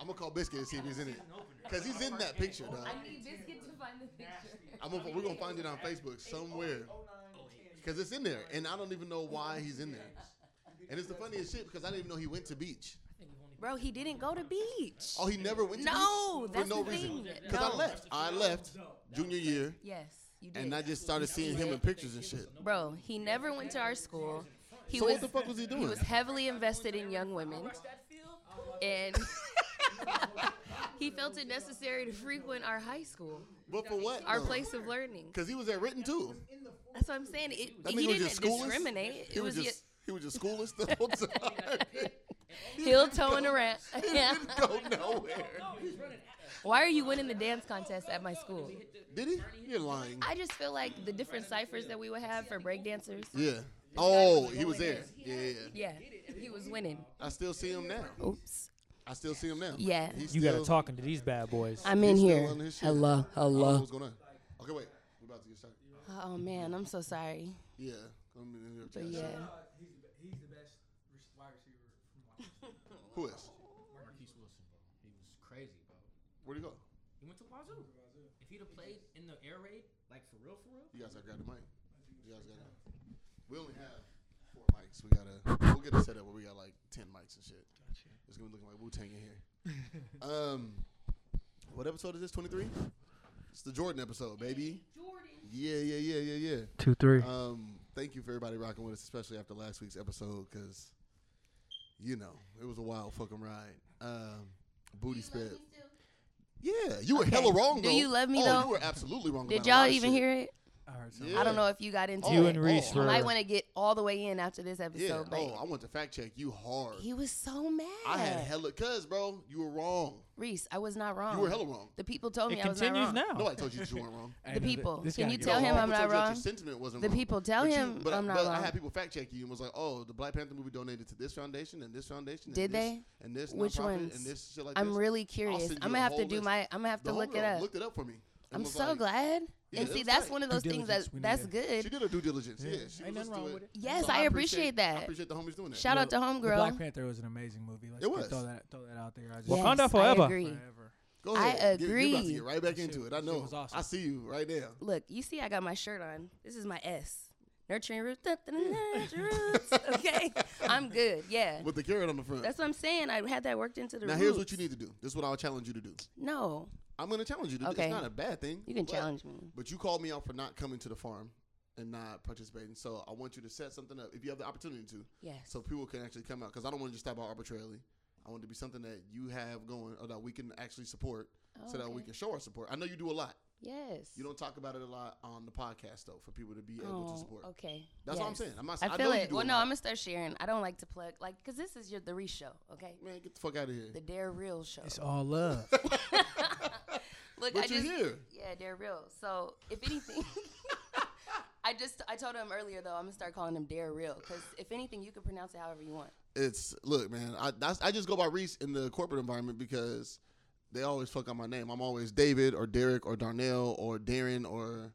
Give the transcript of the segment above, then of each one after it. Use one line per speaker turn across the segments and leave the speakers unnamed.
I'm gonna call Biscuit and see if he's in it because he's in that picture. Dog.
I need Biscuit to find the picture.
I'm gonna, we're gonna find it on Facebook somewhere because it's in there, and I don't even know why he's in there. And it's the funniest shit because I didn't even know he went to beach.
Bro, he didn't go to beach.
Oh, he never went to
No,
beach
that's
for no
the
reason.
thing.
Because I
No.
left. I left junior year,
Yes, you did.
and I just started seeing him in pictures and shit.
Bro, he never went to our school. He
So
was
what the fuck was he
he
doing?
was heavily invested in young women, and he felt it necessary to frequent our high school,
But for what?
our place of learning.
Because he was at Written too.
That's what I'm saying. It,
That
he
nigga was
didn't
just schoolless.
discriminate.
He
it
was
was
just he was just schoolless the whole time.
y- heel toeing around.
Go nowhere.
Why are you winning the dance contest at my school?
Did he? You're lying.
I just feel like the different ciphers that we would have for breakdancers.
Yeah. Oh, he was there. Yeah, yeah. yeah.
Yeah, he was winning.
I still see him now.
Oops.
I still see him now.
Yeah.
He's
You got to
still-
talking to these bad boys.
I'm in
He's still
here.
on his shit.
Hello,
I don't know
hello.
what's going on. Okay, wait. We're about to get started.
Oh man, I'm so sorry.
Yeah. Come in here,
But
Josh.
yeah,
Who is?
Marquise Wilson, bro. He was crazy, bro.
Where'd he go?
He went to Wazoo. If he'd have played in the air raid, like for real, for real,
You guys gotta grab the mic. You guys gotta. We only have four mics. We gotta. We'll get a setup where we got like ten mics and shit. It's gonna be looking like Wu Tang in here. um, what episode is this? Twenty three. It's the Jordan episode, baby.
Jordan.
Yeah, yeah, yeah, yeah, yeah.
Two, three.
Um, thank you for everybody rocking with us, especially after last week's episode, because you know it was a wild fucking ride. Um, booty spit. Yeah, you were
Okay.
hella wrong.
Do
though.
you love me,
oh,
though?
You were absolutely wrong.
did
about a lot
y'all
of
even
shit.
hear it? I
Yeah.
don't know if you got into
Oh,
it.
You and Reese
You
were-
might want to get all the way in after this episode,
Yeah.
but
oh, I want to fact check you hard.
he was so mad.
I had hella cuz, bro. You were wrong.
Reese, I was not wrong.
You were hella wrong.
The people told me
It
I was not
continues
wrong.
now.
Nobody told you that you weren't wrong.
The people. Can you tell
No,
him
all people told
I'm not
you that
wrong?
Your sentiment wasn't
The
wrong.
people tell
But you-
him
but I-
I'm not
but I
wrong.
had people fact check you and was like, "Oh, the Black Panther movie donated to this foundation and this foundation." And
Did
this,
they?
And this.
Which
nonprofit
ones?
And this shit like
I'm
this."
really
I'll
curious.
send you
I'm
a
gonna have to
whole
do
list.
my. I'm gonna have
The
to look
homegirl
it up.
Looked it up for me. and
I'm
was
so
like-
glad.
Yeah,
and
it
see,
was
that's
tight.
one of those
Due
things that
diligence, we need
that's
it.
good.
She did her due diligence. Yeah,
Yeah.
she listened
Ain't nothing wrong
to
with it.
yes,
So
I,
appreciate-
appreciate
I
that.
appreciate the homies doing that.
Shout out to
The Black
Homegirl.
Panther was an amazing movie. Let's
It
just
was.
Throw that, throw that out there. I just
Yes,
Wakanda forever.
I agree.
forever.
Go
I
ahead. You- You're about to
agree.
get right back into it. I
shit
know.
was awesome.
I see you right now.
Look, you see, I got my shirt on. This is my S. Nurturing roots. da- da-
Hmm.
nurturing roots. Okay, I'm good. Yeah,
With the carrot on the front.
that's what I'm saying. I had that worked into the.
now here's what
roots.
you need to do. This is what I'll challenge you to do.
No,
I'm gonna challenge you. To okay.
Okay.
It's not a bad thing.
you can
but-
challenge me.
But you called me out for not coming to the farm and not participating. So I want you to set something up if you have the opportunity to,
Yes.
so people can actually come out. Because I don't want to just stop out arbitrarily. I want it to be something that you have going or that we can actually support, so that we
Oh, Okay.
can show our support. I know you do a lot.
Yes.
You don't talk about it a lot on the podcast though, for people to be able to
Oh,
support.
okay.
That's what I'm
Yes.
saying. I'm not.
I feel
know You
it.
do
Well,
a
no,
lot.
I'm gonna start sharing. I don't like to plug, like, cause this is your the Reese show, okay?
man, get the fuck out of here.
The Dare Real show.
It's all love.
Look,
But
I
you're
just,
here.
yeah, Dare Real. So if anything, I just I told him earlier though I'm gonna start calling him Dare Real, cause if anything, you can pronounce it however you want.
it's look, man. I that's, I just go by Reese in the corporate environment because they always fuck up my name. I'm always David or Derek or Darnell or Darren or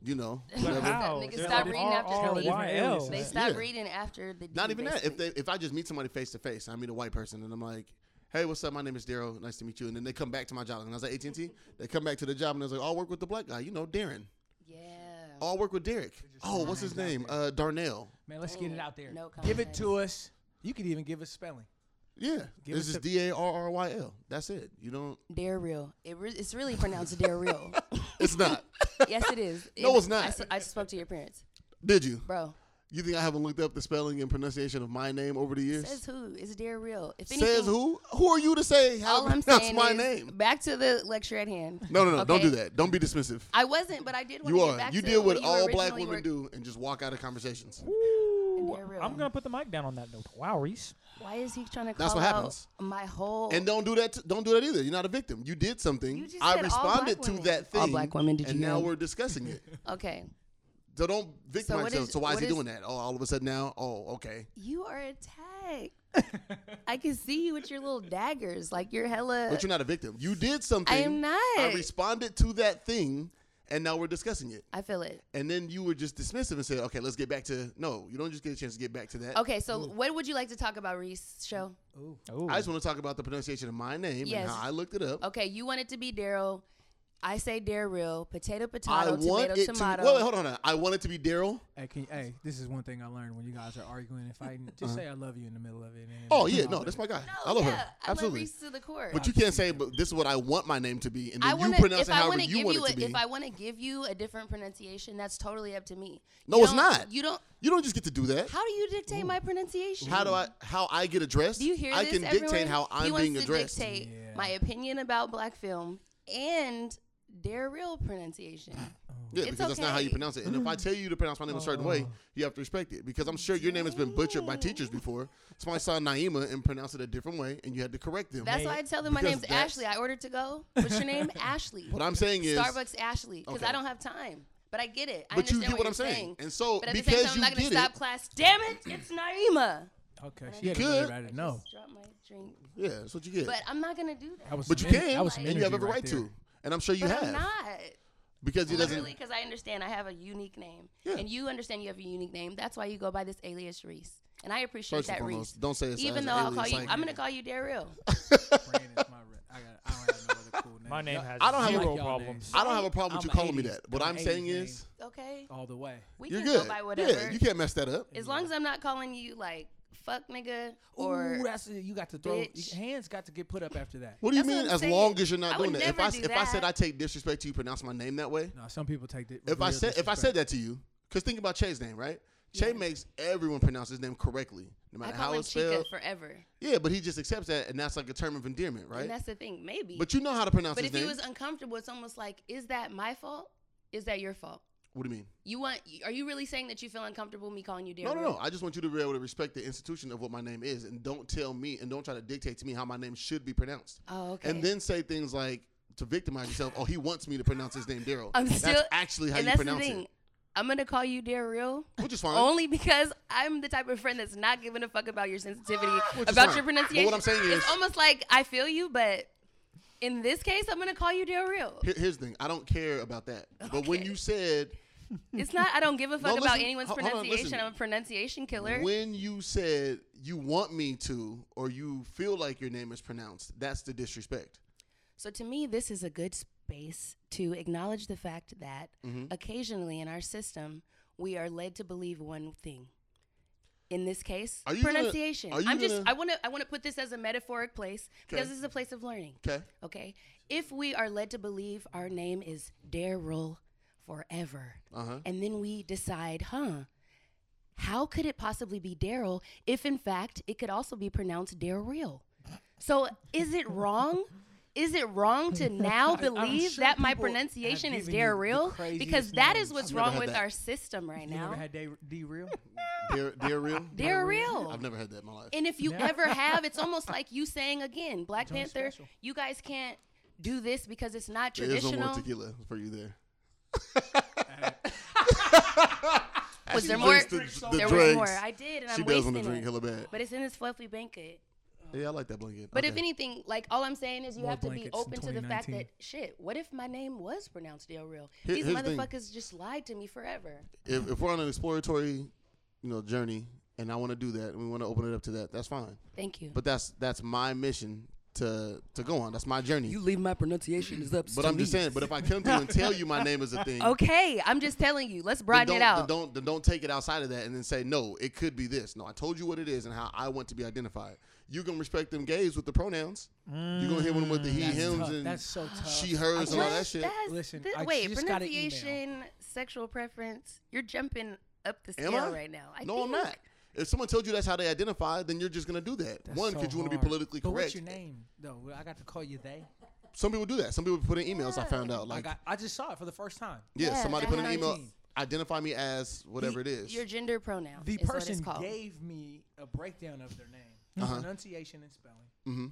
you know whatever.
How?
Niggas
There's
stop
like
reading after the
RRYL.
leaf.
aliases.
They
Yeah.
stop reading after the. D,
Not even that. If
basically.
they if I just meet somebody face to face, I meet a white person and I'm like. Hey, what's up? My name is Daryl. Nice to meet you. And then they come back to my job, and I was like, AT and T. They come back to the job, and I was like, I'll work with the black guy, you know, Darren.
yeah.
Oh, I'll work with Derek. Oh, what's his name? Uh, Darnell.
Man, let's get it out there.
No
give it
contest.
to us. You could even give us spelling.
Yeah,
Give
it's
us
just
the-
D A R R Y L. That's it. You don't.
Dare Real. It re- it's really pronounced Dare Real.
It's not.
yes, it is.
No,
It-
it's not.
I s- I spoke to your parents,
Did you?
bro.
You think I haven't looked up the spelling and pronunciation of my name over the years?
Says who? It's Dare Real. If anything,
Says who? Who are you to say how
All
to
I'm
pronounce
saying
my
is,
name?
Back to the lecture at hand.
No, no, no! Don't
Okay?
do that. Don't be dismissive.
I wasn't, but I did. wanna
You
get
are.
Back
You
to
did what
when you
all black
originally
women
were-
do and just walk out of conversations.
Ooh,
they're real.
I'm going to put the mic down on that note. Wow, Reese.
Why is he trying to? Call
That's what
out
happens.
My whole.
And don't do that. T- don't do that either. You're not a victim. You did something.
You just
I
said all black
responded to
women.
that thing.
All black women, did
and
you
now
know?
we're discussing it.
okay,
So don't victimize
what
yourself.
is-
so why is
what
he
is-
doing that? Oh, all of a sudden now. Oh, okay.
you are attacked. I can see you with your little daggers, like you're hella.
But you're not a victim. You did something.
I am Uh, not.
I responded to that thing, and now we're discussing it.
I feel it.
And then you were just dismissive and said, "Okay, let's get back to no." You don't just get a chance to get back to that.
Okay, so what would you like to talk about, Reese? Show.
Ooh.
Oh,
I just want to talk about the pronunciation of my name
Yes.
and how I looked it up.
Okay, you want it to be Daryl. I say Daryl. Potato,
I
potato,
want
tomato,
it
tomato.
to. Wait, wait, hold on. hold on. I want it to be Daryl.
Hey, can you, hey, this is one thing I learned when you guys are arguing and fighting.
Uh-huh.
Just say I love you in the middle of it. and-
Oh yeah,
I'll
no,
do
that's
it.
my guy.
No,
I love
yeah,
her.
I love
Absolutely.
Reese to the core.
But you can't say, but this is what I want my name to be, and then
I wanna,
you pronounce
if
it
I
however
wanna
you
give
want
you
it
a,
to be.
if I want to give you a different pronunciation, that's totally up to me.
No,
You
it's
don't-
not.
You don't.
you don't just get to do that.
How do you dictate my pronunciation?
How do I? How I get addressed?
Do you hear
I
this?
can dictate
everyone?
how
he
I'm
wants
being
to
addressed.
Dictate
Yeah.
my opinion about black film and their real pronunciation.
Yeah,
It's
because that's not how you
okay.
pronounce it. And if I tell you to pronounce my name a certain way, you have to respect it. Because I'm sure your name has been butchered by teachers before. So I saw Naima and pronounced it a different way, and you had to correct them.
That's why I tell them my
Because
name's
that's-
Ashley. I ordered to go. What's your name? Ashley.
what I'm saying is,
Starbucks Ashley. Because
Okay.
I don't have time. But I get it. I
but you
understand
get what,
what
I'm
you're
saying. And so
But at the same
because
time, I'm
you
not gonna
get
stop
it,
class. Damn it, it's Naima.
Okay,
I
she had to
could.
worry about it. No,
Just dropped my drink.
yeah, that's what you get.
But I'm not gonna do that.
that was
But you
some en-
can,
That was some
and you have
energy
every right,
right there.
to. And I'm sure you
but
have
I'm not.
because it doesn't.
Literally, because I understand I have a unique name,
Yeah.
and you understand you have a unique name. That's why you go by this alias Reese, and I appreciate
First and
that
foremost,
Reese.
don't say it's
Even
as
though
an
I'll call
alias,
you,
like-
I'm gonna call you Daryl.
Brandon's my re- I, got, I don't have no other cool name.
my name
Y'all-
has
I don't have
zero
like y'all
problems.
I don't have a problem with
I'm
you calling me
80s.
that. What
I'm
I'm
80s
saying
name.
is,
Okay,
all the way.
we
you're
can
good.
go by whatever.
Yeah, you can't mess that up.
as long as I'm not calling you like fuck nigga or
Ooh, that's you got to throw
bitch.
hands. Got to get put up after that.
What do you
That's what
mean?
I'm
As
saying.
long as you're not
I
doing
would
that. If
never
I s-
do
if I said
that.
I take disrespect to you, pronounce my name that way.
No, some people take it.
If I said if I said that to you, because think about Che's name, right? Che makes everyone pronounce his name correctly, no
I
matter
call
how
him
it's
Chica
spelled.
forever.
Yeah, but he just accepts that, and that's like a term of endearment,
And
right?
that's the thing, maybe.
But you know how to pronounce
But
his
if
name.
he was uncomfortable, it's almost like, is that my fault? Is that your fault?
what do you mean?
You want? Are you really saying that you feel uncomfortable me calling you Daryl?
No, no, no. I just want you to be able to respect the institution of what my name is, and don't tell me, and don't try to dictate to me how my name should be pronounced.
Oh, okay.
And then say things like to victimize yourself. Oh, he wants me to pronounce his name Daryl.
I'm
that's
still-
actually how
and
you
that's
pronounce
the thing.
it,
I'm gonna call you Daryl
which is fine.
only because I'm the type of friend that's not giving a fuck about your sensitivity
Which is
about
fine.
your
But what
pronunciation.
I'm saying is-
it's almost like I feel you, but in this case, I'm gonna call you Daryl.
Here- here's the thing. I don't care about that. But when
Okay.
you said
It's not. I don't give a fuck
No,
about
listen.
anyone's
Ho- hold on,
pronunciation.
listen.
I'm a pronunciation killer.
When you said you want me to, or you feel like your name is pronounced, that's the disrespect.
So to me, this is a good space to acknowledge the fact that
Mm-hmm.
occasionally in our system, we are led to believe one thing. In this case,
Are you gonna-
pronunciation.
are you
I'm just
gonna-
I want to I want to put this as a metaphoric place because
'Kay.
this is a place of learning.
Okay.
Okay? If we are led to believe our name is Daryl forever,
Uh
Uh-huh.
huh.
and then we decide, huh, how could it possibly be Daryl if in fact it could also be pronounced Daryl? So is it wrong? Is it wrong to now believe
sure
that my
people have
pronunciation is
given you the
Daryl? Because
craziest
that is
names.
what's
I've never
wrong
had
with
that.
our system right
you never
now.
had D real.
Dear, dear real. I've
Daryl.
never had that in my life.
And if you
Never.
ever have, it's almost like you saying again, Black
Johnny
Panther,
Special.
you guys can't do this because it's not
There is no more
traditional.
tequila for you there.
Was
She
there more?
drinks The, the
There was
dregs.
more. I did, and
she
I'm
does want
wasting
to drink
it.
hella bad.
But it's in this fluffy blanket.
yeah, I like that blanket.
But if
Okay.
anything, like all I'm saying is you
More
have to be
blankets in
open to the fact
2019.
that shit. What if my name was pronounced Del Real?
Here-
These
here's the thing.
motherfuckers just lied to me forever.
if, if we're on an exploratory, you know, journey, and I want to do that, and we want to open it up to that, that's fine.
Thank you.
But that's that's my mission to to go on. That's my journey.
leave my pronunciation is up.
but I'm just saying. But if I come to you and tell you my name is a thing,
Okay, I'm just telling you. Let's
Then
broaden it
don't- then
out.
don't then don't take it outside of that and then say no. It could be this. No, I told you what it is and how I want to be identified. You can respect them gays with the pronouns. you gonna hit them with the he
That's
hims
tough.
and
That's so tough.
she hers and all
What?
that shit.
That's-
Listen,
th-
I
wait,
just got an email.
pronunciation, sexual preference. You're jumping up the
Am
scale
I?
right now. I
no,
think.
I'm not. If someone told you that's how they identify, then you're just gonna do that.
That's
One,
so
because you want to be
hard.
politically
But
correct.
what's your name though? I got to call you they.
Some people do that. Some people put in emails. I found out.
I
Like,
got. I just saw it for the first time.
yeah,
Yeah,
somebody
that
put in an email.
happens.
Identify me as whatever it is.
Your gender pronoun.
The
is what it's
person
called.
gave me a breakdown of their name,
Uh-huh.
pronunciation, and spelling.
hmm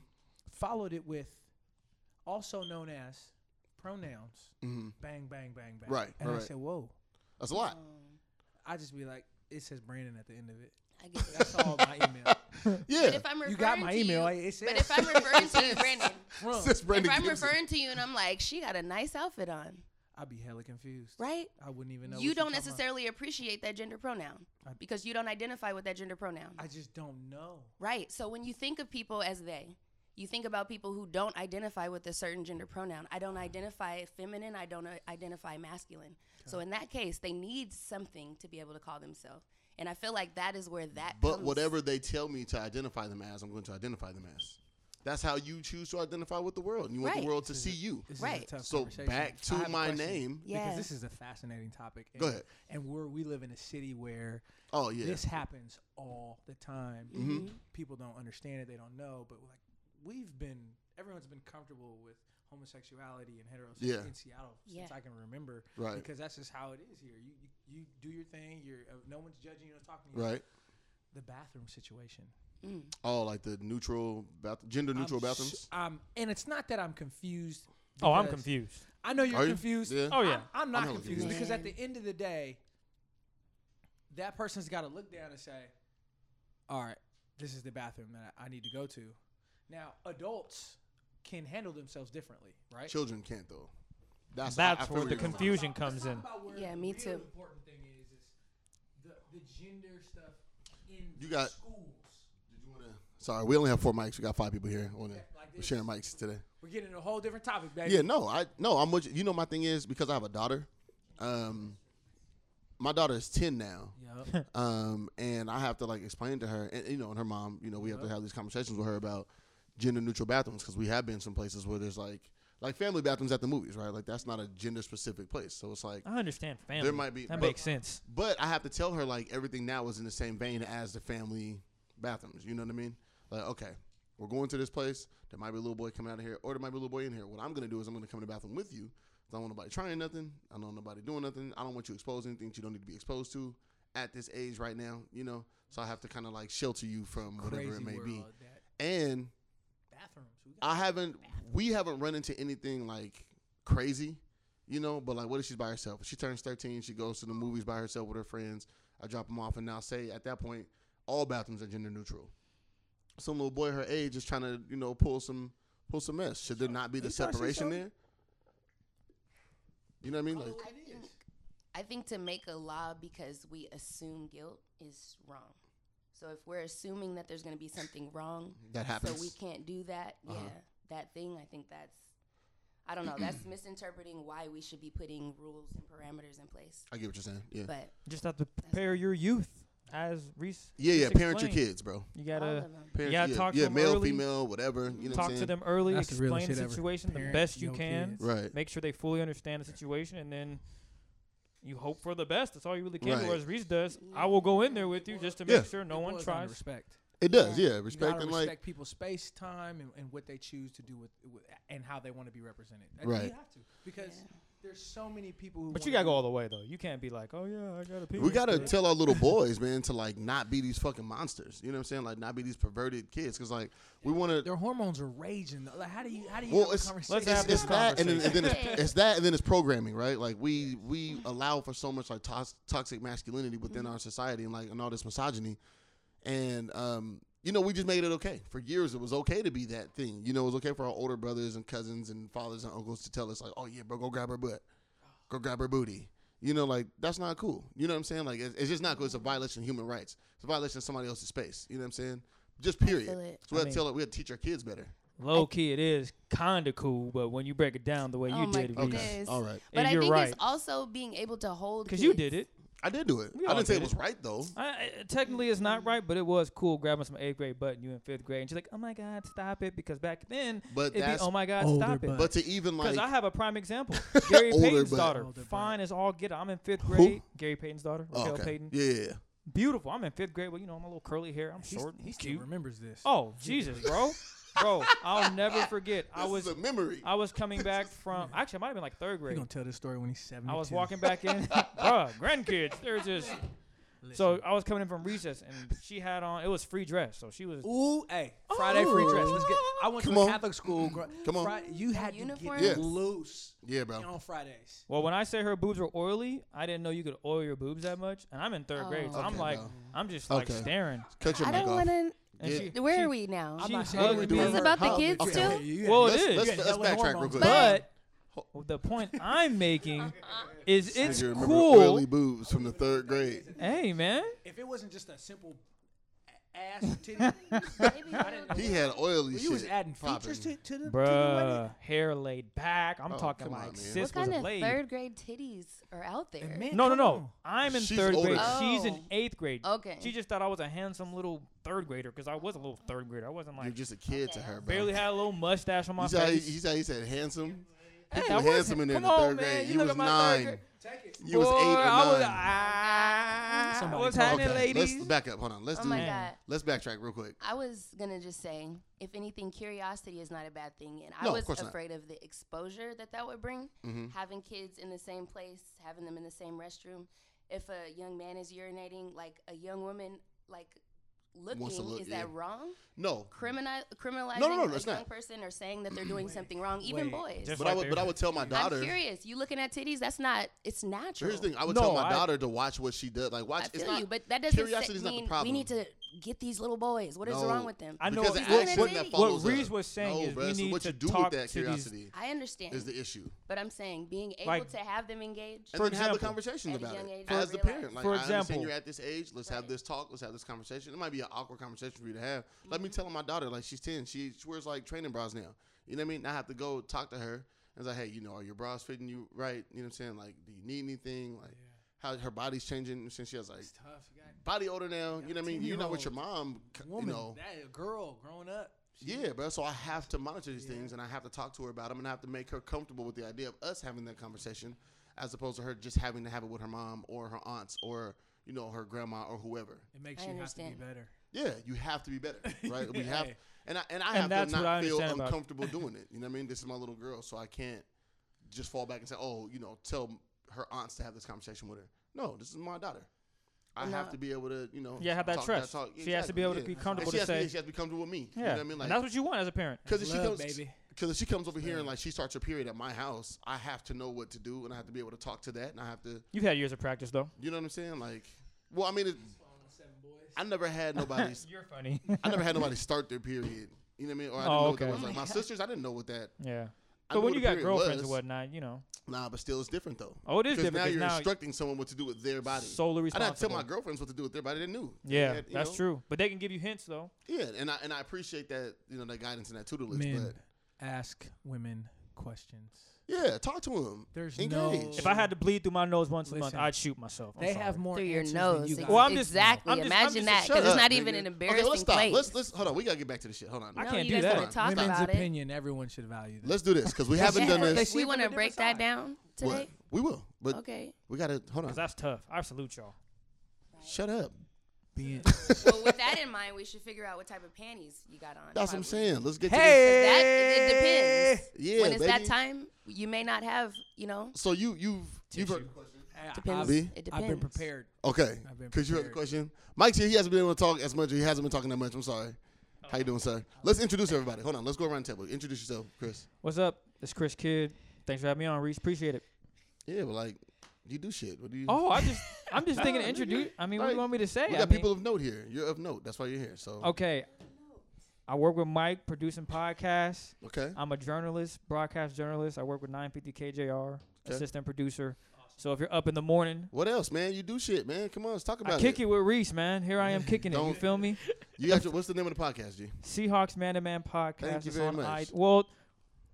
Followed it with, also known as pronouns.
hmm
Bang, bang, bang, bang.
Right,
And I
right.
said, whoa.
That's a lot.
I just be like, it says Brandon at the end of it.
I get it.
That's all my email.
But
Yeah.
if I'm referring
You got my
to
email. I-
you,
It says
but if I'm referring to you, Brandon.
from.
Sis Brandon
if I'm
Gibson.
referring to you and I'm like, she got a nice outfit on.
I'd be hella confused.
right?
I wouldn't even know.
You
what
don't
you're talking about.
necessarily appreciate that gender pronoun
I-
because you don't identify with that gender pronoun.
I just don't know.
Right. So when you think of people as they, you think about people who don't identify with a certain gender pronoun. I don't identify feminine. I don't uh, identify masculine. So in that case, they need something to be able to call themselves. And I feel like that is where that.
But
comes.
whatever they tell me to identify them as, I'm going to identify them as. That's how you choose to identify with the world. And you want
Right.
the world to see you.
This is a
Right.
tough
So
conversation.
back
I
to
have a
my
question,
name.
Yeah.
because this is a fascinating topic. And,
Go ahead.
And we're we live in a city where
Oh yeah.
this happens all the time.
Mm-hmm.
Mhm.
People don't understand it. They don't know. But like we've been, everyone's been comfortable with homosexuality and heterosexuality
Yeah.
in Seattle since
Yeah.
I can remember.
Right.
Because that's just how it is here. You you, you do your thing. You're uh, no one's judging you. No one's talking to you.
Right.
The bathroom situation.
Oh, like the neutral bath- gender neutral
I'm
bathrooms.
sh- um, and it's not that I'm confused.
Oh, I'm
because-
confused.
I know you're
Are you?
confused.
Yeah.
Oh, yeah.
I'm- I'm, not
hella
confused,
confused.
because at the end of the day, that person's got to look down and say, "All right, this is the bathroom that I I need to go to." Now, adults can handle themselves differently, right?
Children can't though. That's I- I
That's
feel
where
where
the
you're coming from.
confusion comes in.
Yeah, me too.
important thing is, is the, the gender stuff in
You got-
schools.
Did you wanna- Sorry, we only have four mics. We got five people here. On
Yeah, like
we're
this.
sharing mics today.
We're getting a whole different topic, baby.
Yeah, no, I no, I'm with you. You know, my thing is because I have a daughter. Um, my daughter is ten now.
Yup.
um, and I have to like explain to her, and you know, and her mom, you know, we have to have these conversations with her about gender neutral bathrooms because we have been some places where there's like like family bathrooms at the movies, right? Like that's not a gender specific place, so it's like.
I understand family.
might be-
that
but-
makes sense.
But I have to tell her like everything now is in the same vein as the family bathrooms. You know what I mean? Like okay, we're going to this place. There might be a little boy coming out of here, or there might be a little boy in here. What I'm gonna do is I'm gonna come to the bathroom with you. 'cause I don't want nobody trying nothing. I don't want nobody doing nothing. I don't want you exposed to anything that you don't need to be exposed to at this age right now. You know, so I have to kind of like shelter you from whatever
Crazy
it may
world,
be.
that
And
bathrooms. We got
I haven't. We haven't run into anything like crazy, you know. But like, what if she's by herself? She turns thirteen. She goes to the movies by herself with her friends. I drop them off, and now say at that point, all bathrooms are gender neutral. Some little boy her age is trying to, you know, pull some pull some mess. Should there not be the
you trying to say
separation
something?
there? You know what I mean? Like,
I think, I think to make a law because we assume guilt is wrong. So if we're assuming that there's going to be something wrong,
That happens.
So we can't do that.
Uh-huh.
Yeah, that thing. I think that's. I don't know. That's misinterpreting why we should be putting rules and parameters in place.
I get what you're saying. Yeah,
But
Just have to prepare your youth, as Reese.
yeah, yeah.
just
Parent your
explained.
kids, bro.
You
all
gotta
of them.
Parent,
gotta
yeah,
talk to
yeah,
them
male,
early.
female, whatever. You know what
talk
I'm
to
saying?
them early,
That's the realest
explain the
shit ever.
situation the
Parent,
best you
no
can,
kids.
Right.
make sure they fully understand the situation, and then you hope for the best. That's all you really can do.
Right.
As Reese does, I will go in there with you just to make
Yeah.
sure no
it
one
boils down to
tries.
Respect.
It does. Yeah,
Yeah.
You gotta
respect and like.
respect people's space, time, and, and what they choose to do with, with and how they want to be represented. And
Right.
You have to because there's so many people. Who
But you
wanna
gotta go
be-
all the way though. You can't be like, oh yeah, I gotta pee.
We gotta tell our little boys, man, to like not be these fucking monsters. You know what I'm saying? Like not be these perverted kids, because like we want to.
Their hormones are raging. though. Like, how do you how do you
Well,
have a
it's-
conversation?
Let's
It's,
have this
it's that, and then, and
conversation.
then it's, it's that, and then it's programming, right? Like we we allow for so much like tos- toxic masculinity within
Mm-hmm.
our society, and like and all this misogyny, and um, you know, we just made it okay for years. It was okay to be that thing. You know, it was okay for our older brothers and cousins and fathers and uncles to tell us like, oh yeah, bro, go grab her butt, go grab her booty. You know, like that's not cool. You know what I'm saying? Like it's, it's just not cool. It's a violation of human rights. It's a violation of somebody else's space. You know what I'm saying? Just period.
feel it.
So we
I
had to
mean-
tell we had to teach our kids better.
Low key, it is kinda cool, but when you break it down the way
Oh
you
my
did,
goodness.
Reese,
Yes.
All right.
But I
you're
think
right.
it's also being able to hold.
because you
kids.
did it.
I did do it.
We
I
all
didn't say
did
it was
it.
right though.
I, I- technically, it's not right, but it was cool grabbing some eighth grade butt and you in fifth grade, and she's like, "Oh my God, stop it!" Because back then,
But
it'd be,
that's-
"Oh my God,
Older
stop it!"
butt.
But to even
Because
like
I have a prime example. Gary
Older
Payton's
butt.
daughter,
Older butt.
fine as all get. out. I'm in fifth
Who?
grade. Gary Payton's daughter,
Oh,
Raquel
okay.
Payton,
Yeah, yeah, yeah.
beautiful. I'm in fifth grade. Well, you know, I'm a little curly hair. I'm
He's-
short.
he
He's
still
cute.
remembers this.
Oh Jesus, bro, bro, I'll never forget. I
This
was
is a memory.
I was coming back from. Actually, I might have been like third
He
grade.
gonna tell this story when he's seventy.
I was walking back in, bruh, grandkids. They're just. So I was coming in from recess, and she had on. It was free dress, so she was.
Ooh, hey, Friday
Oh.
free dress. Let's get. I went
Come
to a
on.
Catholic school. Gr-
Come on.
Fri- you had to get
uniforms? Yeah.
loose
yeah, bro.
on Fridays.
Well, when I say her boobs were oily, I didn't know you could oil your boobs that much, and I'm in third
Oh,
grade, so
Okay,
I'm like,
bro.
I'm just like
Okay.
staring.
Cut your
I
mic
don't
off.
want to.
And
Yeah.
she,
Where
she-
are we now?
She
I'm not
hugged
saying
me.
we
Is
were
it about
the
hung,
kids
but
too?
you had
Well, it
let's,
is.
Let's,
You had
let's
hella
backtrack real
hormones.
quick.
But-
but the point I'm making is it's
Nigga, remember
cool.
Oily boobs from the third grade.
Hey man,
If it wasn't just a simple a- ass titty,
Maybe
I didn't know.
He had oily
Well,
shit.
you was adding features
popping.
to, to the to the wedding.
bruh, hair laid back. I'm
Oh,
talking
come on,
like
man.
sis
what
was
kind
a
of
blade.
third grade titties are out there?
Man,
No, no,
come
no.
on.
I'm in
She's
third
older.
grade. She's in
Oh.
eighth grade.
Okay.
She just thought I was a handsome little third grader because I was a little third grader. I wasn't
You're
like
just a kid to
Okay.
her, bro.
barely had a little mustache on my
He's how he,
face.
he's how he said handsome. He
I
was
wasn't-
handsome in there in the
come on,
third
man.
grade.
You
You
look
was
at my third
nine.
grade-
Take it.
You was eight or
I was,
nine.
ah,
Somebody
what's
call-
happening,
Okay,
ladies?
let's back up. Hold on. Let's
Oh
do.
my
Man.
god.
Let's backtrack real quick.
I was gonna just say, if anything, curiosity is not a bad thing, and I
No, of
was
course not.
afraid of the exposure that that would bring.
Mhm.
Having kids in the same place, having them in the same restroom. If a young man is urinating, like a young woman, like looking,
look,
is
yeah.
that wrong?
No,
Criminal, criminalizing
no, no,
a
it's
young
not.
person or saying that they're doing something wrong, even
wait.
boys.
Just
but I
like
would.
there.
But I would tell my
I'm
daughter.
curious. You looking at titties? That's not. It's
So
natural.
here's the thing. I would
No,
tell my
I-
daughter to watch what she does. Like watch.
I
it's
feel
not
you, but that doesn't
curiosity
se-
is not the
mean
problem.
we need to get these little boys. What is
No.
wrong with them?
I know
because the
Even if
action
it
that
is-
follows.
what Reese
up.
was saying
no,
is
bruh,
we
it's
need
what
to
you do
talk
with that
to these-
curiosity
I understand,
is the issue.
but I'm saying being able
Like-
to have them engaged.
And
For
then have the
example-
conversations
At a
about
young
it
age,
as
I
the
realize-
parent. Like,
For
I understand
example-
you're at this age. Let's have
Right.
this talk. Let's have this conversation. It might be an awkward conversation for you to have. Let
Mm-hmm.
me tell my daughter. Like she's ten. She, she wears like training bras now. You know what I mean? I have to go talk to her. And it's like, hey, you know, are your bras fitting you right? You know what I'm saying? Like, do you need anything? Like, how her body's changing since she has like
It's tough. You got
body older now. You know what I mean? You're not with your mom. c-
a woman,
You know,
that a girl growing up.
yeah, bro. So I have to monitor these things, and I have to talk to her about them, and I have to make her comfortable with the idea of us having that conversation, as opposed to her just having to have it with her mom or her aunts or you know her grandma or whoever.
It makes
I
you have
understand.
to be better.
Yeah, you have to be better, right? We have,
Hey.
and I and I
And
have
that's
to
what I
not feel
understand about-
uncomfortable doing it. You know what I mean? This is my little girl, so I can't just fall back and say, oh, you know, tell her aunts to have this conversation with her. No, this is my daughter. I
And
have
I-
to be able to, you know,
Yeah, have that
talk
trust.
talk.
She has to be able to be
And
comfortable
she
to
has be-
say-
she has to be comfortable with me.
yeah,
You know what I mean?
and that's what you want as a parent.
Because if she
Love,
comes,
baby.
because if she comes over here and like she starts her period at my house, I have to know what to do and I have to be able to talk to that and I have to,
You've had years of practice though.
you know what I'm saying? Like, well, I mean, it, I never had nobody's,
You're funny.
I never had nobody start their period. You know what I mean? Or I didn't
Oh,
know
okay.
what that was like. My sisters, I didn't know what that.
yeah.
I
So
knew what
when you
a
got
period
girlfriends and
was.
whatnot, you know,
nah, but still, it's different though.
Oh, it is different,
Now
'cause
you're
now-
instructing someone what to do with their body.
solely
I didn't tell
responsible.
my girlfriends what to do with their body. They knew. They
yeah,
had, you
that's
know?
true. But they can give you hints though.
Yeah, and I and I appreciate that you know that guidance and that tutelage.
Men
But
ask women questions.
yeah, talk to them.
There's
Engage.
no.
If I had to bleed through my nose once a month,
Listen.
I'd shoot myself. I'm
they
sorry.
have more
through your
answers Than
nose.
you
Ex-
got.
Well, I'm just-
exactly.
I'm just- I'm
Imagine
just-
that
Shut
because it's
up,
not even
nigga.
an embarrassing
Okay, let's stop.
place.
Let's let's hold on. We gotta get back to this shit. Hold on.
I
no,
can't
you
do
guys
that.
want to talk
Women's
about it.
opinion. Everyone should value that.
Let's do this because we haven't done
Yeah,
this.
see
we
it
want
from
to
a
break
different
that down today.
What? We will, but
Okay.
we gotta hold on.
'Cause that's tough. I salute y'all.
Shut up.
Being
well, with that in mind, we should figure out what type of panties you got on.
That's what I'm
probably.
saying. Let's get
Hey!
to
That it, it
this.
depends.
Eh, Yeah,
when it's that
baby.
time, you may not have. You know,
So you you've you've heard,
depends.
I've-
It depends.
I've been prepared.
okay
I've been
because you heard the
prepared.
question. Mike's here. He hasn't been able to talk as much. He hasn't been talking that much. I'm sorry. How you doing, sir? Let's introduce everybody. Hold on. Let's go around the table. Introduce yourself, Chris.
What's up? It's Chris Kidd. Thanks for having me on, Reese. Appreciate it.
Yeah, but like you do shit. What do you?
Oh, I just, I'm just thinking
Nah,
introduce.
nigga.
I mean, what do you
Like,
want me to say?
we
I
got
mean-
people of note here. You're of note. That's why you're here. So
Okay. I work with Mike producing podcasts.
okay.
I'm a journalist, broadcast journalist. I work with 950 KJR,
Okay.
assistant producer. So if you're up in the morning,
What else, man? You do shit, man. Come on, let's talk about
I kick it. with Reese, man. Here I am kicking it. You
Don't-
feel me?
You got your, what's the name of the podcast, G?
Seahawks Man to Man podcast.
Thank you
It's
very
on
much.
I, well,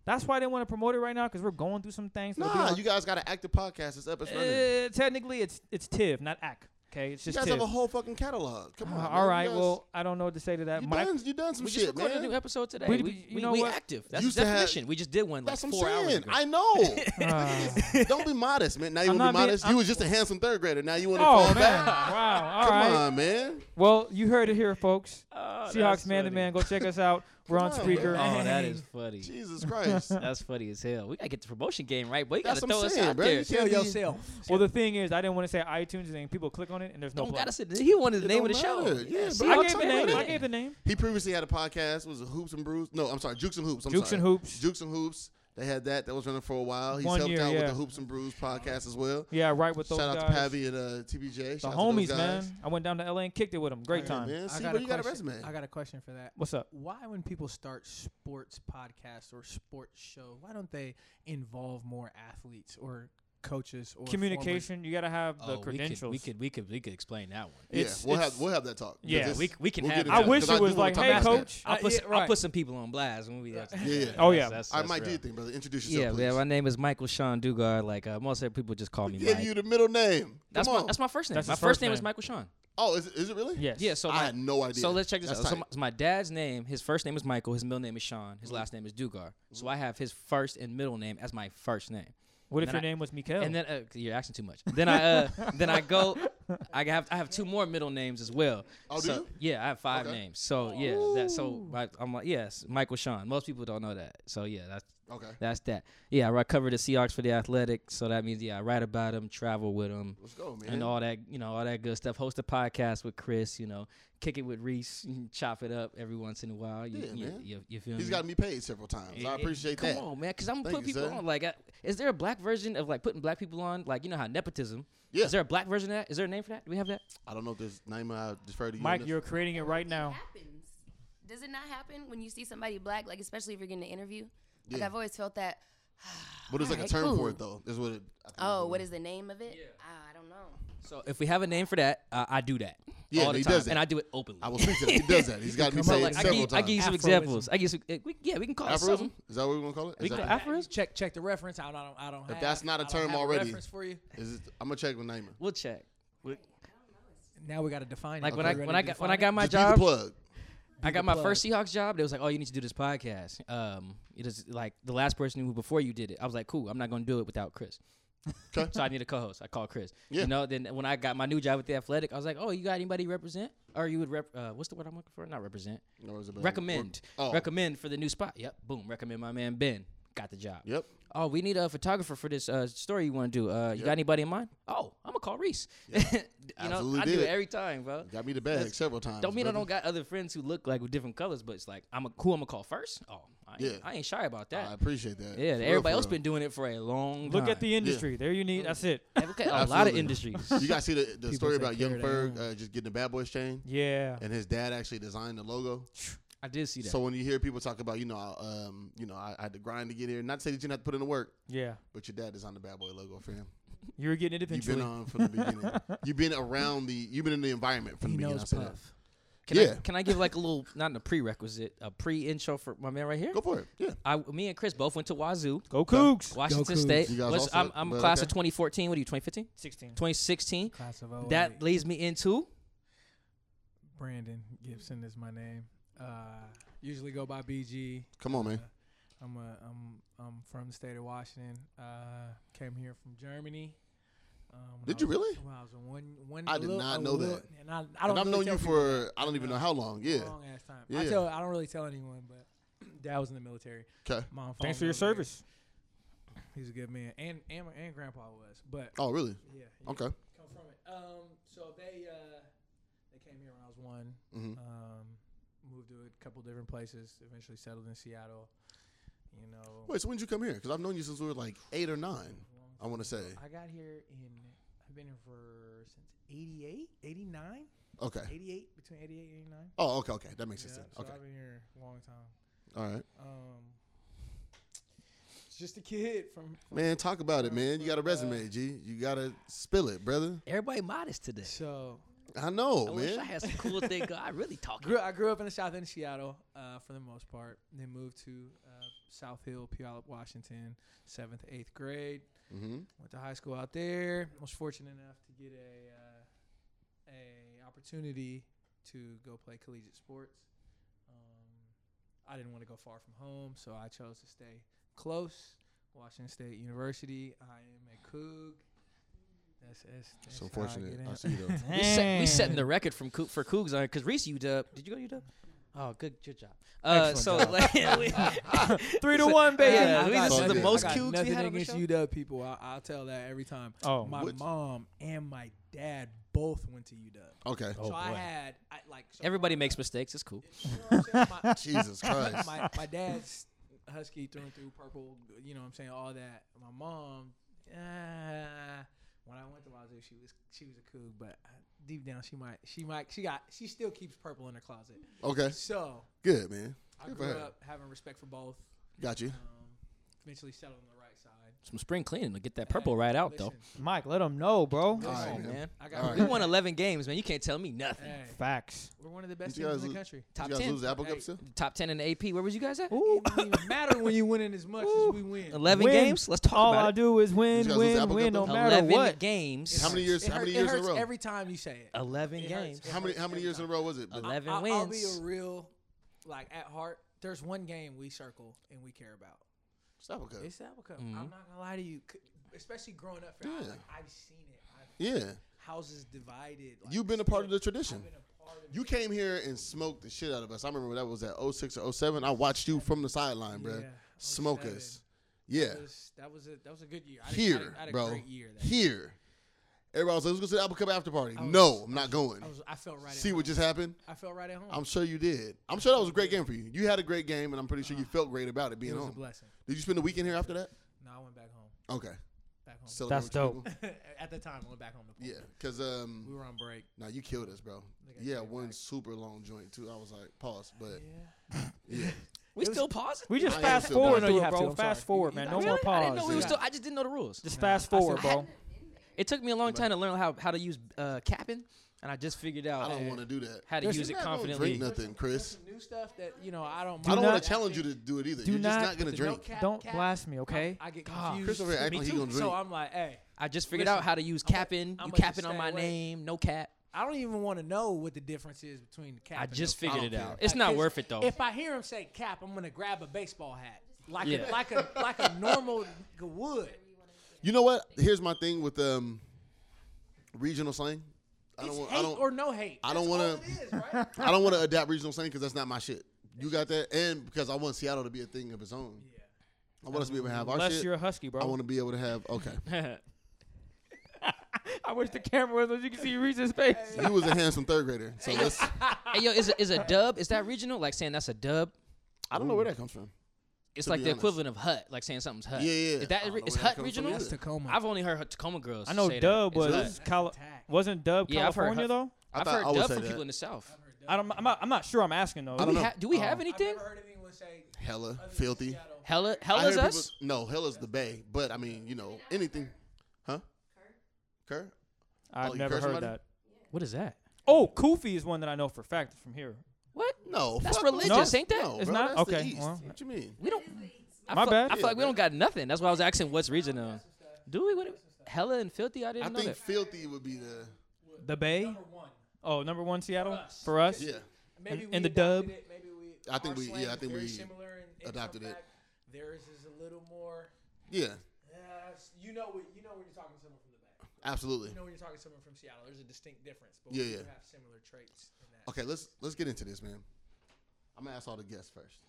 that's why I didn't want to promote it right now because we're going through some things. It'll be
Nah,
on-
you guys got an active podcast. It's up. It's running.
Uh, technically, it's it's Tiv, not Ack. Okay, it's
you
just
guys
Tiv.
have a whole fucking catalog. Come on.
Uh,
man.
all right.
You guys-
Well, I don't know what to say to that.
you
Mike,
done, you done some
We just
shit,
recorded a new
man.
episode today.
We-
We,
we-
we,
you know
we
what?
active. That's
Used
the
to have-
definition. we just did one like
That's what
four
I'm
hours
saying.
ago.
I know.
uh,
Don't be modest, man. Now you
I'm
want to
not
be
being-
modest.
I'm-
you was just a handsome third grader. Now you want to
oh
fall
man!
back.
Wow. All right.
Come on, man.
Well, you heard it here, folks.
Oh,
Seahawks Man to Man. Go check us out. We're
Come
on
on,
Spreaker.
man.
Oh, that is funny.
Jesus Christ.
That's funny as hell. We gotta get the promotion game right, boy. You
That's
gotta
what I'm
throw us
saying,
out
bro.
there.
You
Tell
Can't be-
yourself.
Well, the thing is, I didn't want to say iTunes and then people click on it and there's no.
Don't
button.
gotta say he wanted the
It
name of
don't
the show.
matter. Yeah, bro.
Seahawks
I gave the
Man
name.
to
I
Man.
gave the name.
He previously had a podcast. Was it Hoops and Brews? No, I'm sorry. Jukes and Hoops. I'm
Jukes
sorry.
and Hoops.
Jukes and Hoops. They had that. That was running for a while. He's
One
helped
year,
out with
yeah.
the Hoops and Brews podcast as well.
Yeah, right with those
Shout out
guys.
to Pavi and uh, TBJ.
The
Shout out to those
homies,
guys.
man. I went down to LA and kicked it with them. Great
Yeah,
time.
man.
I
See,
got
but you got a
question-
resume.
I got a question for that.
What's up?
Why, when people start sports podcasts or sports shows, why don't they involve more athletes or coaches or former-
Communication. You gotta have the
Oh,
credentials.
We could, we could we could we could explain that one.
yeah,
It's-
we'll have
it's-
we'll have that talk. 'Cause
Yeah,
it's-
we c- we can
we'll
have
get
that.
into
I wish
'cause
it
do
was
wanna
like,
talk
hey,
about that.
coach.
I'll
Uh,
put
yeah,
s-
right.
I'll put some people on blast when we.
Yeah.
that's-
Yeah, yeah.
that's-
Oh, yeah.
that's-
I
that's
might do
real.
your thing, brother. Introduce
Yeah,
yourself.
yeah.
please.
My name is Michael Sean Dugard. Like uh, most of people just call me
Give
Mike.
you the middle name.
That's
Come
my
on.
that's my first name.
That's
my
his
first,
first
name is
name.
Michael Sean.
oh, is it, is it really?
Yes.
Yeah. So
I
my,
had no idea.
So let's check this
That's
out. So
tight.
my, so my dad's name, his first name is Michael, his middle name is Sean, his last name is Dugar. So I have his first and middle name as my first name.
What if
Then
your
I-
name was Mikael?
And then uh, you're asking too much. Then I uh, then I go. I have I have two more middle names as well.
Oh, do
so,
you?
Yeah, I have five
Okay.
names. So yeah, that so I, I'm like yes, Michael Sean. Most people don't know that. So yeah, that's
okay.
that's that. Yeah, I write- cover the Seahawks for the Athletic. So that means yeah, I write about them, travel with them,
Let's go, man.
and all that you know all that good stuff. Host a podcast with Chris. You know, kick it with Reese, and chop it up every once in a while. You,
Yeah,
you,
man.
You, you feel
He's
me?
gotten me paid several times. I
It- it-
appreciate
come
that.
on, man, because I'm
Thank
putting
you,
people
sir.
on. Like, I, is there a black version of like putting black people on? Like, you know how nepotism?
Yeah.
Is there a black version of that? Is there a name for that? Do we have that?
I don't know if there's name I defer to you. on
Mike,
this.
you're creating it right
It
now.
happens. Does it not happen when you see somebody black, like especially if you're getting an interview? Like
Yeah.
I've always felt that.
But there's like a
Alright,
term for
cool.
it though. Is what it, I think
Oh, what is the name of it?
Yeah.
Ah, I don't know.
So if we have a name for that, uh, I do that
Yeah,
all the
he
time,
does that.
and I do it openly.
I will speak to that. He does that. He's got me
So,
saying
like,
it
I
several
give, I
times.
give you some
Afroism.
examples. I give some. uh, we, yeah, we can call it
Aphorism?
something.
Is that what we're gonna call it?
We
Is
can
that,
call aphorism.
Check check the reference. I don't I don't. Have,
that's not a
I don't
term
have
already.
reference for you.
is it, I'm gonna check with Naima.
We'll check.
Now we got to define
Like
it.
when
You
I
ready
when I
to
got when
define
I
it?
got my
Just be the
job,
plug.
I
the
got my
plug.
first Seahawks job. They was like, "Oh, you need to do this podcast." Um, it is like the last person who before you did it. I was like, "Cool, I'm not gonna do it without Chris."
'Kay.
so I need a co-host. I called Chris.
Yeah.
You know, then when I got my new job with the Athletic, I was like, "Oh, you got anybody you represent? Or you would rep? Uh, what's the word I'm looking for? Not represent.
Or is it better?
recommend.
Oh.
Recommend for the new spot. Yep. Boom. Recommend my man Ben. Got the job.
Yep.
Oh, we need a photographer for this uh, story you want to do. Uh, you
Yep.
got anybody in mind? Oh, I'm gonna call Reese. you know,
Absolutely
I do
did.
it every time, bro.
Got me the bag
That's-
several times.
Don't mean I
brother.
don't got other friends who look like with different colors, but it's like I'm a who I'm gonna call first. Oh, I ain't,
Yeah.
I ain't shy about that.
I appreciate that.
yeah,
For real, for
everybody else
real.
been doing it for a long time.
Look at the industry. There you need. That's it.
look at a lot of
Absolutely.
industries.
You guys see the, the story
take
about
care
Young
of their
Ferg uh, just getting the Bad Boys chain,
Yeah.
and his dad actually designed the logo.
I did see that.
So when you hear people talk about, you know, I, um, you know, I, I had to grind to get here. Not to say that you didn't have to put in the work,
Yeah.
but your dad designed the Bad Boy logo for him.
You were getting it
You've
eventually.
been on from the beginning. You've been around the. You've been in the environment from
He
the beginning.
knows
I'll say that.
Puff.
can
yeah.
I can I give like a little not in a prerequisite a pre intro for my man right here?
Go for it. Yeah.
I me and Chris both went to Wazoo,
Go Cougs.
Washington
Cougs.
State.
You guys
What's-
also-
I'm, I'm
but
class
okay.
of 2014. What are you? 2015?
16.
2016.
Class of 08.
That leads me into
Brandon Gibson is my name. Uh, usually go by BG.
Come on, man.
Uh, I'm a, I'm I'm from the state of Washington. Uh, came here from Germany. Um, when
Did
I
you
was-
really?
When I was a one, one
I did
little-
not
a
know
little-
that.
And I, I
I
don't
and I've
really
known
tell
you
people
for I don't
I
even
know.
know how long. Yeah.
long ass time. I
Yeah.
tell I don't really tell anyone, but dad was in the military.
Okay.
Mom. followed
Thanks for
me
your
over there.
service.
He's a good man, and and and grandpa was, but
Oh, really?
yeah, you
Okay.
come from it. Um, so they uh, they came here when I was one.
hmm
Um, moved to a couple different places. Eventually settled in Seattle. You know,
Wait. So when did you come here? Because I've known you since we were like eight or nine.
long
I want to say.
I got here in I've been here for since 88, 89,
Okay.
88 between 88 and 89.
Oh, okay, okay. That makes
Yeah,
sense.
so
Then. Okay.
I've been here a long time.
All right.
Um, just a kid from
Man, talk about it, man. You got a
But, uh,
resume, G. You gotta spill it, brother.
everybody modest today.
so
I know,
I wish
Oh, man.
I had some cool thing. I really talk.
grew, I grew up in the South End of Seattle uh, for the most part. Then moved to uh, South Hill, Puyallup, Washington, seventh, eighth grade.
mm-hmm.
Went to high school out there. Was fortunate enough to get a uh, a opportunity to go play collegiate sports. Um, I didn't want to go far from home, so I chose to stay close. Washington State University. I am a Coug. That's, that's, that's
It's
how I
unfortunate.
get
Uh,
in.
I see though.
We, set, we setting the record from Coug- for Cougs on because Reese UW. Did you go UW? Oh, good, good job. Uh,
Excellent
so like,
job.
we,
Three to
So-
one, baby.
Yeah,
I
we-
got
this is the
nothing-
most
I got
Cougs we
nothing
had on the
against
show.
UW people. I, I'll tell that every time.
Oh,
my
What-
mom and my dad both went to UW.
Okay.
Oh,
so I
boy.
had I, like so
Everybody
my-
makes mistakes. It's cool.
you know what I'm saying?
Jesus
Oh, my,
Christ.
my, my dad's uh, husky through and through, purple. You know what I'm saying? All that. My mom. Uh, when I went to Wazoo, she was she was a cool, but I, deep down she might she might she got she still keeps purple in her closet.
Okay,
So
good man.
I
Good for
grew
her.
up having respect for both.
Got you.
Um, eventually settled on the right side.
Some spring cleaning to get that purple right out, though.
Listen,
Mike, let them know, bro.
All
Come
right,
on,
man.
man.
I
All
got
right.
We won 11 games, man. You can't tell me nothing.
Hey,
Facts.
we're one of the best
Did you
teams in
guys
the
lose-
country.
Did
Top
you guys
10.
lose Apple
Hey.
Cup still?
Top 10 in the AP. Where was you guys at?
Ooh.
It doesn't even matter when you winning as much as we win.
11
Win.
games? Let's talk
All I
about
do is
Did you
win,
guys lose
win,
Apple
win, no
Cup, though?
matter
11
what.
games.
How many years?
It
How many
hurt- it
years in a
hurts
row?
Every time you say it.
11
It hurts.
games.
It
How many?
hurts
How many
every
years in a
time.
row was it?
I-
11
I'll,
wins.
I'll be a real, like at heart. There's one game we circle and we care about.
It's Apple Cup.
It's Apple Cup.
Mhm.
I'm not gonna lie to you, C- especially growing up. Here, I,
Yeah.
like, I've seen it. I've,
Yeah,
houses divided. Like,
you've been a part of the
I've
tradition.
been a part of
You
it.
came here and smoked the shit out of us. I remember that was at 06 or 07. I watched you from the sideline, bro.
Yeah,
Smoke
07.
us. Yeah.
That was, that was a that was a good year. I had a- I had,
Here,
a- I had a
bro.
Great year. that year.
Here. Everybody was like, let's go to the Apple Cup after party.
I was-
no, I'm not going.
I was. I felt right.
See
at
what
home.
just happened?
I felt right at home.
I'm sure you did. I'm sure that was a great game for you. You had a great game, and I'm pretty sure you felt great about it
Uh-huh. it
being
was a
home.
blessing.
Did you spend the weekend here after that?
No, I went back home.
Okay.
Back home.
Celebrate
That's
with your
dope.
people?
at the time, I went back home. To
Yeah,
Portland.
because um,
we were on break.
now you killed us, bro.
They got
Yeah,
kicked
one
back.
super long joint too. I was like, pause, but yeah.
We still pausing?
We just
I am
fast
still
forward,
bad.
I know you
to it,
have
bro.
to, I'm
fast
sorry.
forward,
You-
man.
you-
No
Really?
more
I
pause.
didn't know we were
Yeah.
still. I just didn't know the rules.
Just fast forward,
I
bro.
It took me a long time to learn how, how to use uh, capping, and I just figured out
I don't
uh,
want to do that.
how to
There's-
use it
you're not gonna
confidently.
Drink nothing, Chris.
Some new stuff that you know I don't.
I don't want
not-
to challenge you to do it either.
do
You're just
not-
not gonna
The
drink.
no cap,
Don't
cap.
blast me, okay?
I get
God.
confused.
Chris over here acting
Me
like he
too.
gonna
So
drink.
I'm like, hey,
I just figured
Listen,
out how to use
I'm a-
capping.
I'm
You
a
capping on
stay
my
away.
name, no cap.
I don't even want to know what the difference is between the cap.
I
and
just
no cap.
figured
I
it
don't
out.
care.
It's not
Like, 'cause
worth it though.
If I hear him say cap, I'm gonna grab a baseball hat, like
Yeah.
a, like a like a normal nigga would.
You know what? Here's my thing with um regional slang. I
It's
don't. want-
hate
I don't.
or no hate.
I don't
That's
wanna-
all it is, right?
I don't want to adapt regional slang because that's not my shit. You got that, and because I want Seattle to be a thing of its own. I want us to be able to have our
Unless
shit.
you're a husky, bro.
I want to be able to have. Okay,
I wish the camera was so you can see Reese's face.
he was a handsome third grader, so let's.
hey yo, is a, is a dub? Is that regional? Like saying that's a dub?
I don't know where that comes from.
It's
To
like
be
the
honest.
equivalent of hut. Like saying something's hut.
Yeah, yeah.
Is
I
that
don't
re-
know
is
where that
hut
comes from
regional?
either.
Tacoma.
I've only heard Tacoma girls.
I know
say that.
Dub
Is
was
hut.
Cali-
attack.
wasn't Dub
Yeah, I've heard
California
Hut-
though.
I
I've
thought- I
heard
would
dub
say
from
that.
people in the south.
I don't. I'm not, I'm not sure. I'm asking though.
I
Do
don't
we,
know. Uh-huh.
ha- do we have
Oh.
I've
anything?
never heard anyone say
Hella filthy.
Hella,
I
hella's
hear
us.
People, no, hella's the bay, but I mean, you know, anything, huh? Kerr.
I've
Oh, you
never
curse
heard
somebody?
that.
What is that?
Oh, Kufi is one that I know for a fact from here.
What?
No,
That's
fuck
religious,
no.
ain't that?
No,
It's
bro,
not?
that's the
Okay,
East.
well.
what you mean?
We don't. I
My
feel,
bad.
I feel like we
Yeah,
don't got nothing. That's why I was asking what's regional. Do we? What, hella and filthy. I
I
didn't know
think
that.
filthy would be the
The Bay.
number one.
Oh, number one Seattle
us.
for us.
yeah.
Maybe
And-
we
and the
adopted
dub?
It, maybe we.
I think
our
we-
slang
yeah, I
is
think
very
we
similar in- in
adopted it.
comeback. Theirs is a little more.
Yeah,
Uh, you know, what- you know when you're talking to someone from the back.
absolutely.
You know when you're talking to someone from Seattle. There's a distinct difference, but
Yeah,
we do
yeah.
have similar traits. In that.
Okay, let's let's get into this, man. I'm gonna ask all the guests first.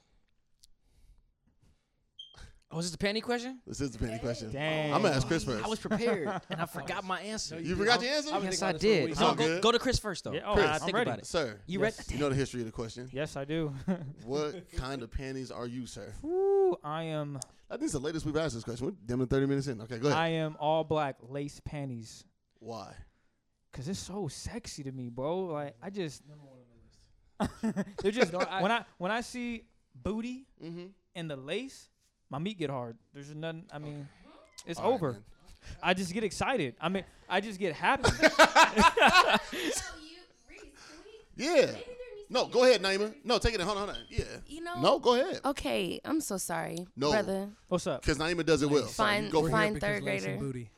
Oh, is this the panty question?
This is the penny question.
Dang.
I'm gonna ask Chris first.
I was prepared and I forgot my answer.
you forgot your answer,
Yes, I did.
It's
No,
all
go,
good.
go to Chris first though.
Yeah, oh,
Chris,
I- I'm
think
ready.
about it.
sir.
You
Yes.
read?
You know the history of the question.
Yes, I do.
What kind of panties are you, sir?
Woo, I am.
I think it's the latest we've asked this question. We're damn near 30 minutes in. Okay, go ahead.
I am all black lace panties.
Why?
Cause it's so sexy to me, bro. Like I just they're just when I when I see booty
Mm-hmm.
and the lace, my meat get hard. There's nothing. I mean, it's over. I just get excited. I mean, I just get happy.
Oh,
yeah. No, go ahead, Naima. No, take it. in. Hold on, hold on. Yeah.
You know. Oh.
No, go ahead.
Okay, I'm so sorry,
No.
brother.
What's up?
Because Naima does it well. So
Fine-
you go for it.
fine. third grader.
Booty.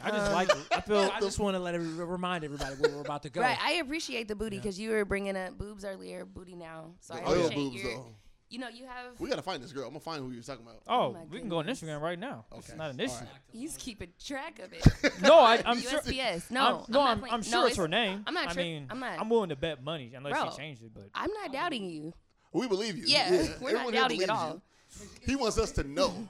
I just like. I feel.
I just want to let every, remind everybody where we're about to go.
Right, I appreciate the booty because you were bringing up boobs earlier, booty now. So I
The oil
appreciate
Oh, boobs,
your,
though.
You know, you have.
We got to find this girl. I'm going to find who you're talking about.
Oh,
my
we can go on
goodness.
Instagram right now. It's
Okay.
not an issue.
He's keeping track of it.
No, I, I'm sure.
USPS.
I'm,
No,
no,
not
I'm,
playing-
I'm
no,
sure it's her name.
I'm not
I
tri-
mean,
I'm not-
willing to bet money unless
Bro.
she changed it. But
I'm not doubting you.
We believe you.
Yeah, we're not
Everyone here
doubting at
believes
all.
you. He wants us to know.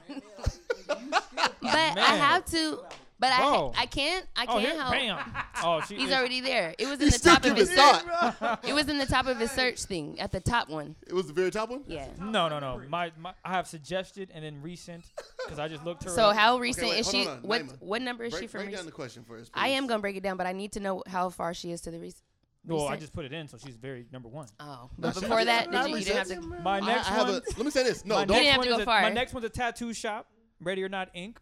But I
Man.
have to. But
Bro.
I I can't I
oh,
can't
here,
help
bam! Oh, she.
He's
is-
already there. It was
He
in the
still
top of
keep
his
it
search.
in,
It was in the top of his search thing at the top one.
It was the very top one.
Yeah.
No, no, no. My, my, I have suggested and then resent because I just looked her.
So
up.
how recent
wait,
is
hold
she?
on,
What
Naima.
what number is
break
she from?
break down
Recent?
the question first.
I am
please.
gonna break it down, but I need to know how far she is to the recent.
Well, I
recent?
just put it in, so she's very number one.
Oh, but before that, did you, you didn't have to.
My
I-
next
I have
one.
a, let me say this. No,
my
don't.
You didn't
next
have
one
to go
is a, My
far.
next one's a tattoo shop, Ready or Not Ink.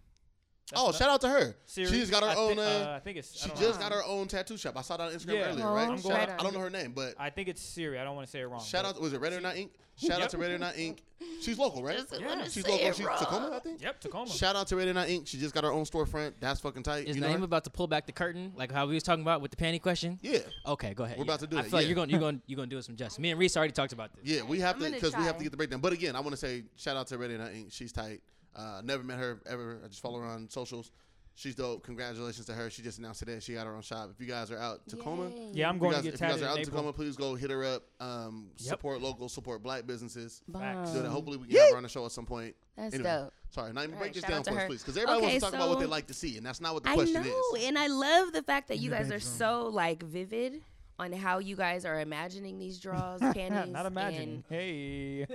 Oh, shout out to her.
Series.
She's got her
I thi-
own.
uh, I
uh,
think it's.
she
I don't
just
know.
got her own tattoo shop. I saw that on Instagram
Yeah.
earlier,
Oh,
right?
I'm
Shout
glad
out-
I-
I don't know her name, but
I think it's Siri. I don't want to say it wrong.
shout
but-
out. Was it Red or Not Ink? Shout out to Red or Not Ink. She's local, right?
Just wanna
She's
say
local.
it
She's
wrong.
Tacoma, I think.
Yep, Tacoma.
Shout out to Red or Not Ink. She just got her own storefront. That's fucking tight.
Is
You know her?
Naeem about to pull back the curtain, like how we was talking about with the panty question?
Yeah,
Okay, go ahead.
We're about to do
I
that,
feel like
yeah.
you're going, you're going, you're going to do us some justice. Me and Reese already talked about this.
yeah. We have
I'm
to
gonna
because we have
try.
to get the breakdown. But again, I want to say shout out to Red or Not Ink. She's tight. Uh, never met her ever. I just follow her on socials. She's dope. Congratulations to her. She just announced today she got her own shop. If you guys are out Tacoma,
Yay.
Yeah, I'm
If you
going
guys,
to get
if you guys
tattooed
are out
in
in
April.
Tacoma, please go hit her up. Um,
Yep.
Support local, support black businesses.
Facts.
So
Bomb.
that hopefully we can have her on the show at some point.
That's
Anyway,
dope.
Sorry, now even
All
break
right,
this
shout
down
out to
for us,
her.
please, because everybody wants
Okay,
to talk about what they
so-
like to see, and that's not what the
I
question
know,
is.
and I love the fact that
In
you
the
guys are
bedroom.
so like vivid on how you guys are imagining these draws, panties.
Not imagining.
and-
Hey.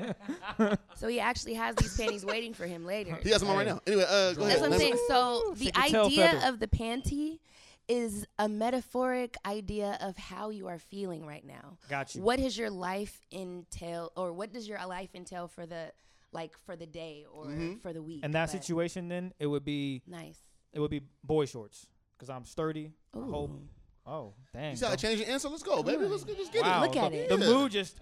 so he actually has these panties waiting for him later.
He has them on right now. Anyway, uh, go
That's
ahead.
what I'm
Lemme-
saying. So
She
the
can tell
idea
feather.
of the panty is a metaphoric idea of how you are feeling right now.
Got you.
What does your life entail, or what does your life entail for the like for the day or
Mm-hmm.
for the week?
In
But
that situation, then it would be
nice.
it would be boy shorts because I'm sturdy. I
Ooh.
hope. Oh, dang.
You said I
bro.
changed your answer. Let's go, baby. Let's, let's get
Wow,
it.
Look at
the,
it.
The
Yeah.
mood just.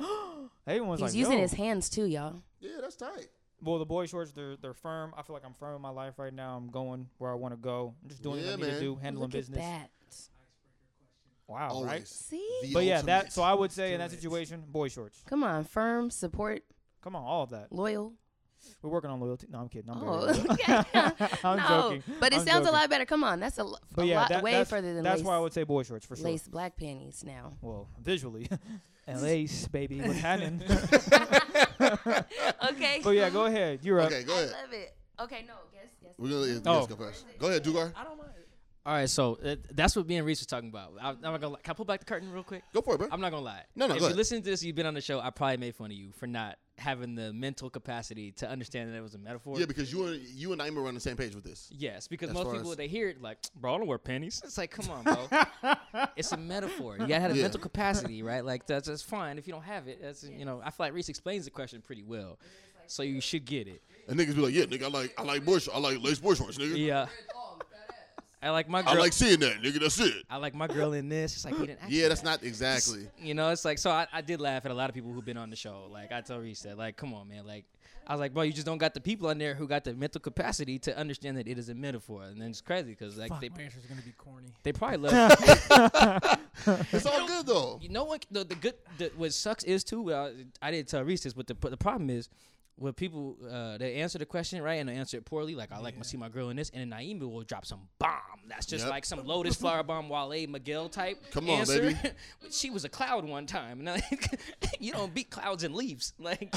Everyone's
He's
like,
using
yo.
his hands too, y'all.
Yeah, that's tight.
Well, the boy shorts, they're they're firm. I feel like I'm firm in my life right now. I'm going where I want to go. I'm just doing
Yeah,
what I need
man.
to do, handling
Look
business.
at that.
Wow,
Always.
right?
See,
The
But yeah, that.
ultimate.
So I would say in that situation, boy shorts.
come on, firm, support,
Come on, all of that.
loyal.
We're working on loyalty. No, I'm kidding. I'm,
Oh,
joking.
okay.
I'm
no,
joking.
but it
I'm
sounds
joking.
a lot better. Come on, that's a, lo-
But
a
yeah,
lot
that,
way
that's,
further than
that's
lace,
why I would say boy shorts for sure.
lace black panties now.
Well, visually, and lace, baby, what's happening?
okay.
but Oh, yeah, go ahead. You're up.
Okay, go ahead.
I love it. Okay, no, guess, guess.
We're gonna let
Oh.
oh. go first. Go ahead, Dugar.
I don't mind.
All right, so uh, that's what me and Reese was talking about. I, I'm not gonna lie. Can I pull back the curtain real quick?
Go for it, bro.
I'm not gonna lie.
No, no,
If
go
you
ahead.
listen to this, you've been on the show. I probably made fun of you for not having the mental capacity to understand that it was a metaphor.
Yeah, because you and you and Naima are on the same page with this.
yes, because
As
most
far
people
as-
they hear it like, bro, I don't wear panties. It's like, come on, bro. it's a metaphor. You gotta have a
Yeah.
mental capacity, right? Like that's that's fine. If you don't have it, that's you know, I feel like Reese explains the question pretty well, so you should get it.
And niggas be like, yeah, nigga, I like I like boy shorts. I like lace boy shorts, nigga.
Yeah. I like my girl.
I like seeing that, nigga. That's it.
I like my girl in this. It's like he didn't. Ask
Yeah,
me
that's not
that.
exactly.
You know, it's like so. I, I did laugh at a lot of people who've been on the show. Like I told Reese that, like, come on, man. Like I was like, bro, you just don't got the people on there who got the mental capacity to understand that it is a metaphor, and then it's crazy because like
Fuck,
they
my answer's gonna be corny.
they probably love.
It's all good though.
you know what? The, the good the, what sucks is too. Well, I didn't tell Reese this, but the but the problem is. When people uh, they answer the question right and they answer it poorly, like I like to see my girl in this, and then Naima will drop some bomb that's just
Yep.
like some Lotus flower bomb Wale Miguel type.
Come on,
answer.
baby.
But she was a cloud one time. Now, you don't beat clouds and leaves. Like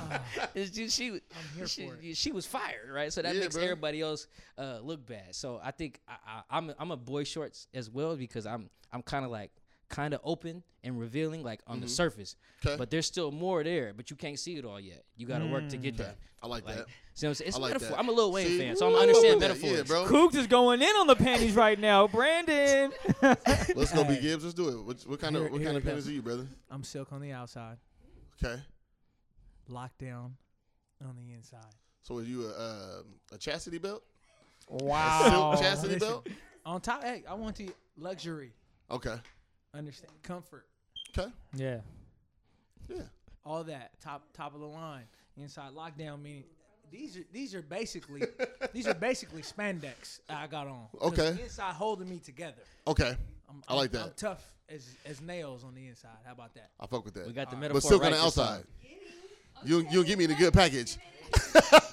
it's just- she, she, she was fired, right? So that
Yeah,
makes
bro.
everybody else uh, look bad. So I think I, I, I'm a- I'm a boy shorts as well because I'm I'm kind of like kind of open and revealing like on the
Mm-hmm.
surface,
'Kay.
but there's still more there, but you can't see it all yet. You got to work to get that.
I like
Like,
that.
see what I'm saying? It's
Mm. I like
metaphor.
that.
I'm a Lil Wayne
See?
fan, so I'm
Ooh,
understand
I fuck with that.
metaphors.
Yeah, bro.
Kooks is going in on the panties right now, Brandon.
Let's go, B Gibbs. Let's do it. What, what kind
Here-
of what
here
kind
it
of
go.
panties are you, brother?
I'm silk on the outside,
Okay.
locked down on the inside.
So are you a um a chastity belt?
Oh,
A
wow.
silk chastity
Listen.
belt?
On top, hey, I want the luxury,
Okay.
understand, comfort,
Okay.
Yeah.
Yeah.
all that. Top top of the line, inside lockdown meaning. These are these are basically these are basically spandex I got on. 'Cause
Okay.
the inside holding me together.
Okay.
I'm,
I like
I'm- I'm
that.
tough as as nails on the inside. How about that?
I fuck with that.
We got the metaphor.
but silk
right
on the
this time.
outside. You you give me the good package.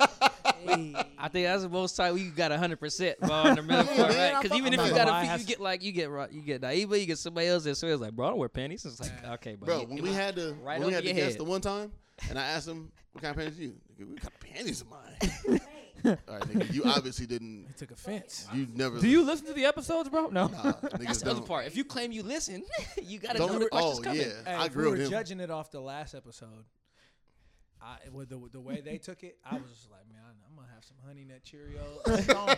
I think that's the most time we got hundred percent on the middle part,
man,
right?
I
Because even
fuck
if you
with
got
that.
a
I
few,
has-
you get like you get ro- you get Naiba, you get somebody else that says like, bro, I don't wear panties. It's like, okay,
Bro,
you-
when
you
we
know,
had the
right
when we
over
had the
your
guest
head.
the one time, And I asked him, "What kind of panties you?" Nigga, what kind of panties of mine? All right, nigga, you obviously didn't.
He took offense.
You never.
Do you listen to the episodes, bro?
Nah,
No.
niggas
That's the other
don't.
part. If you claim you listen, you gotta
Don't
know
re-
the question's
oh
coming.
yeah, I
Hey, if we
agree
were
with him.
judging it off the last episode. I, with the, with the way they took it, I was just like, man, I'm gonna have some honey nut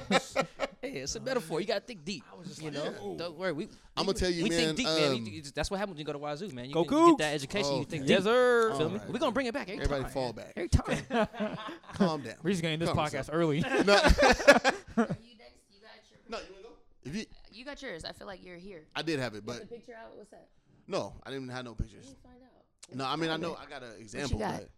Cheerios.
Hey, it's a metaphor. You gotta think deep.
I was just
you
like,
know,
yeah.
don't worry. We,
I'ma
we-
tell you,
we
man,
think deep, man.
um,
You- you- that's what happens when you go to Wazoo, man. You,
Go
get, you get
Cougs.
that education. you
Oh,
think
okay.
deep.
Yes, sir.
Oh.
Feel me?
Alright.
We're gonna bring it back every
Everybody
time.
fall back.
Every time.
Calm down.
We're just getting this
Calm yourself.
podcast early.
No,
Are you next? You got your.
no, you wanna go? If you,
You got yours. I feel like you're here.
I did have it, but
the picture out. What's that?
no, I didn't have no pictures.
Let me find out.
No, I mean I know I got an example,
got?
but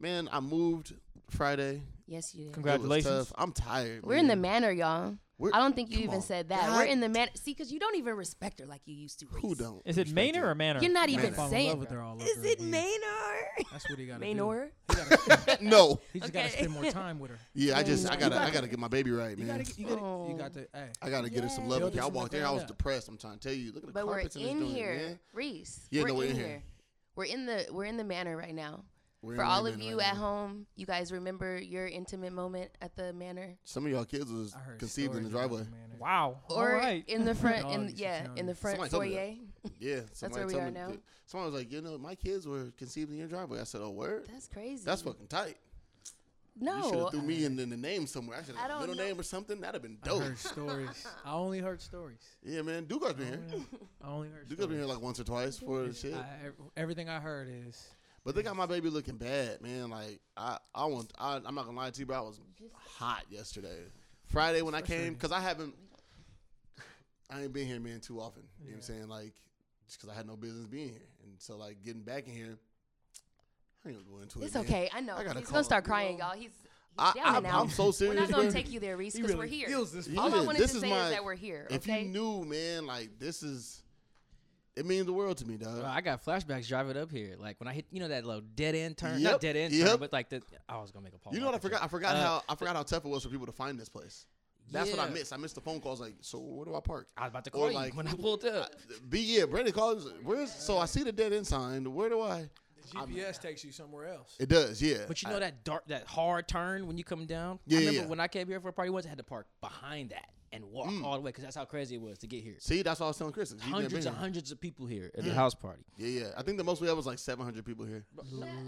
man, I moved Friday.
Yes, you did.
It
Congratulations.
was tough. I'm tired.
We're in the
man.
manor, y'all.
We're-
I don't think you
come
even
on.
said that.
God.
We're in the manor. See, because you don't even respect her like you used to.
Who
Reese.
don't?
Is it
respect
Manor or Manor?
You're not even
Manor.
Fall in
saying.
love with her all
Is
over
it
again.
manor?
That's what he got to do.
Manor.
He gotta-
no.
he just gotta
Okay.
spend more time with her.
Yeah, I just I gotta I gotta get my baby right,
You
man.
gotta, get- you gotta, you
Oh.
got to. Hey,
I gotta get her some love.
Yo,
up here. I
this is
walked
my
in, I was
bad.
depressed. I'm trying to tell you. Look at the
But we're
carpets in
in
this joint,
here,
man.
Reese.
Yeah,
we're
no, we're
in
in here.
here. We're in the we're in the manor right now.
We're
For
in
all
Wayman
of
right
you
now.
at home, you guys remember your intimate moment at the manor
some of y'all kids was
I heard
conceived in the
stories about
driveway.
the man.
Wow.
or
All right.
in the front.
Oh, you
In
should
yeah,
tell
in
me.
the front
Somebody told me
foyer.
Yeah, somebody
where we
told
are
me
now.
that- Someone was like, you know, my kids were conceived in your driveway. I said, oh word,
That's crazy.
that's fucking tight. You should
no.
have threw me in, in the name somewhere. I should
I
have
don't
middle
know.
name or something. That'd have been
I
dope.
heard stories. I only heard stories.
Yeah, man. Dugar's been here.
I only heard
Dugar's been
stories.
here like once or twice for the shit.
I- ev- everything I heard is
But they got my baby looking bad, man. Like I, I want. I, I'm not gonna lie to you, bro. I was hot yesterday, Friday when I came, cause I haven't. I ain't been here, man, too often. You know what I'm saying? Like, just cause I had no business being here, and so like getting back in here. I ain't gonna go into it.
It's
man.
okay. I know.
I gotta
He's
call
gonna start
him.
crying, y'all. He's, he's
I,
down and
I,
out.
am so
We're
serious.
not gonna
bro.
take you there, Reese, because we're here.
this.
Yeah,
All I wanted
this
to
is
say
my-
is that we're here.
If
okay?
you knew, man, like this is, it means the world to me, dog.
Bro, I got flashbacks driving up here. Like when I hit, you know, that little dead end turn.
Yep,
Not dead end
yep.
turn, but like the. I was gonna make a Paul.
You know what I
Walker
forgot?
joke.
I forgot
Uh,
how I forgot how tough it was for people to find this place. That's what I
Yeah.
missed. I missed the phone calls. Like, so where do I park?
I was about to
Or
call
like-
you when I pulled up.
But yeah, Brandon calls. Where's so I see the dead end sign. Where do I?
GPS takes you somewhere else.
It does, yeah.
But you know that dark, that hard turn when you come down.
Yeah, yeah,
I remember
yeah. Mm.
when I came here for a party once, I had to park behind that and walk all the way because that's how crazy it was to get here.
I, see, that's what I was telling Chris. You've never been
Hundreds and
here.
hundreds of people here at the house party.
Yeah, yeah. I think the most we had was like 700 people here.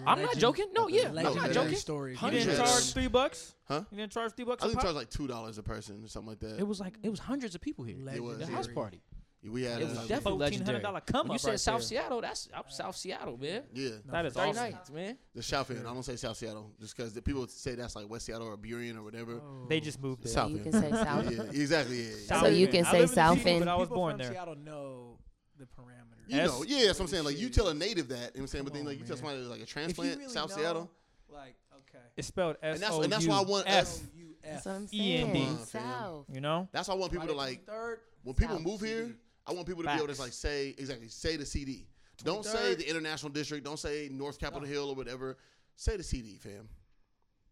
I'm not joking. No, yeah, I'm not
legendary
joking.
story.
You
Hundreds.
didn't charge three bucks?
Huh?
You didn't charge three bucks?
I
a
think we
pop?
charged like two dollars a person or something like that.
It was like it was hundreds of people here.
It was.
The house party.
We had.
It was
uh,
definitely legendary.
$1,400 come
When you
up
said
right
South
there.
Seattle, that's I'm South Seattle, man.
Yeah,
that is
Thirty
awesome.
nights, man.
the South End. I don't say South Seattle just because people say that's like West Seattle or Burien or
Oh,
whatever.
They just moved there.
South
you
End.
can say
yeah,
South.
yeah, exactly. Yeah, yeah.
So you
Southend.
can
I
say
live in
South
Seattle,
End.
But I was
People
born
from
there.
Seattle know the parameters.
You know,
That's-
yeah, that's what I'm saying. Like you
Shit.
tell a native that, you know what I'm saying, but
Come
then
on,
like you tell
man.
somebody that's like a
If you
transplant,
really
South
know,
Seattle,
Like okay.
It's spelled S
and that's
O
and that's why I
U
want us.
S.
U
That's what I'm
E-N-D.
saying.
Come on, fam.
South.
You know?
That's why I want people to like
Third.
when people
South
move here.
CD.
I want people to be able to
Facts.
like say exactly say the CD. Don't say
23rd.
the International District. Don't say North Capitol Hill or whatever. Say the CD, fam.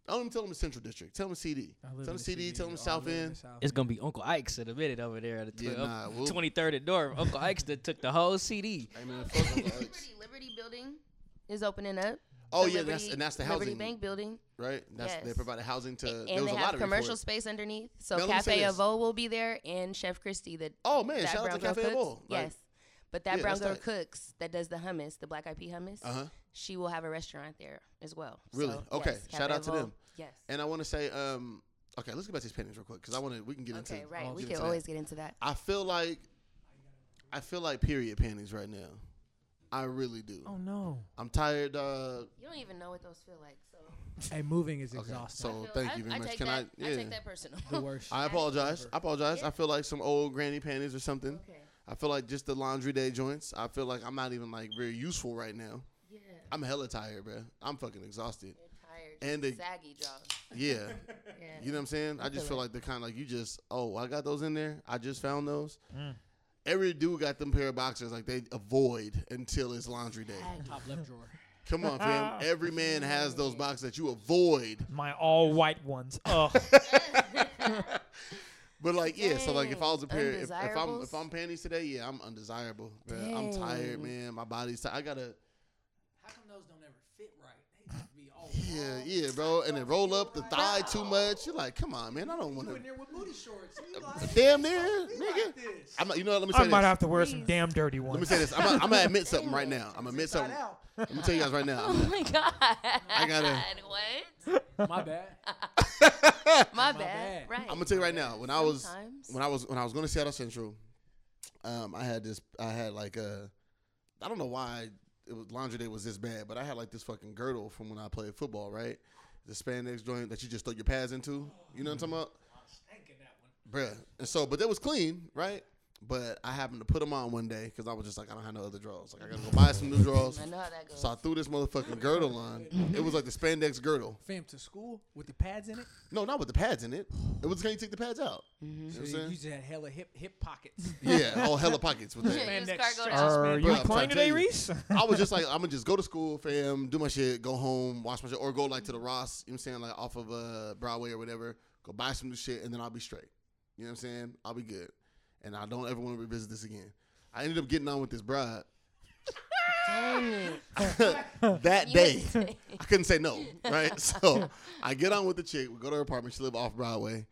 I don't even tell them the Central District. Tell them CD. Tell them CD. Tell them South End.
It's gonna be Uncle Ike's in a minute over there at the
Yeah, nah, we'll-
23rd at North. Uncle Ike's that took the whole CD.
Hey, man, fuck them, Alex.
Liberty, Liberty Building is opening up.
Oh
The
yeah, that's
Liberty-
and that's the
Liberty
housing,
Bank Building,
right? That's they
Yes.
provide housing to. there
and
was
they
a
have
lottery
commercial
for it.
space underneath. So
Now, let me say
Cafe
this.
Avo will be there, and Chef Christie. The
Oh man,
that
shout out
brown
to
girl
Cafe
cooks.
Bowl.
yes, but that
Yeah,
brown
that's
girl
tight.
cooks that does the hummus, the black eyed pea hummus.
Uh huh.
She will have a restaurant there as well.
Really?
So,
Okay,
yes,
shout
Cafe
out to
Avo.
them.
Yes.
And I want to say, um, okay, let's get back to these paintings real quick because I want to. We can get
Okay,
into.
right.
get
We
into
can
that.
always get into that.
I feel like, I feel like period panties right now. I really do.
Oh no.
I'm tired. Uh,
You don't even know what those feel like. So
Hey, moving is
okay,
exhausting.
so
I-
thank you very
I
much.
take
Can
that,
I? Yeah. I,
take that personal.
the worst.
apologize. I apologize. I feel like some old granny panties or something.
Okay.
I feel like just the laundry day joints. I feel like I'm not even like very useful right now.
Yeah.
I'm hella tired, bro. I'm fucking exhausted.
Tired.
And the-
saggy jaws.
Yeah.
Yeah.
You know what I'm saying? I just feel like the kind like you just oh I got those in there. I just found those.
Mm.
Every dude got them pair of boxers like they avoid until it's laundry day.
Top left drawer.
Come on, fam. Every man has those boxes that you avoid.
My all white ones. Ugh.
But like yeah, so like if I was a
Dang.
pair, if, if I'm
Undesirables?
if I'm panties today, yeah, I'm undesirable. bruh. I'm tired,
Dang.
man. My body's tired. I gotta.
How come those don't ever fit right?
Yeah, yeah, bro. And then roll up the thigh too much. You're like, come on, man. I don't want
You in
to.
there with booty shorts. You
Damn near, Uh, nigga.
like this.
I'm not, you know what? Let me say
I
this.
might have to wear some damn dirty
Let me
ones.
say this. I'm gonna, I'm gonna admit something right now. I'm gonna admit something.
out.
Let me tell you guys right now.
Oh my god. I
gotta-
What?
My bad.
My, bad.
bad.
Right.
I'm gonna tell you right now. When I was
Sometimes.
when I was when I was going to Seattle Central, um, I had this. I had like a. I don't know why it was laundry day was this bad, but I had like this fucking girdle from when I played football, right? The spandex joint that you just throw your pads into. You know what I'm talking about? Bruh. And so, but that was clean, right? But I happened to put them on one day because I was just like, I don't have no other drawers. Like, I gotta go buy some new drawers.
I know how that goes.
So I threw this motherfucking girdle on. It was like the spandex girdle.
Fam to school with the pads in it.
No, not with the pads in it. It was can you take the pads out? You know what
So
I'm
you
saying?
just had hella hip hip pockets.
Yeah, all hella pockets with that.
Use
Spandex
cargo
stretch.
now.
Are
Bro,
you
I'm trying
playing
to
today,
tell you.
Reese?
I was just like, I'm gonna just go to school, fam, do my shit, go home, wash my shit, or go like to the Ross, you know what I'm saying, like off of uh, Broadway or whatever, go buy some new shit, and then I'll be straight. You know what I'm saying? I'll be good. And I don't ever want to revisit this again. I ended up getting on with this bride that
You
day.
would say.
I couldn't say no, right? So I get on with the chick, we go to her apartment, she live off Broadway,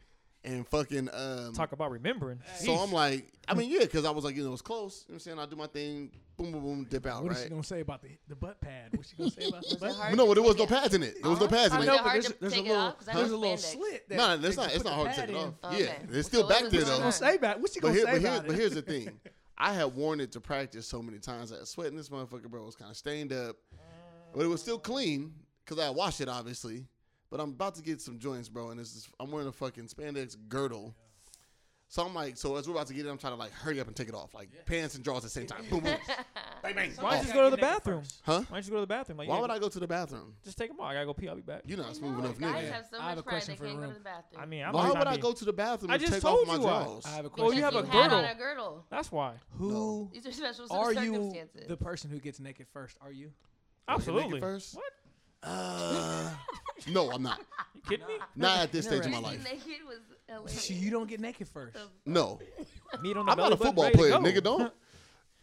and fucking um
Talk about remembering.
so
Jeez.
I'm like, I mean, yeah, because I was like, you know, it's close. You know what I'm saying? I'll do my thing, boom, boom, boom, dip out,
What is
right?
she gonna say about the, the butt pad? What's she gonna say about the
Was it
butt?
hard
No,
to
there was no
take it-
pads in it. There was no pads in
I
it.
know,
No,
but there's- there's a little-
There's a little
Spandex.
slit. That
no,
they
that's
can
not. It's
put
not
the
hard to
pad
take it
in.
off.
Okay.
Yeah, it's still
So
back
it was
there
just
though.
not-
What's she gonna say about? What's she
But,
gonna
here,
say
but, here,
about
but
it?
here's the thing. I had worn it to practice so many times. I was sweating this motherfucker, bro. It was kind of stained up. But it was still clean because I washed it, obviously. But I'm about to get some joints, bro. And this is, I'm wearing a fucking spandex girdle. So I'm like, so as we're about to get it, I'm trying to like hurry up and take it off. Like pants and drawers at the same time. Boom, boom. bang, bang.
Why don't
off.
you just go to the bathroom?
Huh?
Why don't you go to the bathroom? Like,
Why
yeah,
would I go to the bathroom?
Just take them all. I gotta go pee. I'll be back.
You're not smooth
No,
enough,
guys
nigga.
have so
I
much
have a
pride
question
they
for
can't go
Rome.
to the bathroom.
I mean, I'm
Why
not
would
trying
I
to
go
be-
to the bathroom
I
and
just
take
told
off my
you why.
drawers?
I have a question.
Oh, you have
you
a
had on
girdle.
a girdle.
That's why.
Who
These are special
are you?
circumstances.
The person who gets naked first? Are you?
Absolutely.
first?
What?
Uh, no, I'm not.
You kidding me?
Not at this stage of my
Being
life.
Naked was hilarious.
So you don't get naked first.
No,
Meat on the
I'm not
belly
a
button,
football
ready to
player,
go.
nigga. Don't.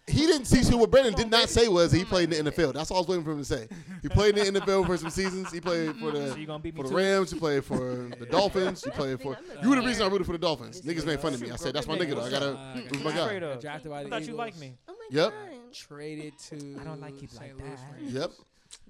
He didn't see who what Brendan did not say was he played in the NFL. That's all I was waiting for him to say. He played in the NFL for some seasons. He played for the
So you gonna beat me
for the
too?
Rams. He played for the Dolphins. He played for. You were the reason I rooted for the Dolphins. Niggas made fun of me. I said that's my nigga. Though. I gotta. it was my
Straight
guy.
up.
Drafted by
I
the
thought you
Eagles.
liked me.
oh my
Yep.
god.
Traded to.
I don't like you like
St. Louis
that.
Rams.
Yep.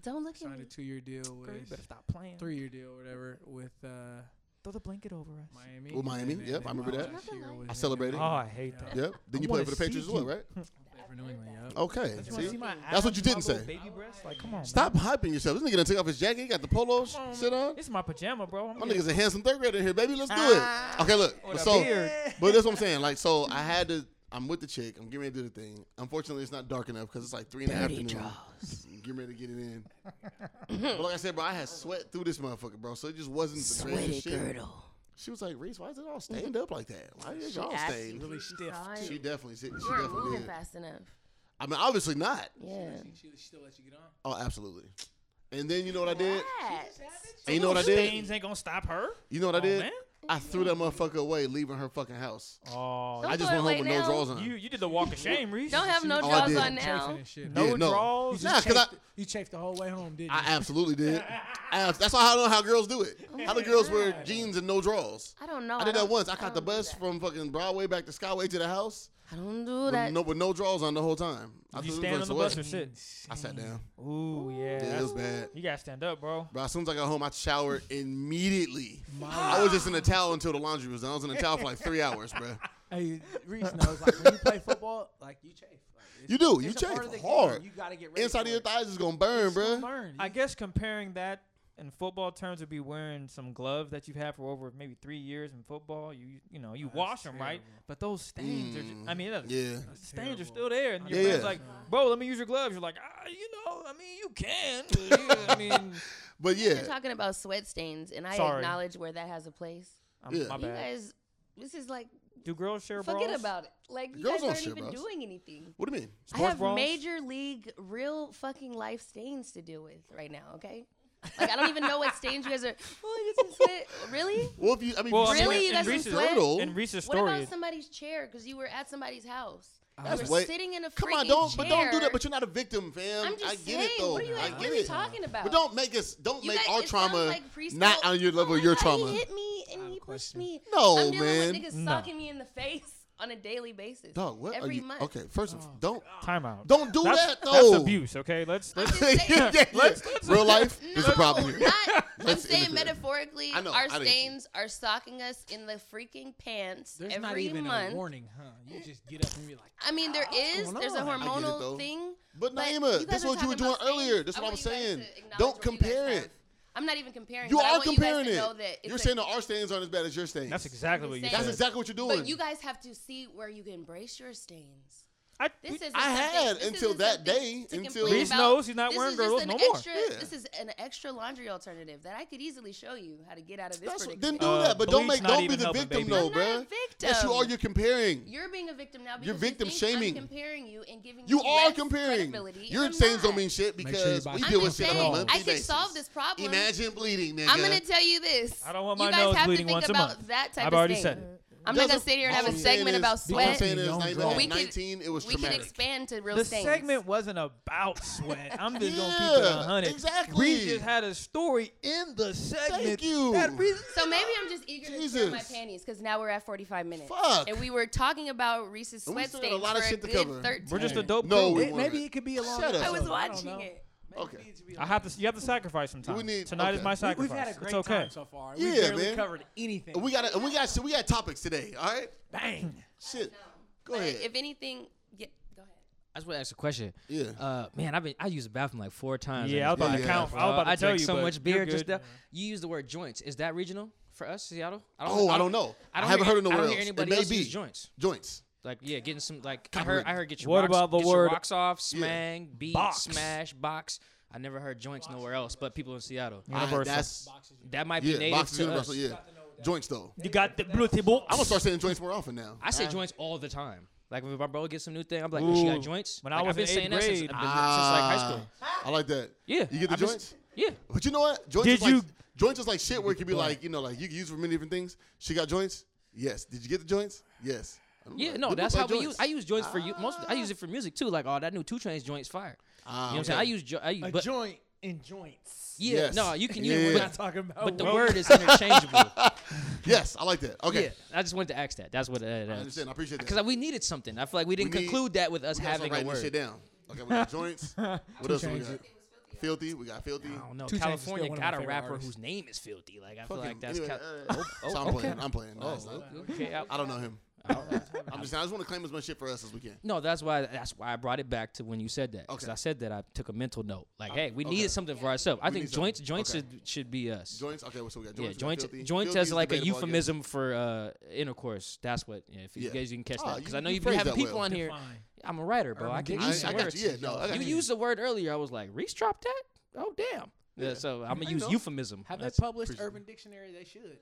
Don't look at
Signed
me.
a two-year deal
Girl, you
with
better stop playing.
three-year deal, or whatever, with uh,
Throw the blanket over us.
Miami.
With Miami,
And then-
yep,
and
I remember
then
that.
last year was
I
in-
celebrated.
Oh, I hate
Yeah.
that.
Yep. Then you
I wanna
played for the Patriots as
see
well,
you.
right?
Played for New England, yep.
Okay.
You wanna
See?
see my
That's what you
abs, my
didn't
little
say.
Baby breasts. Like, come on.
Stop hyping yourself. This nigga done took off his jacket. He got the polo
Come on,
shit
man.
on.
This is my pajama, bro. I'm
My
getting-
nigga's a handsome third grader here, baby. Let's do it. Okay, look.
Ah. With a
so,
beard.
but that's what I'm saying. Like, so I had to. I'm with the chick. I'm getting ready to do the thing. Unfortunately, it's not dark enough because it's like three in the
Dirty
afternoon.
draws.
I'm Getting ready to get it in. but like I said, bro, I had sweat through this motherfucker, bro. So it just wasn't the
Sweaty
greatest shit.
girdle.
She was like, Reese, why is it all stained up like that? Why is
She
it all
asked
stained?
you.
Really
She
stiff,
saw
She
you.
definitely, she, she
You weren't
definitely
moving
did.
fast enough.
I mean, obviously not.
Yeah.
She, she still let you get on.
Oh, absolutely. And then you know what I did?
Relax.
And you know what I did?
Stains ain't gonna stop her.
You know what I
Oh,
did?
man.
I threw that motherfucker away, leaving her fucking house.
Oh,
I
Don't
just
throw
went
it
home with
away
no
now.
drawers on.
you you did the walk of shame, Reese.
Don't have no
Oh, I
jaws
did.
on
Chafing
now.
and shit.
no
Yeah, no.
draws.
Nah, cause I,
You chafed the whole way home, didn't you?
I absolutely did. Abs- That's how I know how girls do it. How the girls wear jeans and no drawers.
I don't know.
I did that
don't-
once. I
I
caught the
don't do
bus
that.
from fucking Broadway back to Skyway to the house
I don't do
with
that.
no, with no drawers on the whole time. I
Did you
threw them
stand on
joints
the
away.
bus or sit?
I sat down.
Ooh, yeah.
Yeah, it
that's-
was bad.
You gotta stand up, bro.
Bro, as soon as I got home, I showered immediately. I was just in a towel until the laundry was done. I was in a towel for like three hours, bro.
Hey, Reese knows. Like when you play football, like you chafe. Like, it's-
You do. You
it's a part
chafe
of the game.
hard.
You gotta get ready
Inside
for
of your
it.
thighs is gonna burn,
It's gonna
bro.
burn.
I
You-
guess comparing that in football terms would be wearing some gloves that you've had for over maybe three years in football. You you know you
That's
wash 'em, wash them right,
terrible.
but those stains are. Just, I mean, that's,
Mm, Yeah.
the
That's
stains are
terrible.
still there, and your
Yeah,
friend's
yeah.
like, "Bro, let me use your gloves." You're like, "Ah, you know, I mean, you can." but yeah, I mean,
But
You're
yeah,
talking about sweat stains, and I
Sorry.
acknowledge where that has a place.
I'm,
Yeah.
my
You
bad.
guys, this is like
Do girls share bras?
forget about it. Like you
Girls
guys
don't
aren't
share
even
bras.
doing anything.
what do you mean?
I
Sports
have
bras?
major league, real fucking life stains to deal with right now. Okay, like I don't even know what stains you guys are. Oh, I got some sweat. really?
Well, if you, I mean,
Well,
if
I mean,
Really?
see
You
it
in
guys
in
in
Reese's-
sweat?
girdle,
In Reese's
What
story,
about somebody's chair? Because you were at somebody's house.
That's
We're
way-
sitting in a
Come on,
freaking
don't but don't do
chair.
that. But you're not a victim, fam.
I'm just
I get
saying.
it though.
What are you,
I
what
get
are you
it.
talking about?
But don't make us. Don't
You
make
guys-
our
it sounds
trauma
like preschool-
not on your
Oh
level.
my
your
God,
trauma.
He hit me and
I have
he
a
pushed
question.
me.
No,
I'm dealing
man.
with niggas
No.
socking me in the face on a daily basis.
Dog, what
every
are you?
month.
Okay, first of don't
Timeout.
don't do
that's,
that though.
That's abuse. Okay, let's let's.
I'm just saying-
Yeah, yeah. Real life
No,
is a problem here.
Not, I'm
Let's
saying
end it there.
metaphorically,
I know, I
our
didn't-
stains are socking us in the freaking pants
There's
every
not even
month.
a warning, huh? You just get up and be like,
I mean, there is.
going
There's a
on? I
get it, though.
hormonal thing.
But
but
Naima,
you guys
that's
are
what you were
talking
doing
about stains.
earlier. That's
I
what I'm
want you guys
saying.
to acknowledge
Don't
what you guys
compare
have.
it.
I'm not even comparing.
You
but I
are
want you guys
comparing
to
it.
know that it's
You're
a-
saying that our stains aren't as bad as your stains.
That's exactly what you
That's
said.
That's exactly what you're doing.
But you guys have to see where you can embrace your stains.
I,
This is
I had until that day, until-
Reese knows he's not
this
wearing
is just
girdles
an
no more.
Extra,
Yeah.
This is an extra laundry alternative that I could easily show you how to get out of this.
That's what, then
predicament.
do
Uh,
that, but don't make
bleach not
don't be
even
the
helping,
victim
baby.
though,
I'm not
bruh.
a victim.
Yes, you are. You're comparing.
You're being a victim now because
You're
you
victim
think
shaming.
I'm comparing you and giving you
You are
less
comparing.
credibility, and
Your
I'm
stains don't
not.
mean shit
Make sure you
because
buy
we
some
I'm
deal with
just
shit on a
saying,
monthly
I can
basis.
solve this problem.
Imagine bleeding, nigga.
I'm gonna tell you this.
I don't want my
you guys
nose
have
bleeding
to think
once a
about
month.
That type
I've
of
already
thing.
said it.
I'm not gonna
Doesn't-
sit here and
all
have a
I'm saying
segment
is-
about
all I'm
sweat.
saying is
Don't
Naima,
draw.
at
We could-
19, it was
We can
traumatic.
expand to real
The
stains.
segment wasn't about sweat. I'm just gonna keep it
Yeah,
100.
exactly.
We just had a story in the segment.
you.
That reason.
So maybe I'm just eager to tear my
Jesus.
panties because now we're at 45 minutes.
Fuck.
And we were talking about Reese's
And we
sweat
still got a
stains
lot of
for
shit to
good
cover.
13.
We're just a
Hey.
dope.
No, we-
crew.
it, maybe it could be a long.
Shut up.
I was
episode. don't
watching
know.
it.
Maybe
Okay.
it needs be a
I
long
have to. You have to sacrifice sometimes.
We need-
Tonight is
okay.
my
We-
episode.
sacrifice.
We've had a great
it's okay.
time so far.
Yeah,
we barely
man.
covered anything.
And we got and we got shit. We got topics today. All right.
bang.
Shit. Go
But
ahead.
If anything, yeah, go ahead.
I just want to ask a question.
Yeah.
Uh, man, I've been I used the bathroom like four times.
Yeah, I was
on this
about to
podcast,
count.
bro.
I was about to
I
tell
drank
you,
so
but
much
you're
beer just
good.
now. You use the word joints. Is that regional for us, Seattle? I
oh, I don't know. I, haven't
hear-
heard it nowhere
I don't
else.
Hear anybody
it may
else
be
use joints.
joints.
Like yeah, getting some like I heard I heard get your
What
rocks,
about the
get
word-
your rocks off, smang, beat,
Box.
smash, box. I never heard joints nowhere else, but people in Seattle.
I-
Universal.
that's
That might be
yeah.
native
Box is
to us.
universal. Yeah. Joints though.
You got the blue table.
I'm gonna start saying joints more often now.
I say joints all the time. Like when my bro gets some new thing, I'm like, "Yo, she
Ooh.
got joints.
When I
like,
was
I've been
in
saying
eighth
that since,
grade.
I've been, since like high school.
I like that.
Yeah,
Ah. You get the
I've been-
joints.
Yeah,
But you know what? Joints
Did
is like,
you-
joints is like shit where it could be like, you know, like you can use it for many different things. She got joints? Yes. Did you get the joints? Yes. I don't
yeah.
know.
No,
Look
that's
up
how
my
we use.
joints.
I use joints for you. Most I use it for music too. Like, oh, that new two trains joints fire.
Ah,
You know what I'm saying? I use. Jo- I use
A
but,
joint and joints.
yeah,
Yes.
no, you can
Yeah.
use.
We're
But,
not talking about.
but the
woke.
word is interchangeable.
Yes, I like that. Okay.
Yeah, I just wanted to ask that. That's what uh,
I
that
understand. I appreciate that.
Because we needed something. I feel like we didn't
We need-
conclude that with us
We gotta start
having a
writing this shit
word.
down. Okay, we got joints. what else we
Chainz.
got? Filthy. We got filthy.
I don't know.
Two Chainz is
California
still one
got
of my
a
favorite
rapper
artists.
whose name is filthy. Like I feel
Fuck
like
him.
that's. Oh,
Anyway,
Cal-
uh, so I'm playing. I'm playing. No, it's not-
Oh, okay, I-
I don't know him. I'm just. I just want to claim as much shit for us as we can.
no, that's why. That's why I brought it back to when you said that. Because
Okay.
I said that I took a mental note. Like, hey, we
okay.
needed something for ourselves. I
We need
think
something.
joints. Joints
Okay.
should should be us.
Joints. Okay, well, so we got joints.
yeah,
we got
joints.
filthy.
Joints
Filthy
as
is
like a
debatable, I guess.
euphemism for uh, intercourse. That's what. Yeah, if you
Yeah.
guys can catch
Ah,
that.
you-
Because I know
you
you, be
phrased
having
that
people
well.
on here.
Fine.
I'm a writer, bro. I
Urban
can
I,
use
I
some
got
words.
you. Yeah, no, I got
You used the word earlier. I was like, Reese dropped that? Oh, damn. Yeah, so I'm going to
I
use
know.
euphemism.
Have they
That's-
published
appreciate
Urban Dictionary? They should.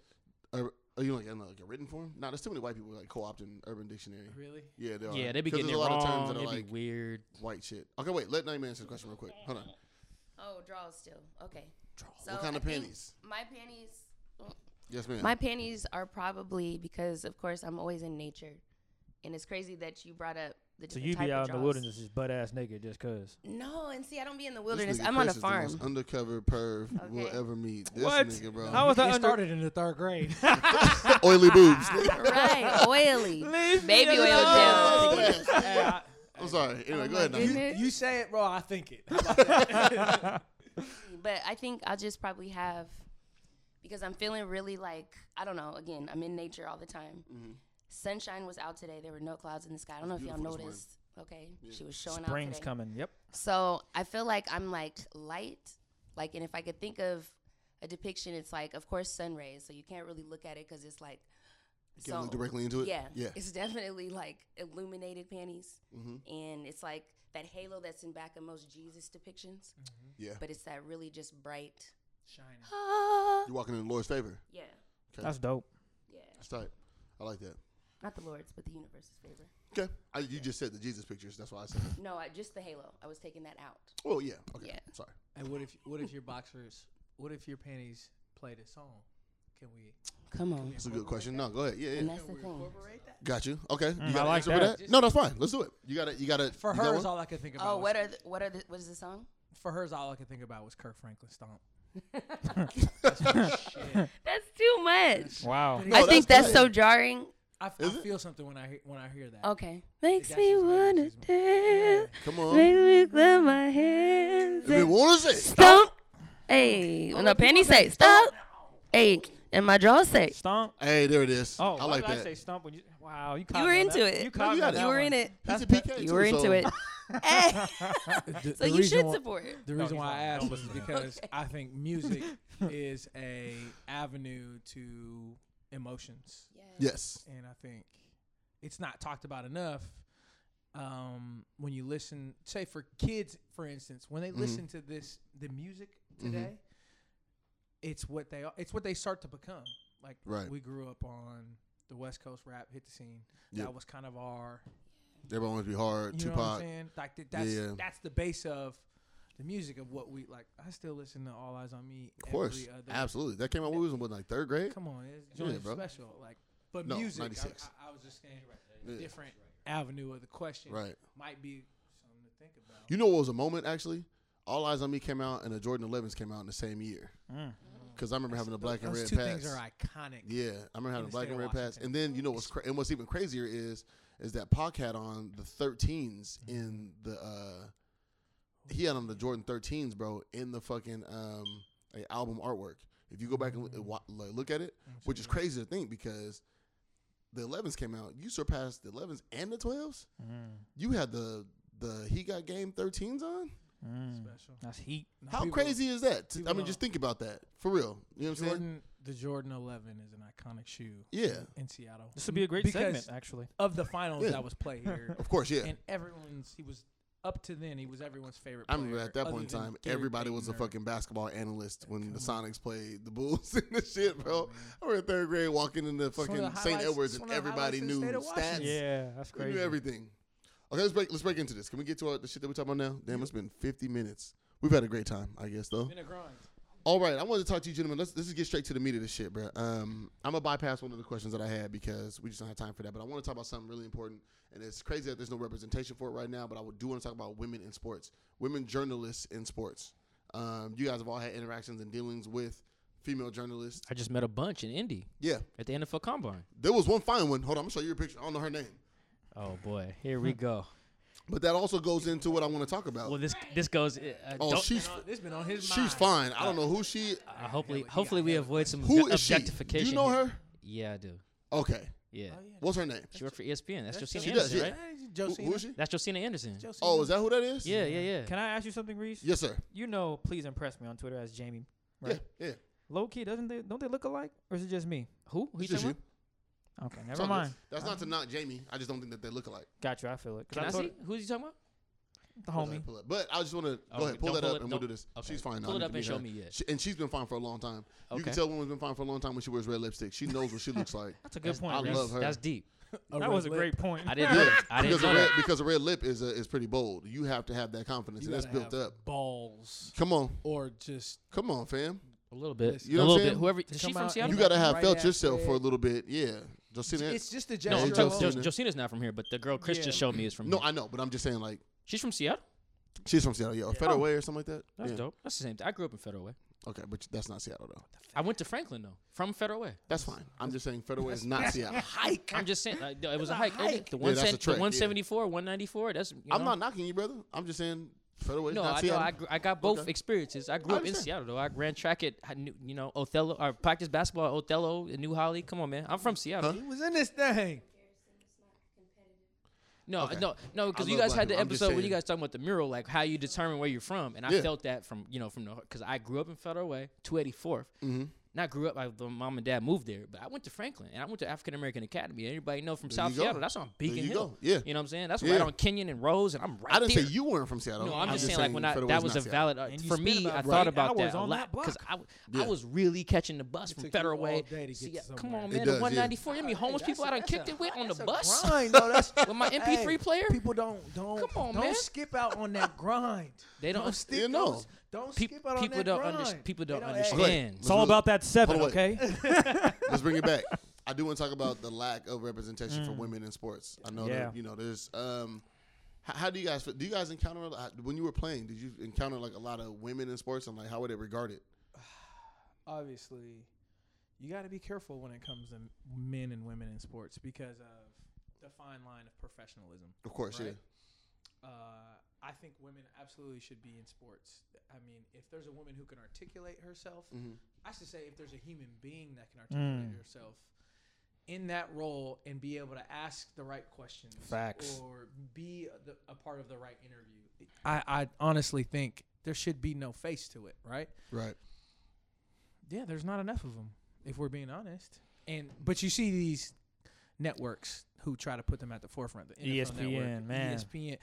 Ur- Are you like in like a written form? No, there's too many white people like co-opting Urban Dictionary.
Really?
Yeah, they are.
yeah, they be
'Cause
getting it
there's a lot of terms
wrong.
that
It'd
are
be
like
weird.
white shit. Okay, wait. Let Nightman answer the question real quick. Hold on.
Oh, draws still. Okay. So
what kind
I
of
think
panties?
My panties.
Yes, ma'am.
My panties are probably because, of course, I'm always in nature, and it's crazy that you brought up the.
So
different
you
type
be
of
out in the
draws.
wilderness, just butt ass naked, just cause.
No, and see, I don't be in the
This
wilderness.
nigga
I'm on a
Chris is the most
farm.
undercover perv we'll
Okay.
ever meet. This
What?
nigga, bro.
How was that
It
under?
started in the third grade.
Oily boobs.
Oh,
right, oily,
Leave me
baby oil
alone.
gel.
I'm sorry. Anyway, go
Oh my
ahead. Nigga.
goodness.
you, you say it, bro. I think it. How about
But I think I'll just probably have because I'm feeling really like I don't know. Again, I'm in nature all the time.
Mm-hmm.
Sunshine was out today. There were no clouds in the sky. I don't know if y'all
beautiful this morning.
noticed. Okay, she was showing out
Spring's
today.
coming. Yep.
So I feel like I'm like light, like, and if I could think of a depiction, it's like, of course, sun rays. So you can't really look at it because it's like,
Can I look directly into it?
yeah,
Yeah. Mm-hmm.
it's definitely like illuminated panties, and it's like that halo that's in back of most Jesus depictions,
Mm-hmm. Yeah.
but it's that really just bright.
Shining.
Ah.
You're walking in the Lord's favor.
Yeah,
That's dope.
yeah,
That's tight. I like that.
not the Lord's, but the universe's favor.
Okay. I, you just said the Jesus pictures. That's why I said.
No, I, just the halo. I was taking that out.
Oh yeah. Okay.
Yeah.
Sorry.
And what if what if your boxers? What if your panties played a song? Can we?
Come
Oh,
on.
That's a good question. No, go ahead. Yeah,
And
yeah.
that's the thing.
Got you. Okay.
Mm,
you got
I
an
like
answer for
that.
that? No, that's fine. Let's do it. You got to You got to
For
you got
her is
one?
all I could think about.
Oh,
was-
what are the, what are the, what is the song?
for her is all I could think about was Kirk Franklin stomp.
That's too much.
Wow.
No,
I think that's,
good.
so jarring.
I, f- I
Is it?
feel something when I hear, when I hear that.
Okay. Makes
That's
me
just
wanna
racism.
dance.
Come on.
Makes me clap my hands.
If it
and
want to say.
Stomp. Hey, when the penny say stomp. Hey, and my jaw say.
Stomp.
Hey, there it is.
Oh,
I like
why did
that.
I say stomp when you. Wow, you. caught
You
me
were
on
into
that.
it.
You caught me
got it.
on that
You were
one.
in it.
He's a PK
You
too,
were into
so-
it. Hey,
The-
so
the
you
reason
should
why-
support it.
The
No,
reason
he's
why I
lying. Don't
asked is
listen to him.
because I think music is a avenue to emotions,
Yes.
and I think it's not talked about enough. Um, when you listen, say for kids, for instance, when they
Mhm.
listen to this, the music
Mm-hmm.
today, it's what they are- it's what they start to become. Like
Right.
we grew up on the West Coast rap hit the scene.
Yep.
That was kind of our
Everybody wants to be hard.
you know what I'm
Tupac.
saying? Like th- that's
Yeah.
that's the base of the music of what we like. I still listen to All Eyes on Me.
Of course.
every other,
Absolutely. That came out when we was in what, like third grade?
Come on, it's
Yeah,
joint
bro.
special. Like, but
No,
music. I-
96.
I, I, was just saying,
Yeah.
different avenue of the question.
Right.
Might be something to think about.
You know what was a moment actually? All Eyes on Me came out and the Jordan 11s came out in the same year.
Mm.
Because I remember having a
Those-
black and
those
red
two
pass.
things are iconic.
Yeah, I remember having
the
a black and
state of
red pass.
Washington.
And then you know what's cra- and what's even crazier is is that Pac had on the 13s in the uh he had on the Jordan 13s, bro, in the fucking um like, album artwork. If you go back and
Mm-hmm.
lo- wa- like, look at it, which is crazy to think because the 11s came out, you surpassed the 11s and the 12s. You had the the he got game 13s on.
Mm.
Special.
That's heat.
Now,
How
people-
crazy is that? To- I
people
mean, just think about that for real. You know what I'm saying?
Jordan, the Jordan 11 is an iconic shoe.
Yeah.
In Seattle.
This would be a great
because
segment, actually.
Of the finals
Yeah.
that was played here,
Of course, yeah.
and everyone's he was up to then he was everyone's favorite.
I remember
player,
at that
other
point in
than
time,
Gary
everybody was a
Payton or-
fucking basketball analyst when the Sonics played the Bulls and the shit, bro. I remember in third grade walking into
one of
fucking
the
St.
highlights-
Edwards
it's
and
one of the
everybody
highlights of the
knew
state of
stats.
Washington.
Yeah, that's
They knew
crazy.
everything. Okay, let's break. Let's break into this. Can we get to our, the shit that we're talking about now? Damn, it's been 50 minutes. We've had a great time, I guess, though.
Been a grind.
All right, I wanted to talk to you, gentlemen. Let's, let's just get straight to the meat of this shit, bro. Um, I'm gonna bypass one of the questions that I had because we just don't have time for that. But I want to talk about something really important, and it's crazy that there's no representation for it right now. But I do want to talk about women in sports, women journalists in sports. Um, you guys have all had interactions and dealings with female journalists.
I just met a bunch in Indy
Yeah,
at the NFL Combine.
there was one fine one. Hold on, I'm gonna show you a picture. I don't know her name,
Oh boy, here we go.
but that also goes into what I want to talk about.
Well, this this goes. Uh,
oh,
don't-
she's
This been on his mind.
she's fine. I don't know who she.
uh, hopefully, hopefully we avoid some
Who is she? Do
objectification.
you know
here.
her?
Yeah, I do.
Okay,
Oh, Yeah,
Oh,
what's her name?
she worked for E ESPN. That's Josina
She
Anderson,
does, yeah.
right?
Who, who is she?
That's Josina Anderson.
Oh, is that who that is?
Yeah, yeah, yeah.
Can I ask you something, Reese?
Yes, sir.
You know, please impress me on Twitter as Jamie. Right.
Yeah, yeah.
Low key, doesn't they? Don't they look alike? Or is it just me?
Who? Who you
It's just
talking
you.
about? Uh-huh.
Okay,
It's
never
all good.
mind.
That's not to knock Jamie. I just don't think that they look alike.
Got you. I feel it. 'Cause
Can I,
told
see? Who's you talking about?
The
Pull that
homie.
up, pull that- But I just want to go
Oh,
ahead, pull
don't
that
pull
up,
it-
and we'll do
don't-
this.
okay.
She's fine. now.
Pull
I
it
need
up
to
and
meet
show
her.
me it.
She, and she's been fine for a long time. You can
Okay.
tell a woman's been fine for a long time when she wears red lipstick. She knows what she looks like.
That's a good point.
I
Reese.
love her.
That's deep.
That was a great point.
I didn't.
Yeah,
know that. I didn't
because, a
know
red,
that.
because a red lip is a, is pretty bold. You have to have that confidence, and that's built up.
Balls
Come on,
or just
come on, fam.
A little bit.
You know
a
what
little
I'm
bit.
saying?
Whoever.
To
Is
come
she from
out-
You
Seattle?
got-
gotta have
Right
felt
ass
yourself for a
red.
little bit. Yeah, Justina.
it's just a
No,
gesture.
Hey,
Jo-
Josina.
of
Jo-
love.
Justin.
Josina's not from here, but the girl Chris
Yeah.
just showed me is from.
no,
here.
I know, but I'm just saying, like
she's from Seattle.
she's from Seattle, yeah, or Federal Way or something like that.
Oh. That's
Yeah.
dope. That's the same thing. I grew up in Federal Way.
Okay, but that's not Seattle though.
I went to Franklin though, from Federal Way.
That's fine. I'm just saying, Federal Way is not Seattle.
hike.
I'm just saying, like, it was a hike. It- The,
Yeah,
one
that's a
cent,
trek,
the
yeah.
174, 194. That's you
I'm
know?
not knocking you, brother. I'm just saying, Federal Way is
No,
not
I know.
Seattle.
I, gr- I got both
Okay.
experiences. I
I
grew up in
understand.
Seattle though. I ran track at I knew- you know Othello. I practiced basketball at Othello in New Holly. Come on, man. I'm from Seattle.
He was in this thing.
No,
Okay.
no, no, because
I
you
love
guys
black
had the
people. I'm just
episode where you
saying.
guys talking about the mural, like how you determine where you're from, and I
Yeah.
felt that from you know from the because I grew up in Federal Way, 284th.
Mm-hmm.
Not grew up. I, the mom and dad moved there, but I went to Franklin and I went to African American Academy. Everybody know from
There
South
you go.
Seattle. That's on Beacon
you
Hill.
go. Yeah.
you know what I'm saying. That's
Yeah.
right on Kenyon and Rose, and I'm right
I didn't
there.
say you weren't from Seattle.
No, I'm, just saying, like when I,
Federal Way's
that was
not
a
Seattle.
valid uh,
And you
for
spent
me.
about
I
eight
thought about that
hours
a
on
lot
that block.
because I, w-
Yeah.
I was really catching the bus from
took you
Federal
all
Way.
day to
See,
get
yeah, come
somewhere.
on,
It does,
man, the
yeah.
194. You mean homeless people I done kicked it with on the bus
Grind, though. That's,
with my MP3 player?
people don't don't
Come on,
don't
man.
skip out on that grind.
They don't.
Don't stick
You know.
those- Don't
Peop-
skip out on
people
that
don't
grind.
understand. People
They
don't
don't-
understand.
It's all
Let's-
about that seven,
hold
okay?
Let's bring it back. I do want to talk about the lack of representation
Mm.
for women in sports. I know
Yeah.
that you know there's. Um, how, how do you guys feel? Do you guys encounter a lot, when you were playing? Did you encounter like a lot of women in sports and like how were they regarded?
obviously you got to be careful when it comes to m- men and women in sports because of the fine line of professionalism.
Of course,
right?
yeah.
Uh, I think women absolutely should be in sports. I mean, if there's a woman who can articulate herself,
Mhm.
Mm-hmm.
I should say if there's a human being that can articulate
Mm.
herself in that role and be able to ask the right questions,
Facts.
or be a, the, a part of the right interview. I, I honestly think there should be no face to it, right?
Right.
Yeah, there's not enough of them, if we're being honest. And but you see these networks who try to put them at the forefront. The
E
NFL
ESPN,
network, E
man.
ESPN.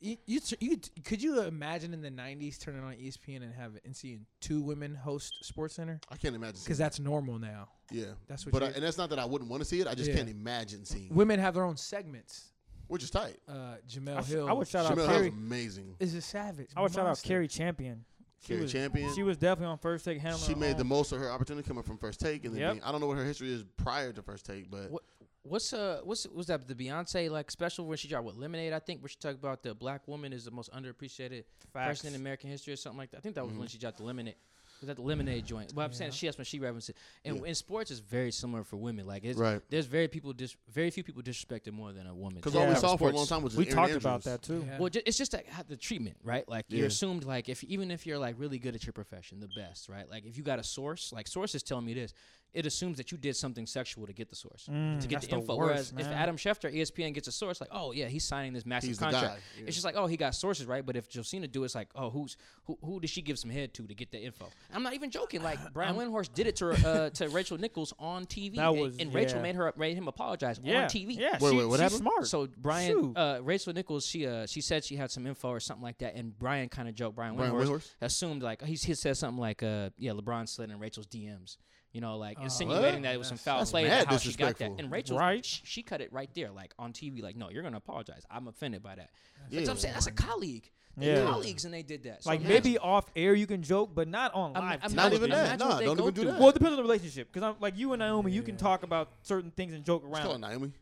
You, you, t- you t- could you imagine in the '90s turning on E ESPN and have and seeing two women host Sports Center?
I can't imagine.
Because
Seeing,
that's normal now.
yeah.
That's what.
But I,
you
and that's not that I wouldn't want to see it. I just
Yeah.
can't imagine seeing.
women have their own segments.
Which is tight.
Uh,
I,
Jamel
sh-
Hill
I would shout out
Jamel Hill's
Carrie.
amazing.
is a savage.
I would shout out
monster.
Carrie Champion. She
Carrie
was,
champion.
she was definitely on first take handling.
She
her
made the
own.
most of her opportunity coming from first take, and then
Yep.
being- I don't know what her history is prior to first take, but
What- What's uh what's was that the Beyonce like special when she dropped with Lemonade I think where she talked about the black woman is the most underappreciated
Facts.
person in American history or something like that. I think that was when she dropped the Lemonade. Was that the Lemonade joint? Well, I'm saying she that's when she referenced it. And
Yeah.
in sports, it's very similar for women. Like it's,
right.
there's very people dis- very few people disrespected more than a woman.
Because
Yeah.
all we
Yeah.
saw for a
Sports.
long time was just
We
Erin
talked about
Andrews.
that too.
Yeah.
Well, ju- it's just like how the treatment, right? Like
Yeah.
you're assumed, like if even if you're like really good at your profession, the best, right? Like if you got a source, like source is telling me this, it assumes that you did something sexual to get the source,
Mm,
to get
that's
the
the
info.
worst,
Whereas
man.
if Adam Schefter, E ESPN gets a source, like oh yeah, he's signing this massive
He's the
contract.
guy. Yeah.
It's just like oh he got sources, right? But if Josina do, it, it's like oh who's who? Who did she give some head to to get the info? I'm not even joking. Like Brian Windhorst did it to uh, to Rachel Nichols on TV,
That
and,
was-
and Rachel
yeah.
made her made him apologize
Yeah.
on TV.
Yeah.
Wait,
she,
wait, what
she's
happened?
Smart.
So
Shoot.
Brian, uh, Rachel Nichols, she uh, she said she had some info or something like that, and Brian kind of joked. Brian,
Brian
Windhorst
Windhorst?
assumed like he, he said something like, uh, "Yeah, LeBron slid in Rachel's DMs." You know, like insinuating that it was some foul
Oh, That's
play,
mad
and how she got that.
disrespectful.
And Rachel,
Right.
she, she cut it right there, like on TV, like, "No, you're gonna apologize. I'm offended by that." That's
Yeah.
what I'm saying. That's a colleague. They're
Yeah.
colleagues, and they did that. So
like
now-
maybe off air you can joke, but not on
I'm-
live.
I'm
TV.
Not
Imagine
even
what
that.
they
No, don't
go
even do
through.
that.
Well, it depends on the relationship. Because I'm like you and Naomi, you can talk about certain things and joke
Just
around.
call her Naomi.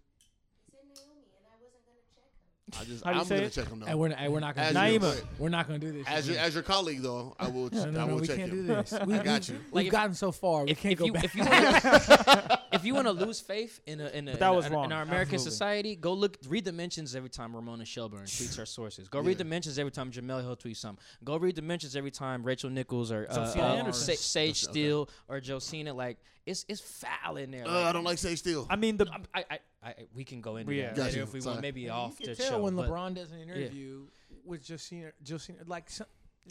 I just,
How do you
I'm
say
gonna
it?
check him
And
though.
we're not, and we're not gonna.
As
do
Naima.
this. We're not gonna do this.
As your, as your colleague though, I will,
no, no,
I
no,
will
we
check
can't
him.
do this. We,
I got you.
We've
Like, if-
gotten so far. We
if,
can't
if
go
you
back.
if you wanna- if you want to lose faith in a, in, a, in,
that
a-
was
in
wrong.
our American
Absolutely.
society, go look read the mentions every time Ramona Shelburne tweets her sources. Go read the mentions every time Jamel Hill tweets something. Go read the mentions every time Rachel Nichols or uh,
Josina
uh,
Anderson.
Sa- Sage
Josina, okay.
Steele or Josina. Like it's it's foul in there.
Uh, I
Like,
don't like say still.
I mean the
I'm- I, I, I, we can go into
Yeah.
that
Got
later
you.
if we
Sorry.
want. Maybe off
you
the
can tell
show.
when
but-
LeBron does an interview with Justina, Justina, like some,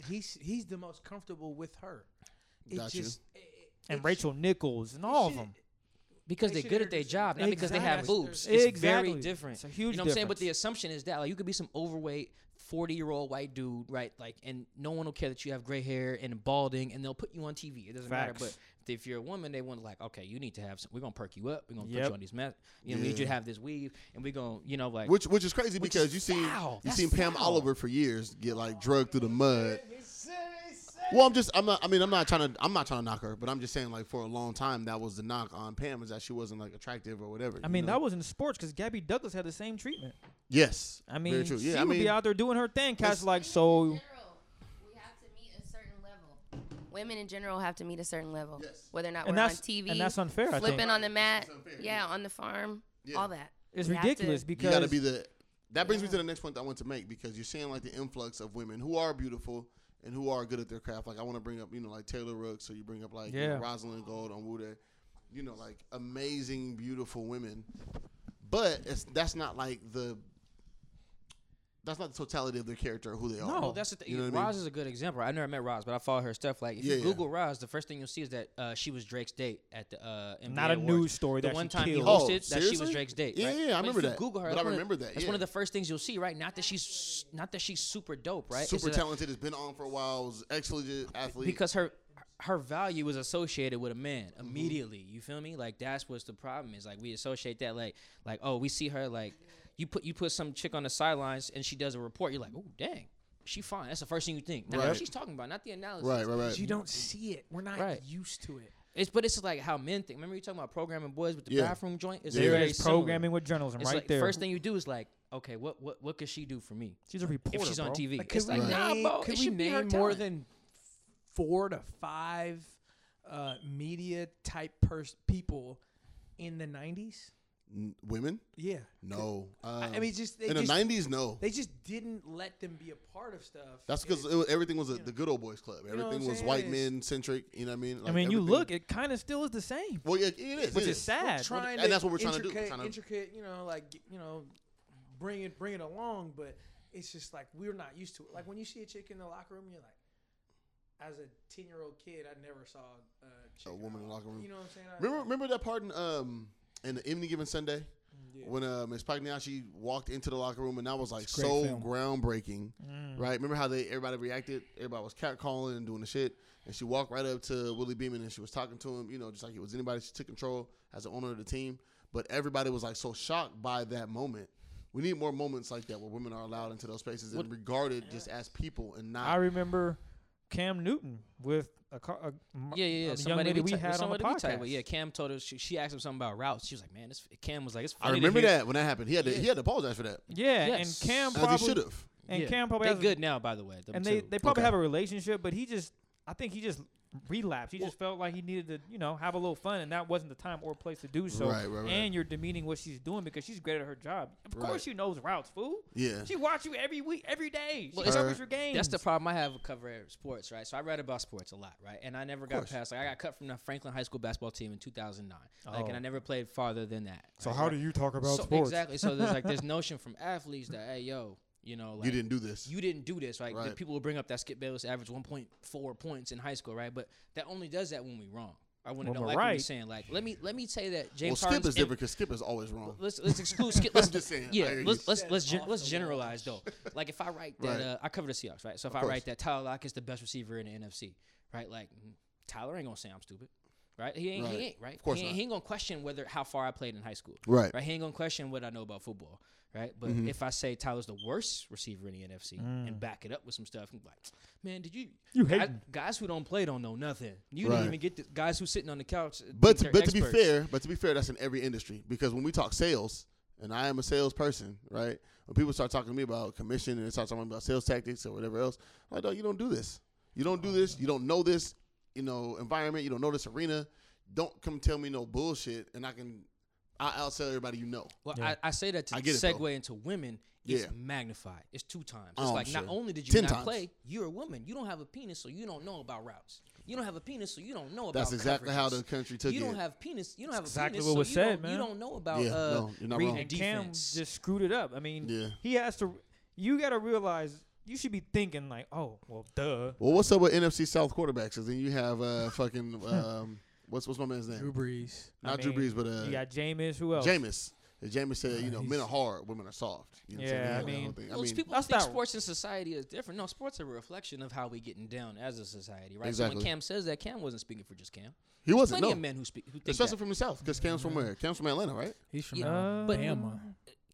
he's he's the most comfortable with her. It
Got you.
just, you.
and Rachel Nichols and all of them.
because they're
They should
good at their
introduce
job, not because they have
Exactly.
boobs. It's
Exactly.
very different.
It's a huge
You know what I'm saying? But the
difference.
assumption is that like you could be some overweight, forty year old white dude, right? Like, and no one will care that you have gray hair and balding, and they'll put you on TV. It doesn't matter.
Facts.
But if you're a woman, they want to like, okay, you need to have. Some, we're gonna perk you up. We're gonna put
Yep.
you on these masks. You know, we need you
Yeah.
to have this weave, and we're gonna, you know, like.
which, which is crazy
Which
because
is
you seen,
foul.
you
That's
seen Pam
foul.
Oliver for years get like drugged through the mud. Well, I'm just, I'm not, I mean, I'm not trying to, I'm not trying to knock her, but I'm just saying like for a long time that was the knock on Pam is that she wasn't like attractive or whatever.
I mean
Mm-hmm.
that was in sports because Gabby Douglas had the same treatment.
yes,
I
Very
mean
true.
she
Yeah, I
would
mean-
be out there doing her thing. Cats
It's-
like so.
We have to meet a certain level. Women in general have to meet a certain level.
Yes.
Whether or not
And
we're on
that's-
TV,
and that's unfair, I think.
Flipping on the mat,
It's unfair,
yeah,
yeah.
on the farm,
Yeah.
all that.
It's
We have to-
ridiculous
you got
because
to be the. That brings me to the next point that I want to make because you're seeing like the influx of women who are beautiful and who are good at their craft. Like I want to bring up, you know, like Taylor Rooks, so you bring up like you know,
Yeah.
Rosalind Gold on Wuda, you know, like amazing, beautiful women. But it's that's not like the. That's not the totality of their character or who they are.
No, that's the thing.
You know what I mean?
Roz is a good example. I never met Roz, but I follow her stuff. Like, if
Yeah,
you
yeah.
Google Roz, the first thing you'll see is that uh, she was Drake's date at the uh, NBA
Not a
Awards.
news story
The
that
one
she
time he
killed.
Oh,
hosted, that she was
seriously?
Drake's date.
Yeah,
right?
yeah, I
But if
remember
you
that.
Google her.
But
that's
I
one of-
remember that,
That's one of
yeah.
the first things you'll see. Right? Not that she's not that she's super dope. Right? It's
super
a-
talented, has been on for a while, was excellent athlete.
because her her value is associated with a man
Mm-hmm.
immediately. You feel me? Like that's what's the problem is. Like we associate that like like oh we see her like you put you put some chick on the sidelines and she does a report. You're like oh dang. she fine. That's the first thing you think. Not
Right.
what she's talking about, not the analysis.
Right, right, right.
You don't see it. We're not
Right.
used to it.
It's but it's like how men think. Remember you talking about programming boys with the
Yeah.
bathroom joint? It's
Yeah.
There
Very
is programming with journalism
It's
right
like
there.
first thing you do is like, okay, what what what could she do for me
she's a reporter.
if she's on
bro.
TV?
Like, could
it's like,
we
nah,
name,
bro,
could
it
we
should be her
name more
talent.
than four to five uh, media type pers- people in the '90s?
N- women?
Yeah.
No.
I-
Um,
I mean, just they
in
just,
the '90s, no.
they just didn't let them be a part of stuff.
That's
and
because it was, everything was a, the good old boys club.
what
Everything
I'm
was
saying?
white
It's-
men centric. You know what I mean?
I
Like,
mean, you
everything-
look, it kind of still is the same.
Well, yeah, it is.
Which
it
is
we're
sad.
trying
and
to
that's what we're trying to do. We're
intricate,
trying to-
intricate, you know, like you know, bring it bring it along, but it's just like we're not used to it. Like when you see a chick in the locker room, you're like. As a ten year old kid, I never saw a, chick
woman in the locker room.
You know what I'm saying? I-
Remember, remember that part in um in the Any Given Sunday
Yeah.
when uh, Miss Pagliacci walked into the locker room and that was like
a great
so
film.
groundbreaking, right? Remember how they everybody reacted? Everybody was catcalling and doing the shit, and she walked right up to Willie Beeman and she was talking to him, you know, just like it was anybody. She took control as the owner of the team, but everybody was like so shocked by that moment. We need more moments like that where women are allowed into those spaces and regarded just as people and not
I remember Cam Newton with a, car, a m-
Yeah, yeah,
a
yeah.
young
Somebody
lady
we,
we
ta-
had on the
somebody we
podcast.
type with. Yeah, Cam told us she, she asked him something about routes. She was like, "Man, this." Cam was like, "It's."
I
Funny to
remember
hear-
that when that happened. He had to, he had to apologize for that.
Yeah,
Yes.
and Cam
As he
probably
should have.
and
yeah.
Cam probably
they
has-
good now, by the way. them
and they
two.
they probably
Okay.
have a relationship, but he just I think he just relapsed. He just felt like he needed to you know have a little fun, and that wasn't the time or place to do so.
Right, right, right.
And you're demeaning what she's doing because she's great at her job. Of
Right.
course, she knows routes, fool.
Yeah.
She watch you every week, every day. She
Well,
it's-
covers
Her-
your games.
That's the problem I have with covering sports, right? So I read about sports a lot, right? And I never got
course.
past. Like I got cut from the Franklin High School basketball team in 2009, like, and
Oh.
I never played farther than that. right? Like,
you talk
so, Exactly. So there's like this notion from athletes that, hey, yo, you know, like
you didn't do this.
you didn't do this, right? The
Right.
people will bring up that Skip Bayless averaged 1.4 points in high school, right? But that only does that when we wrong. I want to
When
know,
we're
like what you're
right.
saying, like let me let me say that
well,
James
Skip
Harden's
is
in-
different because Skip is always wrong.
let's let's exclude skip. Let's,
just saying, I
Yeah,
hear you.
let's let's
Said
let's, gen-
off
let's
the
generalize though. Like if I write that,
Right.
uh, I cover the Seahawks, right? So if I
course.
write that Tyler Lock is the best receiver in the NFC, right? Like mm, Tyler ain't gonna say I'm stupid, right? He ain't,
Right.
he ain't, right?
course
he, ain't,
not.
he ain't gonna question whether how far I played in high school,
Right. Mm-hmm.
Right? He ain't gonna question what I know about football, right? But if I say Tyler's the worst receiver in the NFC and back it up with some stuff, I'm like, man, did you?
You
guys,
hating.
guys who don't play don't know nothing. You
Right.
didn't even get the guys who sitting on the couch. uh,
But
think
but
they're
to be
experts.
fair, but to be fair, that's in every industry because when we talk sales, and I am a salesperson, right? When people start talking to me about commission and they start talking about sales tactics or whatever else, I'm like, no, you don't do this. You don't
Oh,
do this. You don't know this, you know, environment. You don't know this arena. Don't come tell me no bullshit, and I can, I outsell everybody you know.
Well, I, I say that to
I get it, though.
segue into women. It's
Yeah.
magnified. It's two times. It's
Oh, I'm
like not
sure.
only did you
Ten
not
times.
play, you're a woman. You don't have a penis, so you don't know about routes. You don't have a penis, so you don't know about.
That's exactly how
coverages.
the country took
You
it.
don't have penis. You don't have a
exactly
penis,
what
so
was
you
said,
don't, You
man.
don't know about
Yeah,
uh,
no, you're not
reading
wrong.
and Cam
defense.
just screwed it up. I mean,
Yeah.
he has to. You got to realize you should be thinking like, oh, well, duh.
well, what's up with NFC South quarterbacks? Because then you have uh fucking um, what's what's my man's name?
Brees.
Not
I
Drew
mean,
Brees, but uh,
you got Jameis. Who else?
Jameis. Jameis said, you know, men
he's-
are hard, women are soft. You know what I'm
uh,
saying?
Yeah, I
He had that
mean-
whole thing.
Most people
that's
think
not-
sports and society is different. No, sports are a reflection of how we getting down as a society, right? So
Exactly.
when Cam says that, Cam wasn't speaking for just Cam.
he wasn't
Plenty
no,
of men who speak who think
especially
that.
from the south, because Cam's from where? Cam's from Atlanta, right?
He's from
Yeah, but-
Alabama.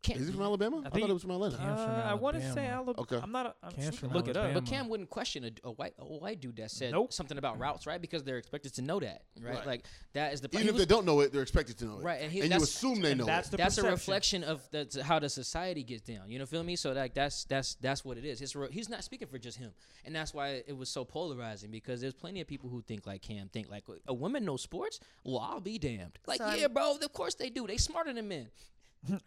Cam,
Is he from Alabama? I,
think-
thought it was from Atlanta.
Cam's from
Uh, Uh, I want to say
Alabama.
Alabama.
Okay.
I'm not. A, I'm
Cam's
just
from
look it up.
Alabama.
But Cam wouldn't question a, a white a white dude that said
Nope.
something about routes, right? Because they're expected to know that, right?
Right.
Like that is the he
Even if
was-
they don't know it, they're expected to know it.
Right, and he-
you
that's-
assume they
and
know
that's
it.
the
that's a
perception.
reflection of the, to how the society gets down. You know, feel me? So like that's that's that's what it is. It's re- he's not speaking for just him, and that's why it was so polarizing because there's plenty of people who think like Cam, think like a woman knows sports. Well, I'll be damned. Like
So I'm-
yeah, bro, of course they do. They smarter than men.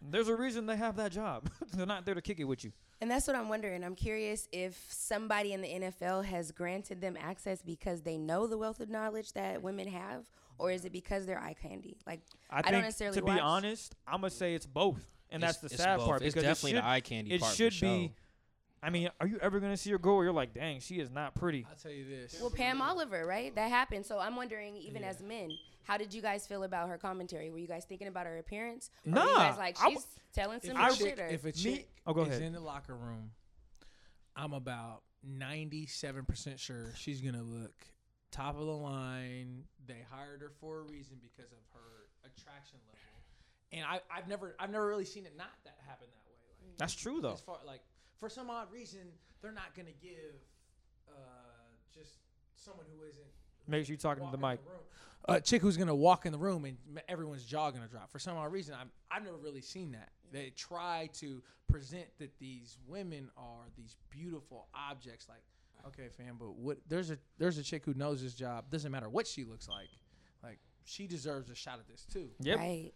There's a reason they have that job. They're not there to kick it with you.
And that's what I'm wondering. I'm curious if somebody in the NFL has granted them access because they know the wealth of knowledge that women have, or is it because they're eye candy? Like I,
I, think,
don't necessarily.
to be
watch-
honest, I'm gonna say it's both, and
It's-
that's the
it's
sad
both.
part
It's
because
definitely the
it should,
eye candy
It
part for
should
sure.
be. I mean, are you ever gonna see her go where you're like, dang, she is not pretty?
I'll tell you this.
Well, Pam Oliver, right? That happened. So I'm wondering, even as men, how did you guys feel about her commentary? Were you guys thinking about her appearance? Or Were you
Nah,
guys like
I
she's
w-
telling
if
some
a
I-
chick,
shit? Or,
if a chick
Oh, go
is
ahead.
in the locker room, I'm about 97% sure she's going to look top of the line. They hired her for a reason because of her attraction level. And I, I've never I've never really seen it not that happen that way. Like,
That's true though.
as far like for some odd reason, they're not gonna give uh, just someone who isn't
Make sure you're talking to the
walk
mic.
in room. A chick who's gonna walk in the room and m- everyone's jaw gonna drop. For some odd reason, I'm, I've never really seen that. They try to present that these women are these beautiful objects. Like, okay, fam, but what? There's a there's a chick who knows this job. Doesn't matter what she looks like. Like she deserves a shot at this too.
Yep.
Right.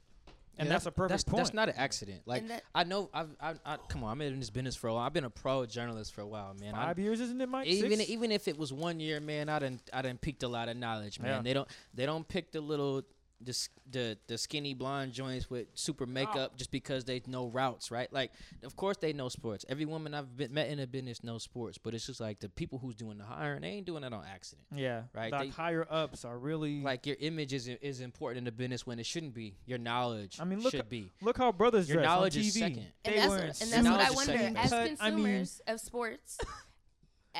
And
Yeah,
that's a perfect
that's,
point.
That's not an accident. Like
And that-
I know, I've, I've, I come on, I'm in this business for a while. I've been a pro journalist for a while, man. I-
Five years, isn't it, Mike?
even
Six?
even if it was one year, man, I didn't I didn't picked a lot of knowledge, man.
Yeah.
They don't they don't pick the little the s- the the skinny blonde joints with super makeup just because they know routes, right? Like, of course they know sports. Every woman I've been, met in a business knows sports, but it's just like the people who's doing the hiring, they ain't doing that on accident.
yeah.
Right,
Like
they-
higher ups are really
Like your image is is important in the business when it shouldn't be. Your knowledge,
I mean, look-
should be.
Look how brothers
Your
dress on
knowledge
TV.
is second.
And
They
that's,
wearing
and that's what I
Knowledge is
wonder.
second,
As
but-
consumers
I mean-
of sports,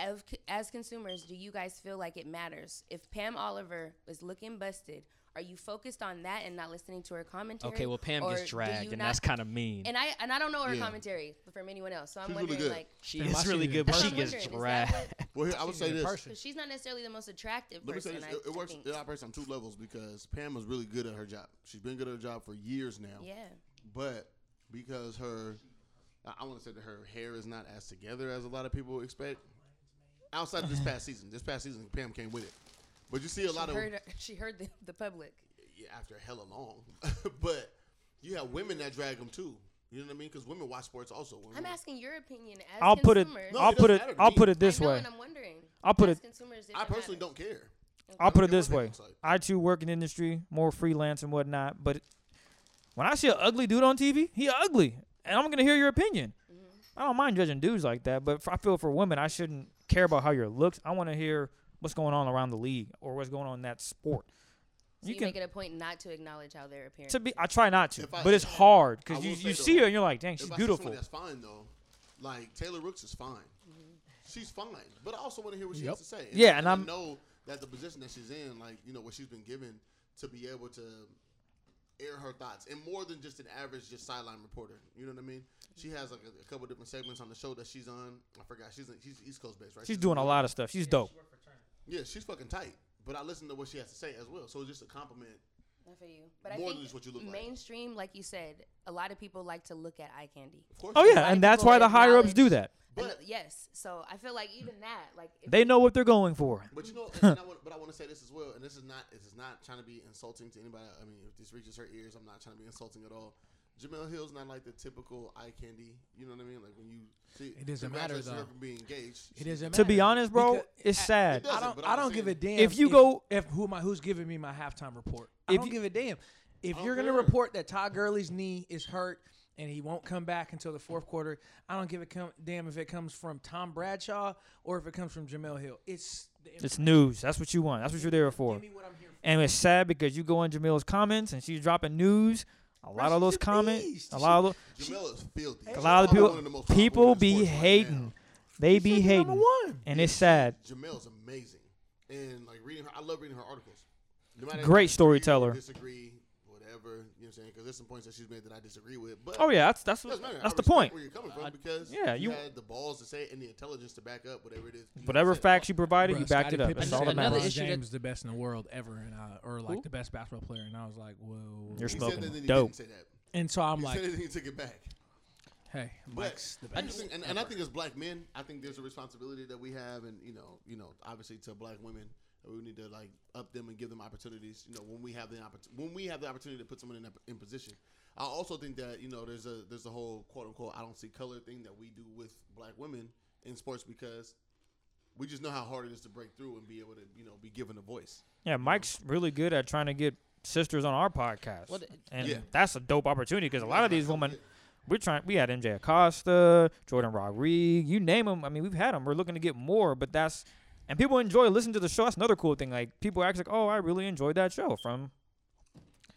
of, as consumers, do you guys feel like it matters if Pam Oliver is looking busted? Are you focused on that and not listening to her commentary?
Okay, well Pam
Or do
gets
you
dragged, and
not-
that's kind of mean.
And I and I don't know her
Yeah.
commentary from anyone else, so I'm
She's really
wondering
good.
like,
she
Damn, I
is
see
really
it.
good, but
that's
she
what I'm
gets
wondering,
dragged.
is that what-
Well, here, I would
She's
say
a
this.
person.
Because she's not necessarily the most attractive
Let me
person.
say this.
I,
It,
I
it works.
think.
It operates on two levels because Pam is really good at her job. She's been good at her job for years now.
Yeah.
But because her, I- I want to say that her hair is not as together as a lot of people expect. Outside of this past season, this past season Pam came with it. But you see a lot
She
of
heard, she heard the, the public.
yeah, after hella long. but you have women that drag them too. You know what I mean? Because women watch sports also.
I'm
Women-
asking your opinion as
I'll put it.
consumers.
No,
I'll
it
put
doesn't
it.
matter to
I'll
me.
put it this
I know,
way.
and I'm wondering.
I'll put
as
it-
Consumers, if
I
it
personally
matters.
don't care.
I'll put it
care
this
what they
way.
look like.
I too work in the industry, more freelance and whatnot. But when I see an ugly dude on TV, he ugly, and I'm gonna hear your opinion.
Mm-hmm.
I don't mind judging dudes like that, but f- I feel for women, I shouldn't care about how your looks. I want to hear what's going on around the league or what's going on in that sport.
So you, make it a point not to acknowledge how their appearance.
to be. I try not to,
If I-
but it's hard
I
because you
will say
you
though,
see her and you're like, dang,
If
she's
I see
beautiful.
somebody That's fine though. Like Taylor Rooks is fine.
Mm-hmm.
She's fine, but I also want to hear what she has
Yep.
to say.
Yeah, and
I
I'm-
know that the position that she's in, like you know what she's been given, to be able to air her thoughts and more than just an average just sideline reporter. You know what I mean? She has like a, a couple different segments on the show that she's on. I forgot she's in, she's East Coast based, right?
She's
in
doing
New
a
York.
lot of stuff. She's dope.
Yeah, she's fucking tight. But I listen to what she has to say as well. So it's just a compliment.
Not for you. But
More
I
than
think
just what you look like.
mainstream, like. you said, a lot of people like to look at eye candy.
Of course
Oh
she-
yeah, and
Like,
that's
people
why the higher ups do
acknowledge-
that.
And
But-
yes, so I feel like even that, like if
They know what they're going for.
But you know, and and I want, but I want to say this as well, and this is not this is not trying to be insulting to anybody. I mean, if this reaches her ears, I'm not trying to be insulting at all. Jamel Hill's not like the typical eye candy. You know what I mean? Like when you see,
It doesn't matter,
congratulations to her
though.
for being engaged.
It doesn't
To be
matter
honest, bro,
because-
it's
I-
sad.
It does.
I
doesn't,
don't.
but
I
I'm
don't
saying-
give a damn
If you
if-
go-
if who am I? Who's giving me my halftime report? I
If
don't
you-
give a damn. If
don't
you're gonna
care.
report that Todd Gurley's knee is hurt and he won't come back until the fourth quarter, I don't give a com- damn if it comes from Tom Bradshaw or if it comes from Jamel Hill. It's the
It's news. That's what you want. That's what you're there for.
give me what I'm here for.
And it's sad because you go in Jamila's comments and she's dropping news. A lot of
she's
those
a
comments,
beast.
a
She-
lot of
Jamel is filthy.
the, a lot of the
She's one of the
people,
most popular
people
in
be
sports right now.
hating. They be
She's number
hating,
one.
and it's sad.
Jamel's amazing, and like reading her, I love reading her articles. No matter if
Great
I agree or
storyteller.
Disagree, whatever. You know what I'm saying? Because there's some points that she's made that I disagree with. But
Oh yeah, that's that's
It doesn't matter. I
that's the
respect
point.
Where you're coming from, because
yeah,
you,
you-
had the balls to say it and the intelligence to back up whatever it is. you
Whatever
said.
facts you provided, you
Bruh,
backed
Scottie
it up.
Pippen
That's
said
all that
another
matters.
issue that-
the best in the world ever, and I, or like the best basketball player, and I was like, whoa.
You're
He
smoking
said that, then he
dope.
Didn't say that.
And so I'm
He
like,
said that, then he took it back.
hey,
But
Mike's the
I
best.
just think, and, and I think as black men, I think there's a responsibility that we have, and you know, you know, obviously to black women, that we need to like up them and give them opportunities. You know, when we have the opportunity, when we have the opportunity to put someone in that in position. I also think that you know, there's a there's a whole quote unquote I don't see color thing that we do with black women in sports because we just know how hard it is to break through and be able to you know be given a voice.
Yeah, Mike's really good at trying to get sisters on our podcast,
Well, th-
and
Yeah.
that's a dope opportunity because a lot of these women,
Absolutely.
we're trying. We had MJ Acosta, Jordan Rodriguez, you name them. I mean, we've had them. We're looking to get more, but that's and people enjoy listening to the show. That's another cool thing. Like people act like, oh, I really enjoyed that show from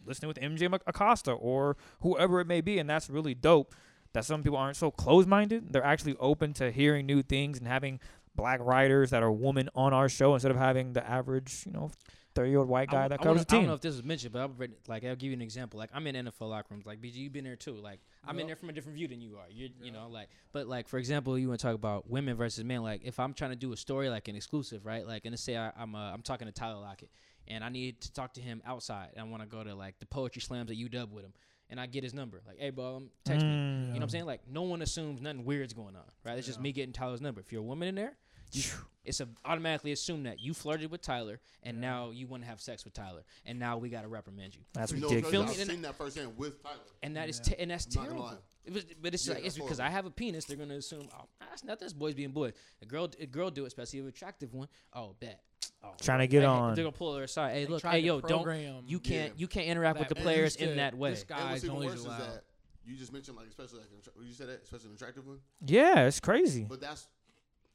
listening with MJ Mc- Acosta or whoever it may be, and that's really dope. That some people aren't so closed-minded; they're actually open to hearing new things and having black writers that are women on our show instead of having the average, you know, thirty year old white
I
guy
wa-
that
I, wanna-
covers the
I don't know
team.
if this was mentioned, but I'll read, like I'll give you an example. Like I'm in NFL locker rooms. Like BG, you've been there too. Like I'm in
Yup.
there from a different view than you are. You you know like but like for example, you want to talk about women versus men. Like if I'm trying to do a story like an exclusive, right? Like and let's say I, I'm uh, I'm talking to Tyler Lockett and I need to talk to him outside. And I want to go to like the poetry slams at UW with him. And I get his number. Like, hey, bro, um, text me. You
Mm.
know what I'm saying? Like, no one assumes nothing weird's going on, right? It's just me getting Tyler's number. If you're a woman in there, you, it's a, automatically assumed that you flirted with Tyler, and now you want to have sex with Tyler, and now we got to reprimand you.
That's
You know,
ridiculous.
crazy,
Feel
I've
me?
seen that firsthand with Tyler.
And that is te- and that's
I'm not gonna
terrible.
lie.
It was- but it's
Yeah,
like it's
that's
because
horrible.
I have a penis, they're gonna assume oh that's not this boy's being bullied. A girl, a girl do it, especially an attractive one. Oh, bet. Oh,
Trying to get
hey,
on.
They're gonna pull her aside. Hey,
They
look,
tried
hey,
to
yo,
program
don't you can't
Yeah.
you can't interact with
Black
the
men
players
used to-
in that way.
this
And
Guys,
what's even
noise
worse is
allowed.
that you just mentioned, like, especially like an attra- you said that, especially an attractive one.
Yeah, it's crazy.
But that's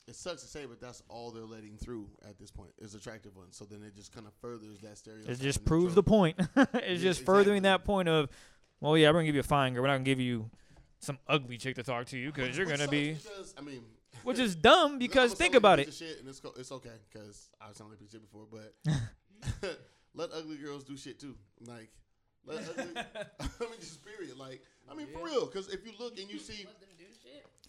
it sucks to say, but that's all they're letting through at this point is attractive ones. So then it just kind of furthers that stereotype.
It just
and that
proves the
trope.
point. it's just furthering
exactly.
that point of, well, yeah, we're gonna give you a fine girl. We're not gonna give you some ugly chick to talk to you because you're
Which
gonna
sucks
be,
Because, I mean,
which is dumb because
I'ma sound like
think
a
about
piece
it.
of Shit and it's, co- it's okay because I've sounded like a piece of shit before, but let ugly girls do shit too. Like, let ugly, I mean, just period. Like, I mean, for real. Because if you look and you see,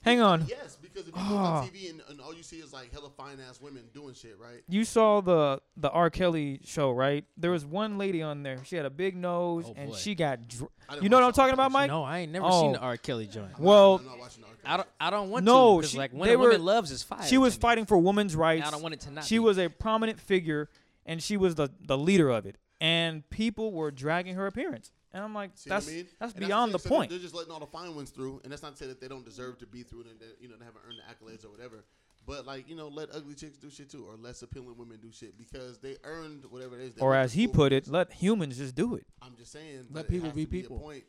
Hang on,
yes, because if you look on
Oh.
TV and, and all you see is like hella fine ass women doing shit, right?
you saw the the R. Kelly show, right? There was one lady on there. She had a big nose
Oh,
and
boy.
she got. Dr-
I didn't
you know what I'm
watch all
talking about, Mike?
No, I ain't never
Oh.
seen the R. Kelly joint.
Well,
I'm not watching the archive.
I don't. I don't want
No,
to. 'cause,
she-
like
they
when a
were-
woman loves is fire.
she was
to me.
fighting for women's rights.
I don't want it to not.
she
be.
was a prominent figure and she was the, the leader of it and people were dragging her appearance and i'm like
See what I
that's
mean?
that's
And what
beyond
I'm
the
saying, so they're-
point
They're just letting all the fine ones through, and that's not to say that they don't deserve to be through and that, you know they haven't earned the accolades or whatever. But like you know, let ugly chicks do shit too, or less appealing women do shit because they earned whatever it is. they
or
went
as
to
he
school
put
for.
it let humans just do it
I'm just saying.
Let
but it
people
has
be
to a
people.
point.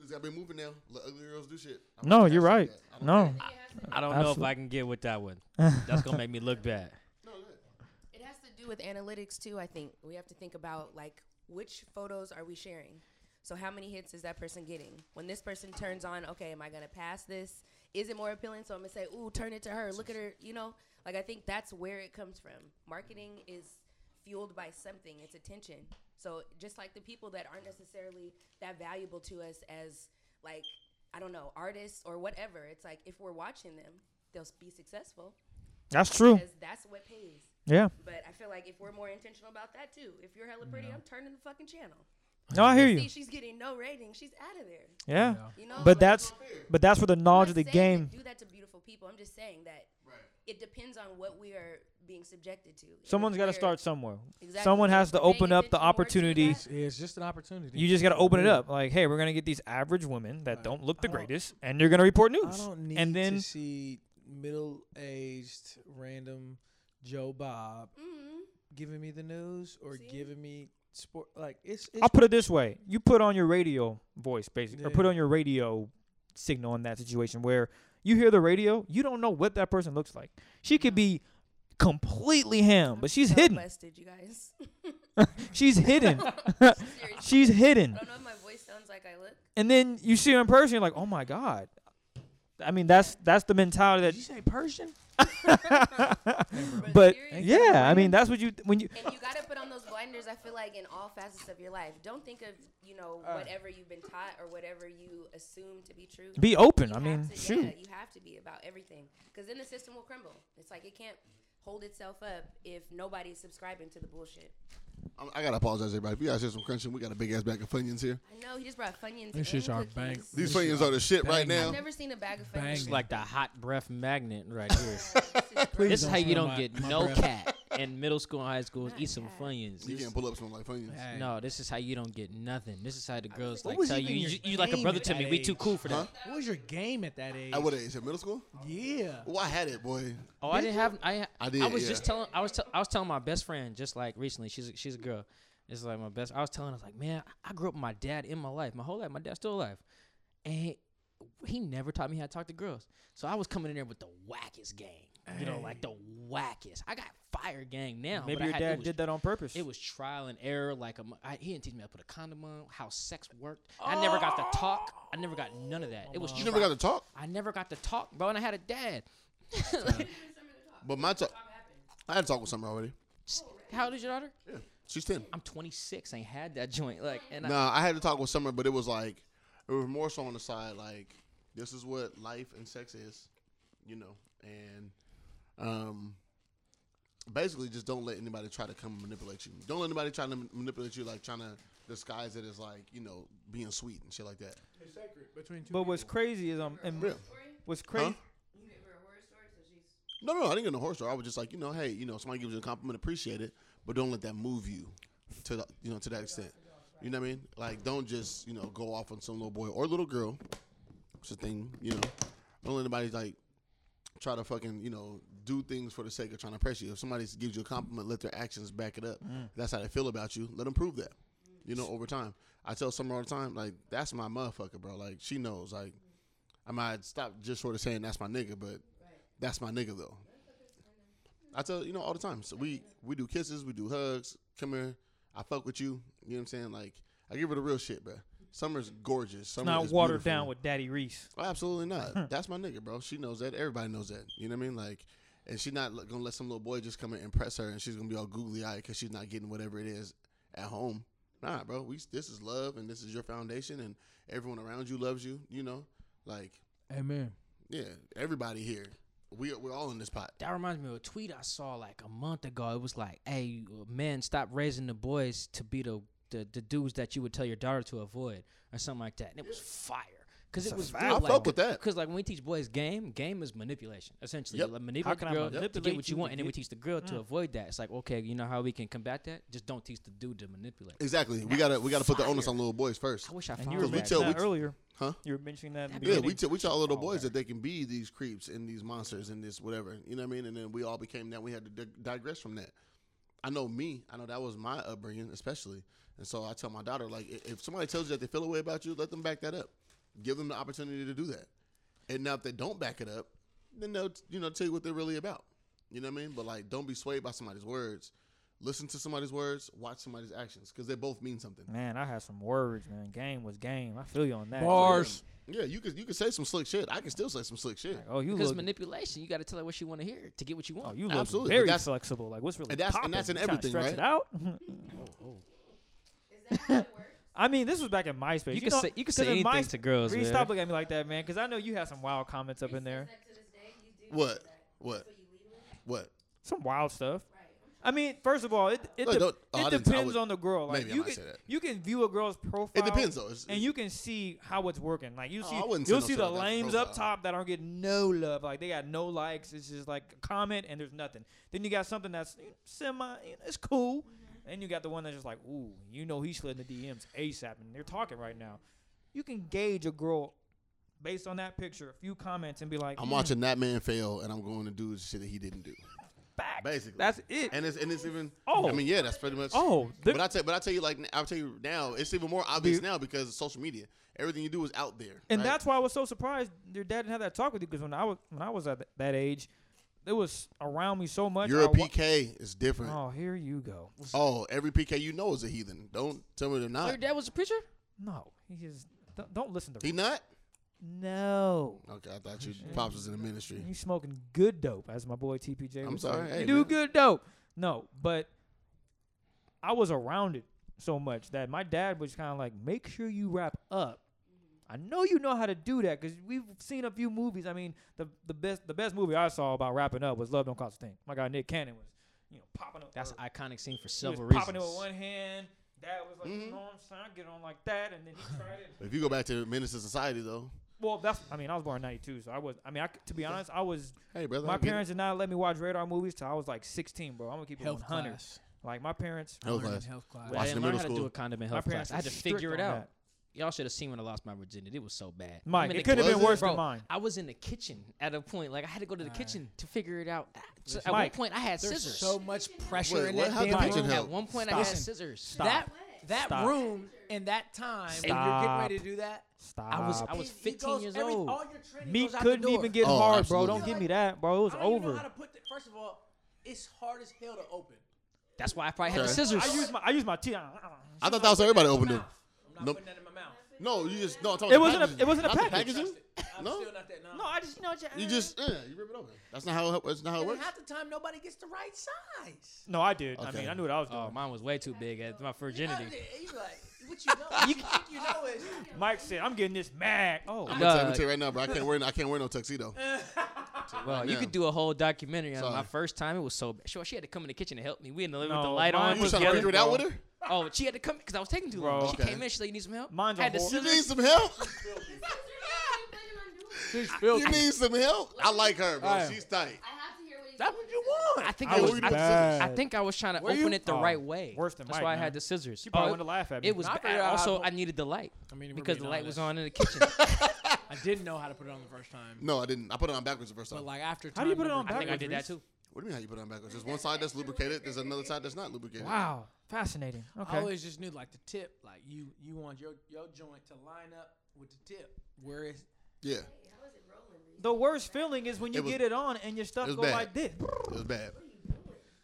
It's gotta be moving now. Let ugly girls do shit. I'm
no
not
you're
passionate
right
with that. I don't
no
I don't know
Absolute-
if I can get with that one. That's gonna make me look bad.
It has to do with analytics too. I think we have to think about like which photos are we sharing. So how many hits is that person getting? When this person turns on, okay, am I gonna pass this? Is it more appealing? So I'm gonna say, ooh, turn it to her. Look at her. You know, like I think that's where it comes from. Marketing is fueled by something. It's attention. So just like the people that aren't necessarily that valuable to us as like I don't know artists or whatever. It's like if we're watching them, they'll be successful
that's true
because that's what pays.
yeah
But I feel like if we're more intentional about that too, if you're hella pretty, I'm turning the fucking channel.
no i hear
See,
you
she's getting no ratings. She's out of there.
yeah
You know, like,
but that's but that's where the
I'm
knowledge
not
of the
saying
game
to Do that to beautiful people. I'm just saying that it depends on what we are being subjected to. And if
someone's got to
we're-
start somewhere
Exactly,
someone
if
has
we're
to
paying
open up the
attention more to
opportunity
that,
It's just an opportunity.
you just got to open it up like hey we're gonna get these average women that don't look the
I don't-
greatest and you're gonna report
I
news
don't need
and then
to see middle-aged random Joe Bob
mm,
giving me the news or
See?
giving me sport. Like it's. it's
I'll put it this way: you put on your radio voice, basically, or put
Yeah.
on your radio signal in that situation where you hear the radio, you don't know what that person looks like. She could be completely ham, but she's
so
hidden.
Busted, you guys.
She's hidden.
Seriously.
she's
I
hidden.
don't know if my voice sounds like I look.
And then you see her in person, you're like, oh my god. I mean, that's that's the mentality
Did you say Persian?
that. But
seriously.
yeah, I mean, that's what you when you.
And you gotta put on those blinders. I feel like in all facets of your life. Don't think of you know whatever you've been taught or whatever you assume to be true.
Be open.
You
I
have
mean,
to-
shoot.
yeah, you have to be about everything because then the system will crumble. It's like it can't hold itself up if nobody's subscribing to the bullshit.
I'm- I gotta apologize, everybody. If you guys hear some crunching, we got a big ass bag of Funyuns here.
I know he just brought funyuns.
These
and
shits are
cookies.
bang-
These Funyuns are the shit right
I've
now.
never seen a bag of
Bang.
funyuns.
It's like the hot breath magnet right here.
This is great.
this is
don't
how you
smell
don't
my-
get
my
no
breath.
cat in middle school and high school. Eat some
cat.
funyuns.
You
This-
can't pull up something like Funyuns.
Hey.
No, this is how you don't get nothing. This is how the girls like
was
tell
even
you,
your
you, you like a
name
brother
at
to
that
me. We too
age?
cool for that.
What was your game at that age?
At what age? At middle school?
yeah.
Well, I had it, boy.
Oh, I didn't have. I
I
I,
did,
I was
yeah.
just telling. I was tell I was telling my best friend just like recently. She's a, she's a girl. It's like my best. I was telling. her, I was like, man, I grew up with my dad in my life, my whole life. My dad's still alive, and he, he never taught me how to talk to girls. So I was coming in there with the wackest game. You know, like the wackest. I got fire gang now. but
Maybe
I
your
had- it
dad
was-
did that on purpose.
It was trial and error. Like a mo- I he didn't teach me how to put a condom on, how sex worked. I never got to talk. I never got none of that. It was.
You never got to talk.
I never got to talk, bro. And I had a dad.
But my talk, I had to talk with somebody already.
How old is your daughter?
She's ten.
I'm 26. I ain't had that joint. Like, and I,
Nah, I had to talk with Summer, but it was like it was more so on the side like this is what life and sex is, you know, and um, basically just don't let anybody try to come and manipulate you. Don't let anybody try to ma- manipulate you like trying to disguise it as like you know being sweet and shit like that.
It's sacred between two.
But what's crazy is um, and
Real.
what's crazy.
Huh?
You gave her a horror story, so she's.
No, no, I didn't get no horse story. I was just like, you know, hey, you know, somebody gives you a compliment, appreciate it, but don't let that move you to the, you know to that extent. You know what I mean? Like, don't just you know go off on some little boy or little girl. It's a thing, you know. Don't let anybody like try to fucking you know do things for the sake of trying to impress you. If somebody gives you a compliment, let their actions back it up.
Mm.
If That's how they feel about you. Let them prove that. You know, over time. I tell Summer all the time, like that's my motherfucker, bro. Like she knows. Like I might stop just short of saying that's my nigga, but that's my nigga though. I tell you know all the time. So we we do kisses, we do hugs. Come here, I fuck with you. You know what I'm saying? Like I give her the real shit, bro. Summer's gorgeous.
It's
Summer
not
is
watered
beautiful.
down with Daddy Reese.
Oh, absolutely not. That's my nigga, bro. She knows that. Everybody knows that. You know what I mean? Like, and she's not l- gonna let some little boy just come and impress her, and she's gonna be all googly eyed because she's not getting whatever it is at home. Nah, bro. We this is love, and this is your foundation, and everyone around you loves you. You know, like
Amen.
yeah, everybody here. We we're all in this pot.
that reminds me of a tweet I saw like a month ago. It was like, "Hey, men, stop raising the boys to be the the, the dudes that you would tell your daughter to avoid or something like that." And it was fire. Cause it was
fact. I fuck with that.
Cause like when we teach boys game, game is manipulation. Essentially,
Yep.
like, manipulate
can
the
I
girl to get
manipulate
what
you
you
to
want, and then we
get- Mm.
teach the girl to avoid that. It's like, okay, you know how we can combat that? Just don't teach the dude to manipulate.
Exactly. We gotta we gotta put the onus on little boys first.
I wish I
And
found
you were
Because we
that.
tell-
mentioning that
we-
earlier.
Huh?
You were mentioning that. In the
Yeah,
Yeah,
beginning.
we tell we tell all little
Oh,
boys
there.
that they can be these creeps and these monsters and this whatever. You know what I mean? And then we all became that. We had to dig- digress from that. I know me. I know that was my upbringing, especially. And so I tell my daughter, like, i- if somebody tells you that they feel a way about you, let them back that up. Give them the opportunity to do that. And now if they don't back it up, then they'll you know tell you what they're really about. You know what I mean? But like, don't be swayed by somebody's words. Listen to somebody's words. Watch somebody's actions because they both mean something.
Man, I had some words, man. Game was game. I feel you on that.
Bars.
Yeah, you could you could say some slick shit. I can still say some slick shit.
Like, oh, you
because
look.
manipulation, you got to tell her what you want to hear to get what you
oh,
want.
you look
Absolutely, but
very
that's-
flexible. Like, what's really
and that's- and
poppin'?
that's in
You tryna
everything,
stretch
right?
It out?
Is that how it works?
I mean, this was back in MySpace.
You
You,
can
know,
say- you can
'cause
say
in
anything
MySpace-
to girls,
Reed,
man.
stop looking at me like that, man, because I know you had some wild comments up in there,
That to this day, you do
What?
that.
What?
That's what you lead with.
What?
some wild stuff.
Right.
I mean, first of all, it it,
No,
de-
don't- oh, I
it
didn't- I
depends
would-
on the girl. Like
maybe I
you
might
can
say that.
you can view a girl's profile.
It depends though. It's,
and you can see how it's working. Like you
Oh,
see,
I wouldn't say
you'll
no
see
shit
the
like that in
lames
profile.
up top that aren't getting no love. Like they got no likes. It's just like a comment and there's nothing. Then you got something that's semi, it's cool. And you got the one that's just like, ooh, you know he's slid in the DMs ASAP and they're talking right now. You can gauge a girl based on that picture, a few comments, and be like,
I'm
"Mm,
watching that man fail, and I'm going to do the shit that he didn't do.
back.
Basically,
That's it.
and it's and it's even.
Oh.
I mean, yeah, that's pretty much.
oh, the-
but I tell but I tell you like I'll tell you now, it's even more obvious now because of social media. Everything you do is out there,
And
right?
that's why I was so surprised your dad didn't have that talk with you because when I was when I was at th- that age, it was around me so much.
you're
I
a
wa-
PK. It's different. Oh.
Oh, here you go.
every PK you know is a heathen. Don't tell me they're
Oh, your
not.
dad was a preacher.
No, he is. Don't, don't listen to
He
him.
not?
No,
Okay, I thought you pops was in the ministry.
you smoking good dope, as my boy TPJ.
I'm
would
sorry.
say.
Hey,
you do
man.
good dope. No, but I was around it so much that my dad was kind of like, make sure you wrap up. I know you know how to do that because we've seen a few movies. I mean, the the best the best movie I saw about wrapping up was Love Don't Cost a Thing. My guy Nick Cannon was, you know, popping up.
That's
or-
an iconic scene for
he was
several
popping it with
reasons.
one hand. Dad was
Mm-hmm.
like, you know what I'm saying? I get on like that, and then he tried it.
If you go back to menace to society though,
Well, that's. I mean, I was born in '92, so I was. I mean, I c to be honest, I was.
hey brother,
My
I get it.
parents did not let me watch radar movies till I was like 16, bro. I'm gonna keep it
Health
100.
class.
Like my parents,
Hell
Learning
class.
Health class.
Well, I
Watching
didn't
the
learn
middle
how to do
school.
a condom in
my
health
parents.
class. I had to
were strict
figure it
on
out.
that.
Y'all should have seen when I lost my virginity. It was so bad. I'm
Mike,
in
it
the
could have been
closet.
worse
Bro,
than mine.
I was in the kitchen at a point. Like I had to go to the
Alright.
kitchen to figure it out. So at
Mike,
one point, I had
There's
scissors.
so much pressure
Wait,
in
what?
that
How'd the
damn
kitchen
room.
help?
at one point, I
Stop.
had scissors.
Stop.
That that
Stop.
room and that time, and you're getting
Stop.
ready to do that.
Stop.
I was- I was-
It- it
15
goes
years
every-
old.
all your training
meat
goes out the
couldn't even
door.
get
Oh,
hard, bro. Don't
absolutely.
give me that, bro. It was
I don't even know
over.
how to put that. First of all, it's hard as hell to open.
That's why I probably had the
Okay.
scissors.
I use my uh, I use my teeth.
I thought that was how everybody
I'm
opened
not
it. Nope.
putting that in my mouth.
No, you just no. I'm talking
It
about the
wasn't a-
packaging.
it wasn't a
Not the
package.
packaging.
I'm
No.
still not that
No,
no.
I just you know
You just yeah, you rip it open. That's not how. It, that's not how it
And
works.
half the time, nobody gets the right size.
No, I did. I
Okay.
mean, I knew what I was doing.
Oh, mine was way too big. At my virginity.
You like what you know? what you think you know is
Mike said, "I'm getting this mag." Oh,
I'm gonna
No.
tell- I'm gonna tell you right now, bro. I can't wear. I can't wear no tuxedo.
Well, you
now.
could do a whole documentary on it. my
Sorry.
first time. It was so bad. Sure, she had to come in the kitchen to help me. We in the living with the
No,
light
mine
on.
You was trying to
together.
figure it out with her.
Oh, she had to come because I was taking too long.
Bro.
She
Okay.
came in. She's like, "You need some help."
Mine's a
had to
whole-
You
scissors.
need some help.
I
You need some help. I like her, bro.
Alright.
She's tight.
have to hear what he's
That's
what
you I think
I
I, was.
was
I,
bad.
I think I was trying to
Were
open
you?
it the
Oh,
right way.
worse than
That's
Mike,
why I
man.
had the scissors.
She probably
Oh,
wanted to laugh at me.
It was
I
bad.
figured out how
Also,
to-
I needed the light
I mean,
because the light was on in the kitchen.
I didn't know how to put it on the first time,
No, I didn't. I put it on backwards the first time.
but like after time,
How do you put it on
number-
I think I
backwards,
did that
Reese?
too.
what do you mean how you put it on backwards? There's one side that's lubricated. There's another side that's not lubricated.
Wow, fascinating.
I
Okay,
always just knew like the tip, like you you want your your joint to line up with the tip. Where is
Yeah,
the worst feeling is when you
It was-
get it on and your stuff
it was
go
bad.
like this.
it was bad.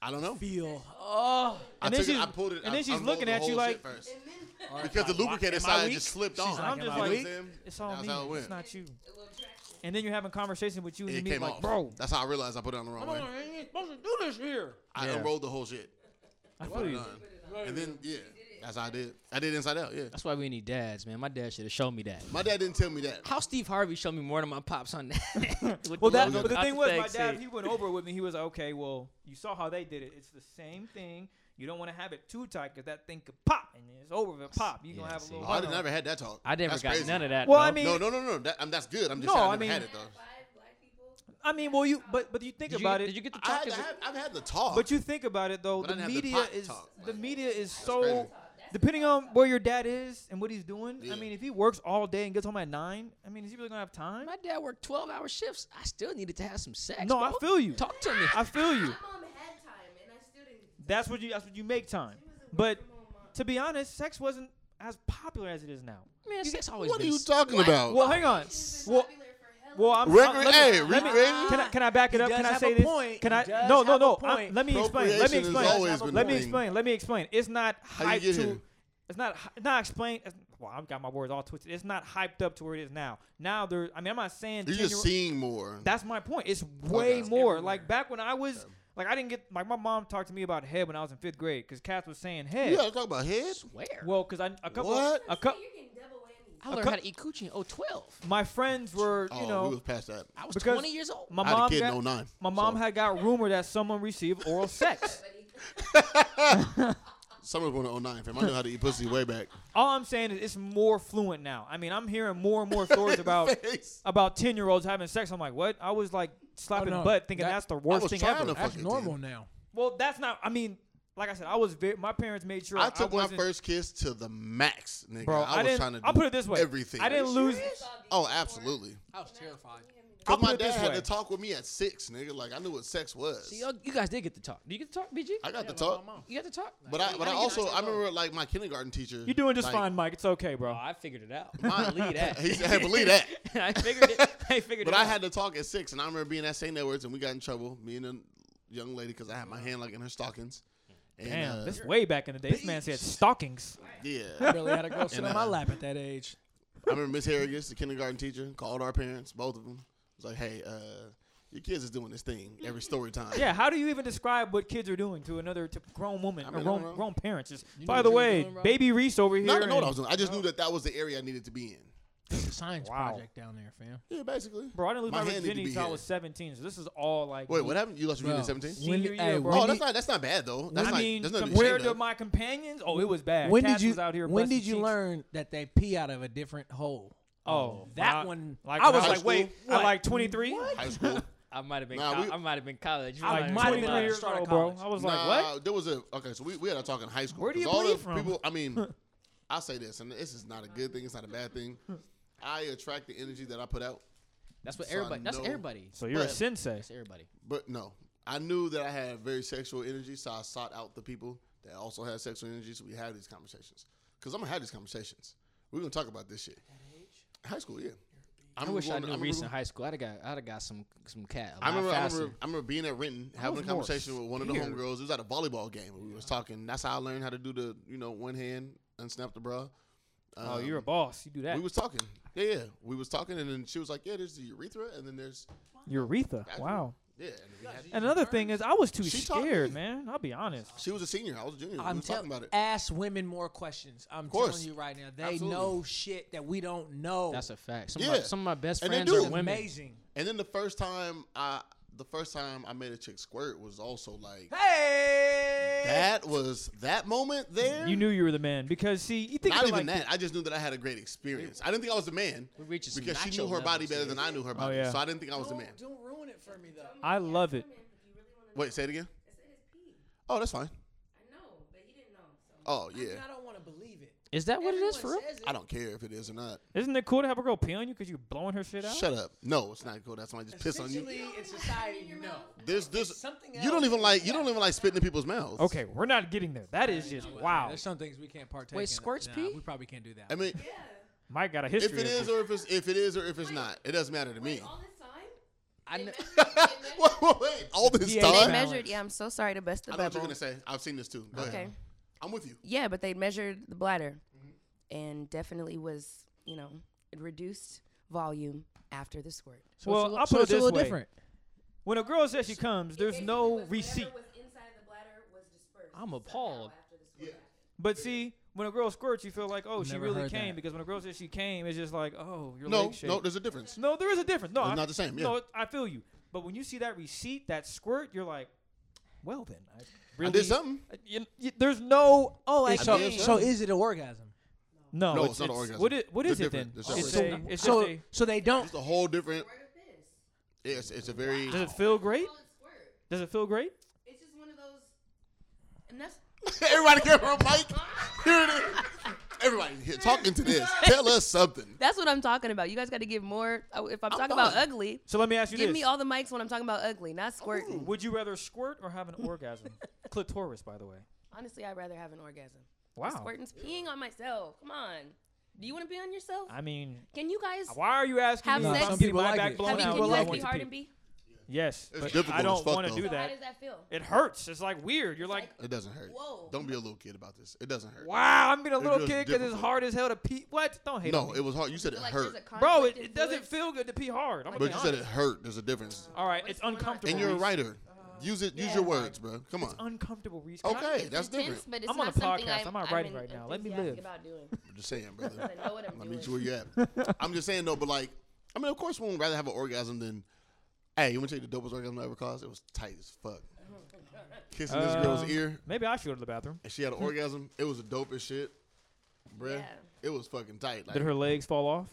I don't know.
feel? Oh,
I
And then
took it.
she's-
I pulled it.
and
I,
then she's
unrolled
looking
the
at you
whole
like-
shit first.
All right,
because the
Am I-
lubricated
am I
side
weak?
just slipped
She's
on.
like, I'm
You
just
know what
like,
I'm saying?
it's all
That's
me.
how it went.
It's not you. And then you're having conversation with you and
It
me,
came
like,
off.
bro,
That's how I realized I put it on the wrong way.
you ain't supposed to do this here.
I
Yeah.
unrolled the whole shit.
I
Put
feel
it
you.
on. And then yeah, that's how I did. I did inside out. Yeah.
That's why we need dads, man. My dad should have shown me that.
My dad didn't tell me that.
How Steve Harvey showed me more than my pops on that. With
Well, that,
logo
but the
out
thing was, my
back
dad
seat.
he went over it with me. He was like, okay, well, you saw how they did it. It's the same thing. You don't want to have it too tight because that thing could pop, and it's over if it pop. You are gonna
Yeah,
have a
see.
little.
Oh, I
run-on.
never had that talk.
I never
That's
got
crazy.
none of that.
Well,
bro.
I mean,
No, no, no, no. That, I'm, that's good. I'm just
No,
saying I,
I
never
mean-
had it though.
I mean, well, you but but you think
did you,
about
get-
it.
Did you get the
I
talk?
had, I had, I've had the talk.
But you think about it though,
But I
the
didn't have the
media
pot
is
talk,
the
like,
media is
crazy.
so depending on where your dad is and what he's doing.
Yeah.
I mean, if he works all day and gets home at nine, I mean, is he really gonna have time?
My dad worked 12 hour shifts. I still needed to have some sex.
No, I
bro.
feel you.
Talk to me.
I feel you.
My mom had time, and I still didn't.
That's what you. That's what you make time. But to be honest, sex wasn't as popular as it is now.
Man, sex always
what are
been
you talking about?
Well, hang on. Well, well, I'm.
Record-
I'm- let me-
hey,
let me-
recreation-
Can I can I back it
He
up?
does
Can I
have
say
a
this?
point.
Can
He
I?
does
No, no,
have a
no. I'm-
point.
Let me explain. Let me
Appropriation has always
explain.
been
Let me
the thing.
explain. Let me explain. It's not
How you
hyped
get
to.
here?
It's not hy- not explained. Well, I've got my words all twisted. It's not hyped up to where it is now. Now there. I mean, I'm not saying.
You're
10-year-old
just seeing more.
that's my point. It's way
It's
more. Like back when I was. Like I didn't get like my mom talked to me about head when I was in fifth grade because Cass was saying head.
you gotta talk about head.
Where?
Well, because I a couple
What?
a couple
You can double whammy.
I
a
learned
cou-
how to eat coochie in 012.
my friends were you
oh,
know
we was past that.
I was
Because
20 years old.
my
I had a
mom
kid
got,
in 09,
my mom
so.
had got rumor that someone received oral sex.
Summer's going to 09, fam. I know how to eat pussy way back.
All I'm saying is it's more fluent now. I mean, I'm hearing more and more stories about
Face.
about 10 year olds having sex. I'm like, what? I was like slapping
Oh, no.
butt, thinking
That-
that's the
I
worst
was
thing
trying
ever.
to
that's
fucking
normal
do.
now.
well, that's not. I mean, like I said, I was very. My parents made sure
I took my
wasn't-
first kiss to the max, nigga.
Bro,
I, was
didn't,
trying to. Do
I'll put it this way.
Everything.
I didn't lose.
Oh, absolutely.
I was terrified.
I'll
Because my
put it
dad
this
had
way.
to talk with me at six, nigga. Like I knew what sex was.
See, y'all- you guys did get to talk. Do you get to talk, BG?
I got the
That's
talk.
my mom.
you got to talk.
But I, but I also I remember like my kindergarten teacher.
You're doing just
like,
fine, Mike. It's okay, bro.
Oh, I figured it out.
My-
believe that.
He said, "Hey, believe that."
I figured it. I figured
But
it
I
out.
had to talk at six, and I remember being at St. Edwards, and we got in trouble. Me and a young lady because I had my hand like in her stockings. And,
Damn,
uh,
this way back in the day, this man said stockings.
yeah.
Barely had a girl sit
And,
on my
uh,
lap at that age.
I remember Miss Harrigus, the kindergarten teacher, called our parents, both of them. Was like, "Hey, uh, your kids is doing this thing every story time."
Yeah, how do you even describe what kids are doing to another to grown woman
I
or
mean, I
grown,
don't know.
grown parents? Just,
You
by
know
the
what you were
way,
doing, bro?
baby Reese over here.
Not to know what
and-
I was doing. I just knew that that was the area I needed to be in.
It's a science
Wow.
project down there, fam.
Yeah, basically.
Bro, I didn't lose
My
my,
hand need to
virginity
be
until I
here.
was 17, so this is all like.
Wait, what happened? You lost your
Bro.
virginity at seventeen?
Senior
When-
year,
hey,
bro.
Oh,
When
that's
you-
not that's not bad though. That's
I
not,
mean,
that's nothing to be
compared
ashamed
to
of.
my companions, oh, it was bad.
when
Cass
did you
was out here
when
busting
did you
cheeks.
learn that they pee out of a different hole?
Oh,
that
when I-
one.
Like
I
when
was
high
like,
like, wait,
school?
I like 23.
high school.
I might have been.
Nah,
co-
we-
I might have been college. You
I
might have
might have
been
been
23
college.
years
Start of
old, bro.
college.
I was
nah,
like, what?
There was a okay. So we, we had to talk in high school.
Where do
'cause
you
all
bleed
the
from?
People, I mean, I say this, and this is not a good thing. It's not a bad thing. I attract the energy that I put out,
That's what
So I
everybody. That's
know-
everybody.
So you're a
But-
sensei.
That's everybody.
but no, I knew that I had very sexual energy, so I sought out the people that also had sexual energy. So we had these conversations because I'm gonna have these conversations. We're gonna talk about this shit. High school, yeah.
I,
remember
wish I
going to-
knew
remember
Reese in
going-
high school. I'd have got. I'd have got some some cat. a
I
lot
remember, I
faster.
remember, I remember being at Renton, having a
was more
conversation with one of the
scared.
homegirls. It was at a volleyball game. We was talking. That's how I learned how to do the, you know, one hand and snap the bra.
oh,
Um,
you're a boss. You do that.
We was talking. Yeah, yeah. We was talking, and then she was like, "Yeah, there's the urethra, and then there's
Urethra.
That's
Wow.
yeah." And then we had,
And another thing is, I was too
She taught
scared,
me.
man. I'll be honest.
she was a senior. I was a junior. we
I'm
was
telling
talking about it.
ask women more questions. I'm
course.
telling you right now, they
Absolutely.
know shit that we don't know.
That's a fact. Some, of, my,
Yeah.
some of my best
And they
friends
do.
are
It's
It's
women.
amazing.
And then the first time I, the first time I made a chick squirt was also like
Hey,
that was that moment there.
You knew you were the man because see, you think
Not
about,
even
like,
that. I just knew that I had a great experience. I didn't think I was the man
We're reaching some
because she
nacho
knew her
levels
body better
here.
than I knew her body.
yeah.
So I didn't think I was the man.
don't, don't ruin it for me though.
I love it.
Wait, say it again. Oh, that's fine. Oh yeah.
I don't want to believe it.
Is that what it is
Everyone
for real?
says it.
I don't care if it is or not.
Isn't it cool to have a girl pee on you because you're blowing her shit out?
Shut up. No, it's not cool. That's why I just piss on you.
Essentially, in society, no.
There's this.
Something else.
You don't even like. You don't even like spitting in people's mouths.
Okay, we're not getting there. That is just wow.
There's some things we can't partake.
Wait,
in.
squirts
nah,
pee?
We probably can't do that.
I mean,
Mike got a
if
history.
it
of
is
this.
or if it's if it is or if it's not, it doesn't matter to me.
All this time?
I kn-
Wait, wait, all this
Yeah,
They
Balance.
time. I
measured. Yeah, I'm so sorry to bust the
know what you're
bubble.
gonna say. I've seen this too. Go
Okay.
ahead. I'm with you.
Yeah, but they measured the bladder,
Mm-hmm.
and definitely was you know it reduced volume after the squirt.
So Well, it's a li- I'll so put it it's a this little way. different. When a girl says she comes, there's no receipt.
I'm appalled.
But see, when a girl squirts, you feel like, oh, she
Never
really
heard
came.
that.
Because when a girl says she came, it's just like, oh, your
No,
leg shake.
no, there's a difference.
No, there is a difference. No,
It's
I-
not the same, yeah.
No, I feel you. But when you see that receipt, that squirt, you're like, well then, I really
I did something.
I- you- you- there's no. Oh, I
I
so,
did
came.
so is it an orgasm?
no,
No,
it's,
it's not an
it's-
orgasm.
What is, what
They're
is it then?
different. They're
It's
separate.
a, it's
so,
just a,
so they don't.
It's a whole different. It's it's a very.
does it feel Oh, great? Does it feel great?
It's just one of those. And that's
Everybody care for Mike. Here it is. Everybody here talking to this. Tell us something.
that's what I'm talking about. You guys got to give more. I- If I'm, talking about
fine.
ugly,
So let me ask you
give
Oh, this:
me all the mics when I'm talking about ugly, not squirting.
Would you rather squirt or have an orgasm? Clitoris, by the way.
Honestly, I'd rather have an orgasm.
Wow.
Squirting's peeing on myself. Come on. Do you want to pee on yourself?
I mean,
Can you guys
why are you asking
Have
me? if
sex?
I'm
Some
getting
people
my
like
back
it.
blown
have
Some
you
out.
people
What do I
guys
like
be
want to
hard
pee?
and be?
Yes, but
difficult
I
as
don't
fuck,
want to
though.
do
So how
that.
does that feel?
It hurts. It's like weird. You're like,
It doesn't hurt.
Whoa.
Don't be a little kid about this. It doesn't hurt.
wow, I'm being a
It
little
feels
kid because it's
difficult.
hard as hell to pee. What? Don't hate on
No,
me.
it was hard. You said it
Like,
hurt,
there's a
Bro, it,
conflict
it
in
doesn't
fluids?
feel good to pee hard. I'm
but
gonna
you
be
said it
honest.
hurt. There's a difference.
All right,
What
it's
is going on?
uncomfortable.
And you're a
Reese.
writer. Use it. Use your words, bro. Come
It's
on.
uncomfortable, Reese. Can I-
Okay,
It's
that's
intense,
different.
but it's
I'm on
not
a
something
podcast.
I'm,
I'm not writing right now. Let me
enthusiastic
live.
About doing.
I'm just saying, brother.
'cause I know what I'm
I
doing.
meet you where you at. I'm just saying though, but like, I mean, of course, we would rather have an orgasm than. Hey, you want to take the dopest orgasm I ever caused? It was tight as fuck. Kissing this girl's
Um, hmm.
ear,
Maybe I should go to the bathroom.
and she had an orgasm. It was the dopest shit, bruh.
Yeah.
It was fucking tight. Like,
Did her legs fall off?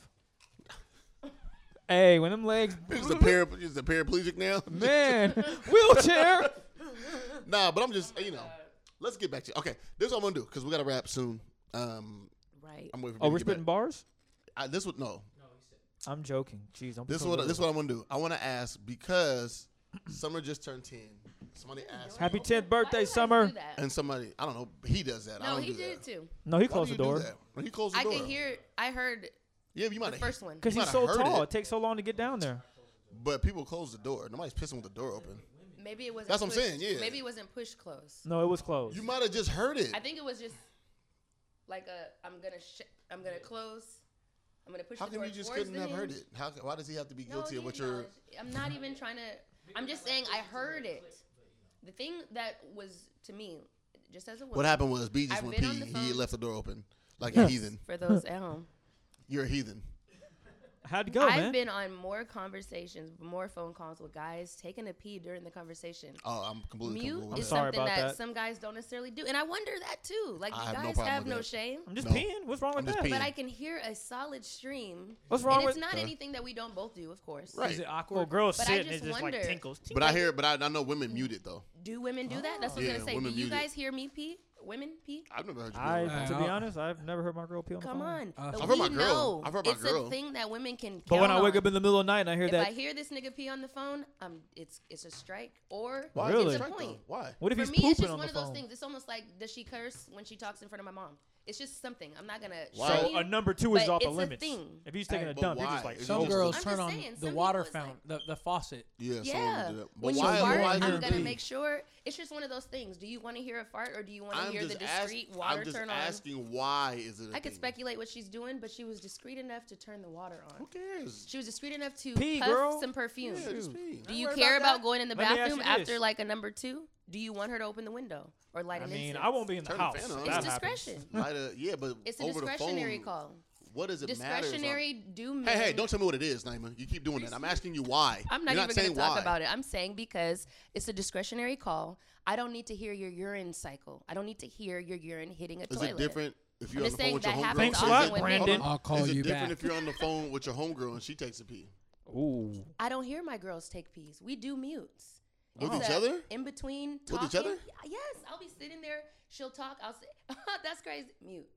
hey, when them legs,
She's a, parap- she's a paraplegic now.
man, wheelchair.
nah, but I'm just, you know, let's get back to Okay, this is what I'm going to do because we got to wrap soon. Um,
Right.
I'm waiting for
Oh,
you
we're
to get
spitting
back.
bars.
I, this would, no.
I'm joking. Jeez, don't. be
This is
so
what,
rude.
this is what I'm going to do. I want to ask because Summer just turned 10. Somebody asked.
Happy
me,
10th
Why do you
birthday,
guys
Summer.
do that?
And somebody, I don't know, he does that. I
No,
don't
he
do
did it
that.
too.
No, he
Why do
closed
you
the
do
door
that? When he closed the
I
door.
could hear. I heard
Yeah, but you might
the
have.
first one.
because
You
he's
might
so
have heard
tall. It.
it.
takes so long to get down there.
But people close the door. Nobody's pissing with the door open.
Maybe it wasn't.
That's what I'm
pushed-
saying, yeah.
Maybe it wasn't pushed close.
No, it was closed.
You might have just heard it.
I think it was just like a. I'm gonna. Sh- I'm gonna close. I'm gonna push
How
the
come
door
you just
towards
couldn't
the
have heard
hinge.
it? How, why does he have to be
No,
guilty
you
of what you're.
acknowledged. I'm not even trying to. I'm just saying I heard it. The thing that was to me, just as a woman.
What happened was B just
I've
went
been on
pee.
the
He
phone.
left the door open like a heathen.
For those at home,
You're a heathen.
How'd it go,
I've
man?
been on more conversations, more phone calls with guys taking a pee during the conversation.
Oh, I'm completely
Mute
comfortable with that.
is
sorry
something
about
that,
that.
some guys don't necessarily do, and I wonder that too. Like
I
you
have no
guys
problem
have
with
no
that.
shame,
I'm just
No.
peeing. What's wrong
I'm
with
just
that?
peeing.
but I can hear a solid stream.
What's wrong
and
with?
it's not
Okay.
anything that we don't both do, of course.
Uh. Right.
Is it awkward?
Well, girls
But I
sit and
just
it just like
wonder-
tinkles.
But I hear, but I, I know women mute it though.
Do women do that? That's what
Yeah,
I'm gonna say.
women
Do you
mute it.
guys hear me pee? Women pee?
I've never heard you.
I,
do that.
to be
I'll-
honest, I've never heard my girl pee on the
Come
phone.
on. But
I've heard
we
my girl.
know
I've heard my
it's
girl.
a thing that women can.
But when
count
I wake
on.
up in the middle of the night and I hear
if
that,
I hear this nigga pee on the phone, um, it's it's a strike or
Why
Really?
Is
it's
it
a
right, though?
point.
Why?
what if
For
he's
me,
pooping
it's just
on
one
the
of
phone?
those things. It's almost like does she curse when she talks in front of my mom? It's just something. I'm not gonna.
Why?
show
So
you,
a number two is
but
off the
it's a
limits.
thing.
If he's taking
Hey,
a
but
dump, he's
why?
just like,
Is it
Some
just-
girls
I'm
turn
just
on
saying,
the
some
water
people is
fountain, the, the faucet.
Yeah,
Yeah.
someone do that. But
when you
why,
fart,
why is
I'm
there a
gonna
thing?
make sure. It's just one of those things. Do you want to hear a fart or do you want to
I'm
hear the
just ask-
discreet water
I'm just
turn
asking why is it?
on?
I
I could speculate what she's doing, but she was discreet enough to turn the water on.
Who cares?
She was discreet enough to
Pee,
puff
girl.
some
Yeah,
perfume.
just pee.
Do you
worry
care
about
about,
that.
going in the
Let me ask
bathroom
you
after
this.
like a number two? Do you want her to open the window or light
I
an
mean,
incense?
I won't be in the
Turn the
house.
fan
if
on.
that
It's
happens.
discretion.
Light a, yeah, but
It's a
over
discretionary
the phone,
call.
What does it matter?
Discretionary do
if
men.
I'm- Hey, hey! Don't tell me what it is, Naima. You keep doing that. I'm asking you why.
I'm not
You're
even
saying
going to talk
why.
about it. I'm saying because it's a discretionary call. I don't need to hear your urine cycle. I don't need to hear your urine hitting a
Is
toilet.
it different if you're on
I'm
the
just
phone
saying
with your
that
homegirl?
happens
Thanks a lot,
Is it- hold on.
Brandon.
I'll call
Is it
you
different
back.
if you're on the phone with your homegirl and she takes a pee?
Ooh.
I don't hear my girls take pees. We do mutes.
With
It's
each
a
other?
In between
With
talking.
each other?
Yes, I'll be sitting there. She'll talk. I'll say, that's crazy. Mute.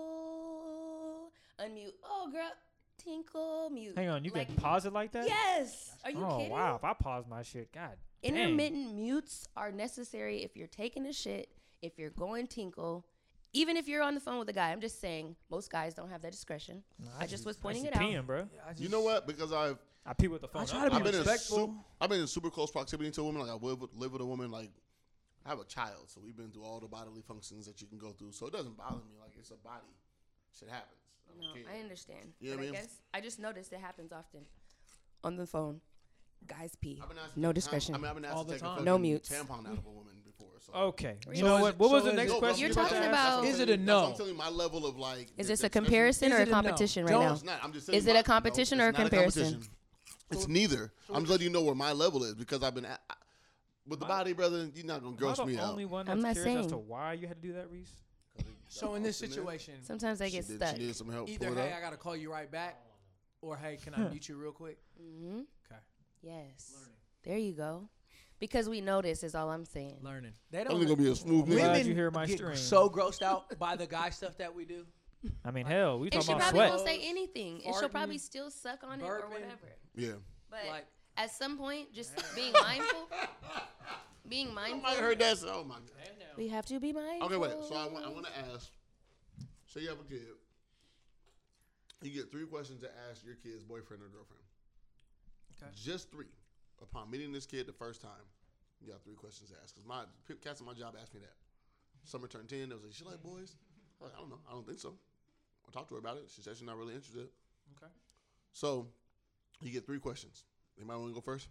Tinkle. Unmute. Oh, girl. Tinkle. Mute.
Hang on, you
like,
can pause it like that?
Yes. Are you
oh,
kidding?
wow. If I pause my shit, God. dang.
Intermittent mutes are necessary if you're taking a shit, if you're going tinkle, even if you're on the phone with a guy. I'm just saying, most guys don't have that discretion. I, just was pointing
I
it
just
out.
peeing, bro.
You know what? Because I've
I pee with the phone.
try to
up.
be
I'm
I've been in
respectful.
su- I've been in super close proximity to a woman. Like I live with, live with a woman. Like I have a child, so we've been through all the bodily functions that you can go through. So it doesn't bother me. Like it's a body. Shit happens. I
No,
don't care.
I understand.
Yeah,
but I
man.
guess I just noticed it happens often on the phone. Guys pee.
I've been asked-
No
I-
discretion.
I mean, I've been asked
All
to
the
take a
time.
fucking
No mutes.
Tampon out of a woman before. So.
Okay. You
Really?
know
So
what?
is-
What was
so
the
is-
next
No, but I'm
question?
You're
just-
you were
talking
to ask?
about-
that's-
Is it a
that's-
no?
I'm telling you, my level of like.
Is
the
this a
discretion-
comparison
Is
or a
it a no?
competition right
Don't-
No,
now?
it's not. I'm just
Is
saying
it a
my- no,
competition
it's
or a
not
comparison?
competition. It's neither. I'm just letting you know where my level is because I've been at, I- with the body, brother. You're not gonna gross
Am I
me
the
out.
only one that's
I'm not
curious as to
saying.
why you had to do that, Reese?
So in this situation,
Sometimes I
she
get
did-
stuck.
She needed some help.
either
Pull it
hey,
up.
I gotta call you right back, or hey, can I mute you real quick?
hmm
Okay,
Yes. There you go. Because we notice is all I'm saying.
learning. They
I'm gonna be a smooth
Glad
nigga.
Women
you hear my
get
stream.
so grossed out by the guy stuff that we do.
I mean, hell, we
And she
talking about
probably
sweat.
won't say anything, and she'll
farting,
probably still suck on it or
burping.
whatever.
Yeah.
But
Like-
at some point, just being mindful, being
I
mindful.
heard that. so- Oh my god.
We have to be mindful.
Okay, wait. So I want, I want to ask. Say you have a kid. You get three questions to ask your kid's boyfriend or girlfriend.
Okay.
Just three. Upon meeting this kid the first time, you got three questions to ask. Cause my pe- cats at my job asked me that. Summer turned ten. They was like, "She like boys?" I was like, I don't know. I don't think so. I talked to her about it. She said she's not really interested.
Okay.
So, you get three questions. Anybody want to go first?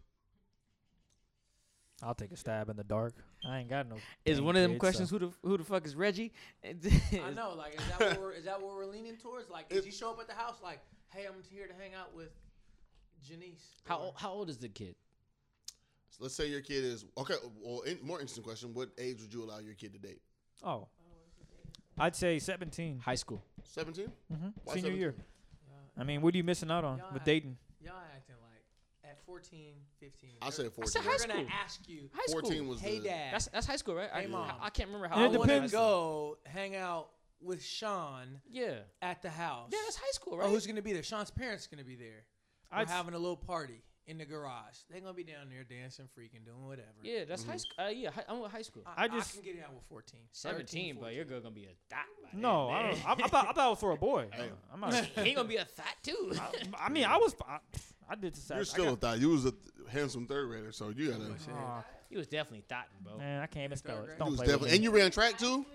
I'll take a stab in the dark. I ain't got no.
Is
dang
one of them
kids,
questions
so-
who the who the fuck is Reggie?
I know. Like, is that what we're, is that what we're leaning towards? Like,
It-
did you show up at the house like, hey, I'm here to hang out with Janice?
How
Or-
ol- how old is the kid?
So let's say your kid is okay. Well, in, more interesting question: What age would you allow your kid to date?
Oh. I'd say 17.
High school.
17
hmm
Why
Senior
17?
year.
Y'all-
I mean, what are you missing out on
Y'all
with
act-
dating?
Y'all acting like at 14, 15.
I
they're-
said fourteen.
said high
they're gonna
school.
ask you,
High school.
14 was
hey
the,
dad,
That's that's high school, right? I,
Hey, Mom.
I, I can't remember how.
It
I
old was in
want
high
to
depends.
school.
go hang out with Sean
Yeah. Yeah,
at the house.
that's high school,
Oh,
right?
who's gonna be there? Sean's parents gonna be there. We're
I'd s-
having a little party in the garage. They're gonna be down there dancing, freaking, doing whatever.
yeah, that's high school. Uh, yeah, hi- I'm with high school.
I,
I
I
just-
just can get out with 14.
17,
13,
but
14.
Uh, your girl gonna be a thot. by then,
No, I
man.
don't. I, I, thought, I thought it was for a boy. I'm not.
he gonna be a thot too.
I, I mean, I was. I, I did the
You're still a thought. You was a th- handsome third rater, so you gotta.
Shit.
Aw,
he was definitely thotting, bro.
man, I can't even spell it.
grade.
You
Don't
was
play
definitely,
with
and
me.
you ran track too,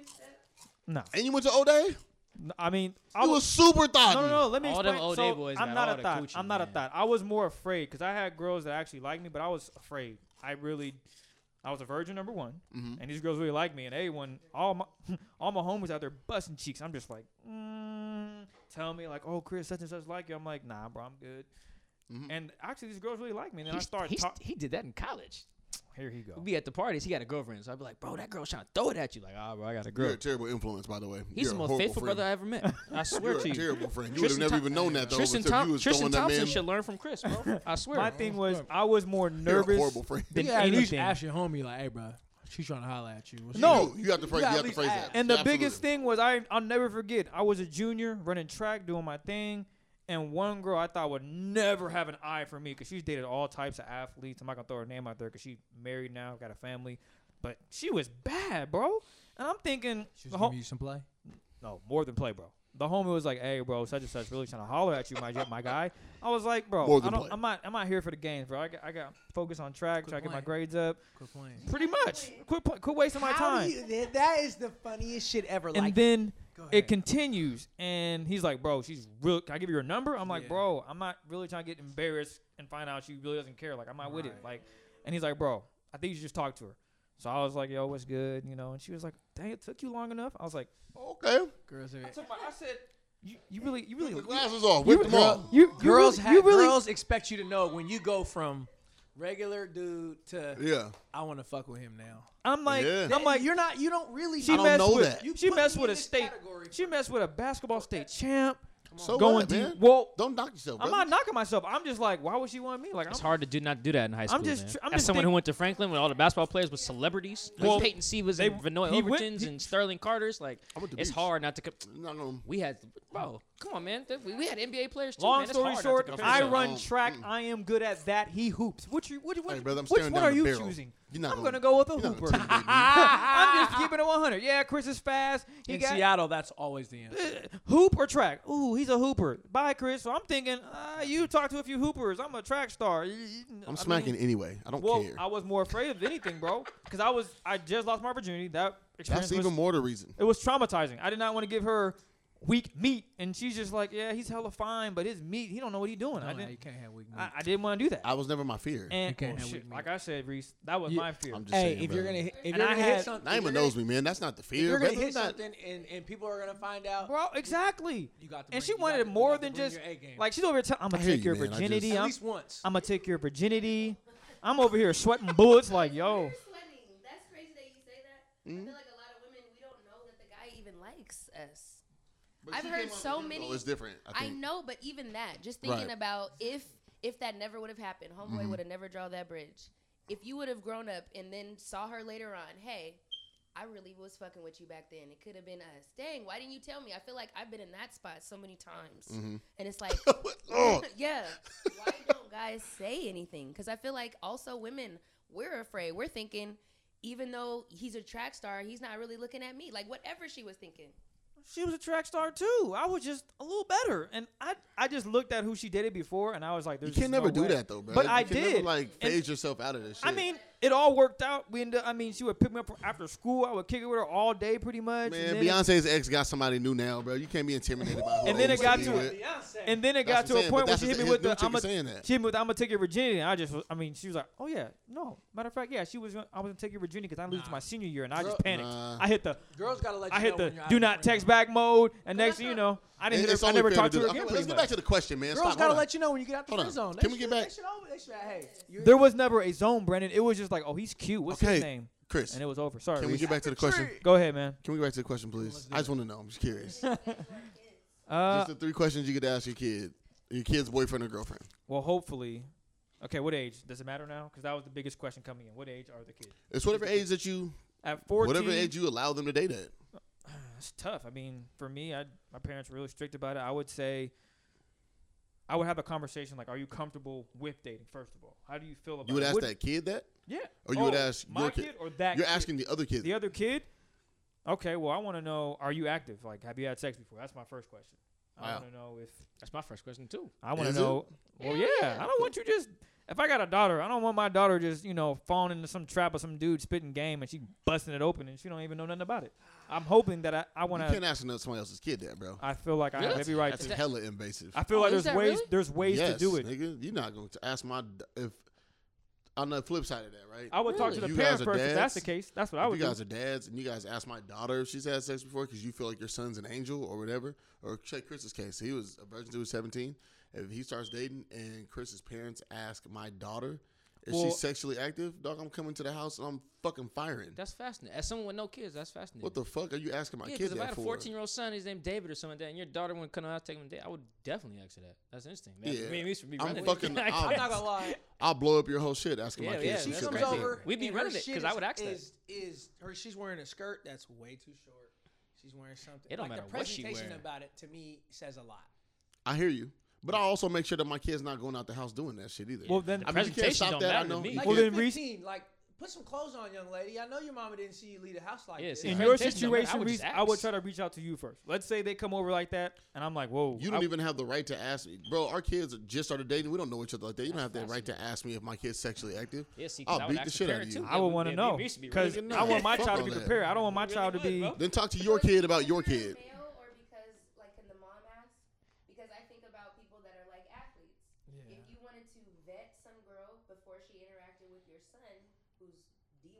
No,
and you went to O'Day.
N- I mean, I
You
was
was super thought.
No, no, no. Let me
All them
explain.
old
so
day boys
I'm
got
not
all
a
the
thought.
coochie,
I'm not a
man.
thought. I was more afraid because I had girls that actually liked me, but I was afraid. I really, I was a virgin number one,
Mm-hmm.
and these girls really liked me. And everyone, all my, all my homies out there busting cheeks. I'm just like, mm, tell me like, oh Chris, such and such like you. I'm like, nah, bro, I'm good.
Mhm.
And actually, these girls really liked me. And then I
He's-
started
he's-
talking.
he did that in college.
Here he
We'd
go.
be at the parties. He got a girlfriend, so I'd be like, bro, that girl's trying to throw it at you. Like, ah, bro, I got a
You're
girl.
a terrible influence, by the way.
He's
You're
the
a
most
horrible
faithful
friend.
brother I ever met. I swear
You're
to
a
you.
terrible friend. You would have
Tristan
never
Thom-
even known that though
Tristan,
until
Thom-
you was
Tristan
throwing that
Thompson
man.
should learn from Chris, bro. I swear.
My thing was, I was more
You're a
nervous.
horrible friend.
than
You at least
anything.
ask your homie, like, hey, bro, she's trying to holler at you. What's
No.
up?
You, you have to phrase. You,
gotta
have
at
to
least
phrase
ask.
that.
And the
Absolutely.
biggest thing was I I'll never forget. I was a junior running track, doing my thing, and one girl I thought would never have an eye for me because she's dated all types of athletes. I'm not gonna throw her name out there because she's married now, got a family, but she was bad, bro. And I'm thinking,
She's
the
gonna
whole,
give you some play.
no, more than play, bro. The homie was like, "Hey, bro, such and such really trying to holler at you, my my guy." I was like, "Bro,
More
I
than
don't,
play.
I'm not, I'm not here for the games, bro. I got, I got focus on track,
Quit
try to get my
playing.
grades up.
Quit playing.
Pretty much, quit, pl- quit wasting my
How
time."
do you- that- that is the funniest shit ever.
and
like,
then
Go ahead.
it continues, and he's like, "Bro, she's real. Can I give you her number?" I'm like,
Yeah.
"Bro, I'm not really trying to get embarrassed and find out she really doesn't care. Like, I'm not with it." Like, and he's like, "Bro, I think you should just talk to her." So I was like, "Yo, what's good?" You know, and she was like, "Dang, it took you long enough." I was like,
Okay.
girls are.
"I took my." I said, "You, you really, you really."
The
You,
glasses off.
you,
Whip them
really-
off.
you, you
girls
really,
ha-
you really,
girls expect you to know when you go from regular dude to
Yeah.
I want to fuck with him now.
I'm like,
Yeah.
I'm like,
you're not. You don't really.
she
I don't
messed
know
with,
that.
You
she
put
messed
me
with
in
a
this
state,
category.
she messed with a basketball state champ,
So
going
what,
deep.
man?
Well,
Don't knock yourself.
I'm
brother.
not knocking myself. I'm just like, why would she want me? Like,
It's
I'm,
hard to do not do that in high school.
just
man.
tr- I'm
As
just
someone
think-
who went to Franklin when all the basketball players were celebrities, like
Well,
Peyton Sievas
they-
and Vanoy
he went-
Overtons
he-
and Sterling Carter's, like
I went to
it's
Beach.
hard not to. Com-
Not gonna-
we had, bro, come on, man. Th- We, we had NBA players too.
Long
man. It's
story
hard not
short,
to compare
I
yourself.
run
Um,
track.
mm-mm.
I am good at that. He hoops. Which you, which, which,
Hey, brother, I'm
which
staring
one
down
are
the
you
barrel.
choosing?
You're not
I'm
gonna-
gonna go with a
you're not
hooper.
gonna take me, dude.
I'm just keeping it 100. Yeah, Chris is fast. He
in
got
Seattle, that's always the answer.
hoop or track. Ooh, he's a hooper. Bye, Chris. So I'm thinking, uh, you talk to a few hoopers. I'm a track star. I mean,
I'm smacking anyway. I don't
Well,
care.
I was more afraid of anything, bro, because I was I just lost my virginity. That experience
That's
was
even more the reason.
it was traumatizing. I did not want to give her weak meat, and she's just like, yeah, he's hella fine, but his meat, he don't know what he's doing.
No,
I
no, you
didn't,
can't have weak meat.
I, I didn't want to do that.
I was never my fear.
and
can't
oh,
have
shit,
weak meat.
like I said, Reese, that was
You-
my fear.
I'm just
hey,
saying.
if you're
brother.
gonna, hit- if
And
you're
I
gonna
had-
hit something,
Naima
if you're gonna-
knows me, man. That's not the
If
fear.
you're gonna
brother.
hit
Not-
something and, and people are gonna find out,
Bro, exactly.
you got to
And
bring-
she
you got
wanted
to- you
more
got to
than
bring
just
your A game.
like she's over here. T- I'm gonna
hear
take
you,
your
man. I just-
virginity.
at
I'm,
least once.
I'm gonna take your virginity. I'm over here sweating bullets like yo.
Sweating. That's crazy that you say that. I
Mhm.
feel like a lot of women, we don't know that the guy even likes us.
But
I've
she
heard
came out
so
with it,
many-
though. It's different. I
I
think.
know, but even that, just thinking
Right. Mm-hmm.
about if if that never would have happened, homeboy would have never draw that bridge. If you would have grown up and then saw her later on, hey, I really was fucking with you back then. It could have been us. Dang, why didn't you tell me? I feel like I've been in that spot so many times,
Mm.
and it's like,
oh,
yeah, why don't guys say anything? Because I feel like also women, we're afraid. We're thinking, even though he's a track star, he's not really looking at me. Like whatever she was thinking.
She was a track star too. I was just a little better, and I I just looked at who she dated before, and I was like,
you
there's
can
just
never
no
do
way.
that though, bro.
But
you
I
can never,
did.
like
And-
phase yourself out of this shit.
I mean, it all worked out. We ended. I mean, she would pick me up from after school. I would kick it with her all day, pretty much.
man,
and then
Beyonce's ex got somebody new now, bro. You can't be intimidated by who
And then it
used
got
be
to-
with.
It, and then it got
That's
to
what
a
I'm saying,
point
but
where
that's
she
what
hit me
the
with
new
the
chick
I'm a,
is saying that.
she hit me with I'm gonna take your virginity. And I just, was- I mean, she was like, oh yeah, no. Matter of fact, yeah, she was. gonna- I was gonna take your virginity because I lose to my senior year, and I just
Girl-
panicked.
Nah.
I hit the,
Girls gotta let you
I hit
know
the
when you're out
do
of
not
friend
text
zone.
back mode, and next thing you know, I didn't
It-
hit
it's
her. I
only
never
fair to
talked to
do
her
that.
again.
Okay,
pretty
Let's get
much.
back to the question, man.
Girls
Stop.
gotta
Hold on.
let you know when you get out the
Hold
friend
on.
zone. They
Can we
should-
get back-
They should always, they should, hey, you're-
There was never a zone, Brandon. It was just like, oh, he's cute. What's
Okay,
his name?
Chris.
And it was over. Sorry.
Can we
Reese.
get back to the question?
Go ahead, man.
Can we get back to the question, please? I just want to know. I'm just curious.
Uh,
just the three questions you could ask your kid, your kid's boyfriend or girlfriend.
well, hopefully. Okay, what age? Does it matter now? Because that was the biggest question coming in. What age are the kids?
It's whatever age that you,
At 14,
whatever age you allow them to date at.
it's tough. I mean, for me, I my parents were really strict about it. I would say I would have a conversation like, "Are you comfortable with dating?" First of all, how do you feel about?
You would
it?
ask
What-
that kid that.
yeah.
or you would
Oh,
ask
my
your
kid,
kid.
or that.
You're
kid.
asking the other kid.
the other kid. Okay, well, I want to know: Are you active? Like, have you had sex before? That's my first question. I
Wow.
want to know if
That's my first question too.
I want to
Is it?
know. Well, yeah, I don't want you just. If I got a daughter, I don't want my daughter just you know falling into some trap of some dude spitting game and she busting it open and she don't even know nothing about it. I'm hoping that I, I want
you can't
to.
ask another somebody else's kid that, bro.
I feel like I
Really?
may be right.
That's
to-
hella invasive.
I feel
Oh, is
like there's
that
ways
really?
there's ways
yes,
to do it.
nigga. You're not going to ask my d- if on the flip side of that, right?
I would talk to
Really? You
the
guys
parents
are
first. If
dads?
that's the case, that's what I
If
would
you
do.
guys are dads and you guys ask my daughter if she's had sex before because you feel like your son's an angel or whatever. Or check Chris's case. He was a virgin. He was 17. If he starts dating and Chris's parents ask my daughter if
Well-
she's sexually active, dog, I'm coming to the house and I'm fucking firing.
That's fascinating. As someone with no kids, that's fascinating.
what the fuck are you asking my
yeah,
kid
if I
that
had a
for?
14 year old son, his name David or something like that, and your daughter wouldn't come out and take him to date, I would definitely ask her that. That's interesting. Man.
Yeah.
I mean, we used to be
I'm
running it.
fucking-
I
I'm
I'm
guess.
not gonna lie.
I'll blow up your whole shit asking my
Yeah,
kid.
yeah,
if
She
she's
that's
comes
sexually
crazy.
active.
over.
We'd be
and her
running it,
shit
'cause I
is-
would ask that.
Is, is her? She's wearing a skirt that's way too short. She's wearing something.
It don't
like
matter
the
what she
presentation
wearing.
about it to me says a lot.
I hear you. But I also make sure that my kid's not going out the house doing that shit either.
Well, then-
I mean, you can't
Presentation
stop
don't
that. I
matter to
know.
me.
you
Like
Well,
can't-
at
then Reese-
15, like Put some clothes on, young lady. I know your mama didn't see you leave the house like
Yeah,
this.
see,
In
Right.
your
Attention, man, I
situation,
would
Reese,
just
I would
ask.
try to reach out to you first. Let's say they come over like that, and I'm like, "Whoa,
You
I-
don't even have the right to ask me, bro. Our kids just started dating. We don't know each other like that. You don't have the right to ask me if my kid's sexually active.
Yeah, see, 'cause
I'll
I would
beat the
ask the
shit out of
parent,
you.
too.
I would
would-
want to
yeah,
know
we used to be
because
really good.
I want my
Fuck
child to
all
be
that.
prepared. I don't want my
Really
child to
good,
be.
bro.
Then talk to your kid about your kid.
Male or because like can the mom ask? Because I think about people that are like athletes. If you wanted to vet some girl before she interacted with your son, who's D1,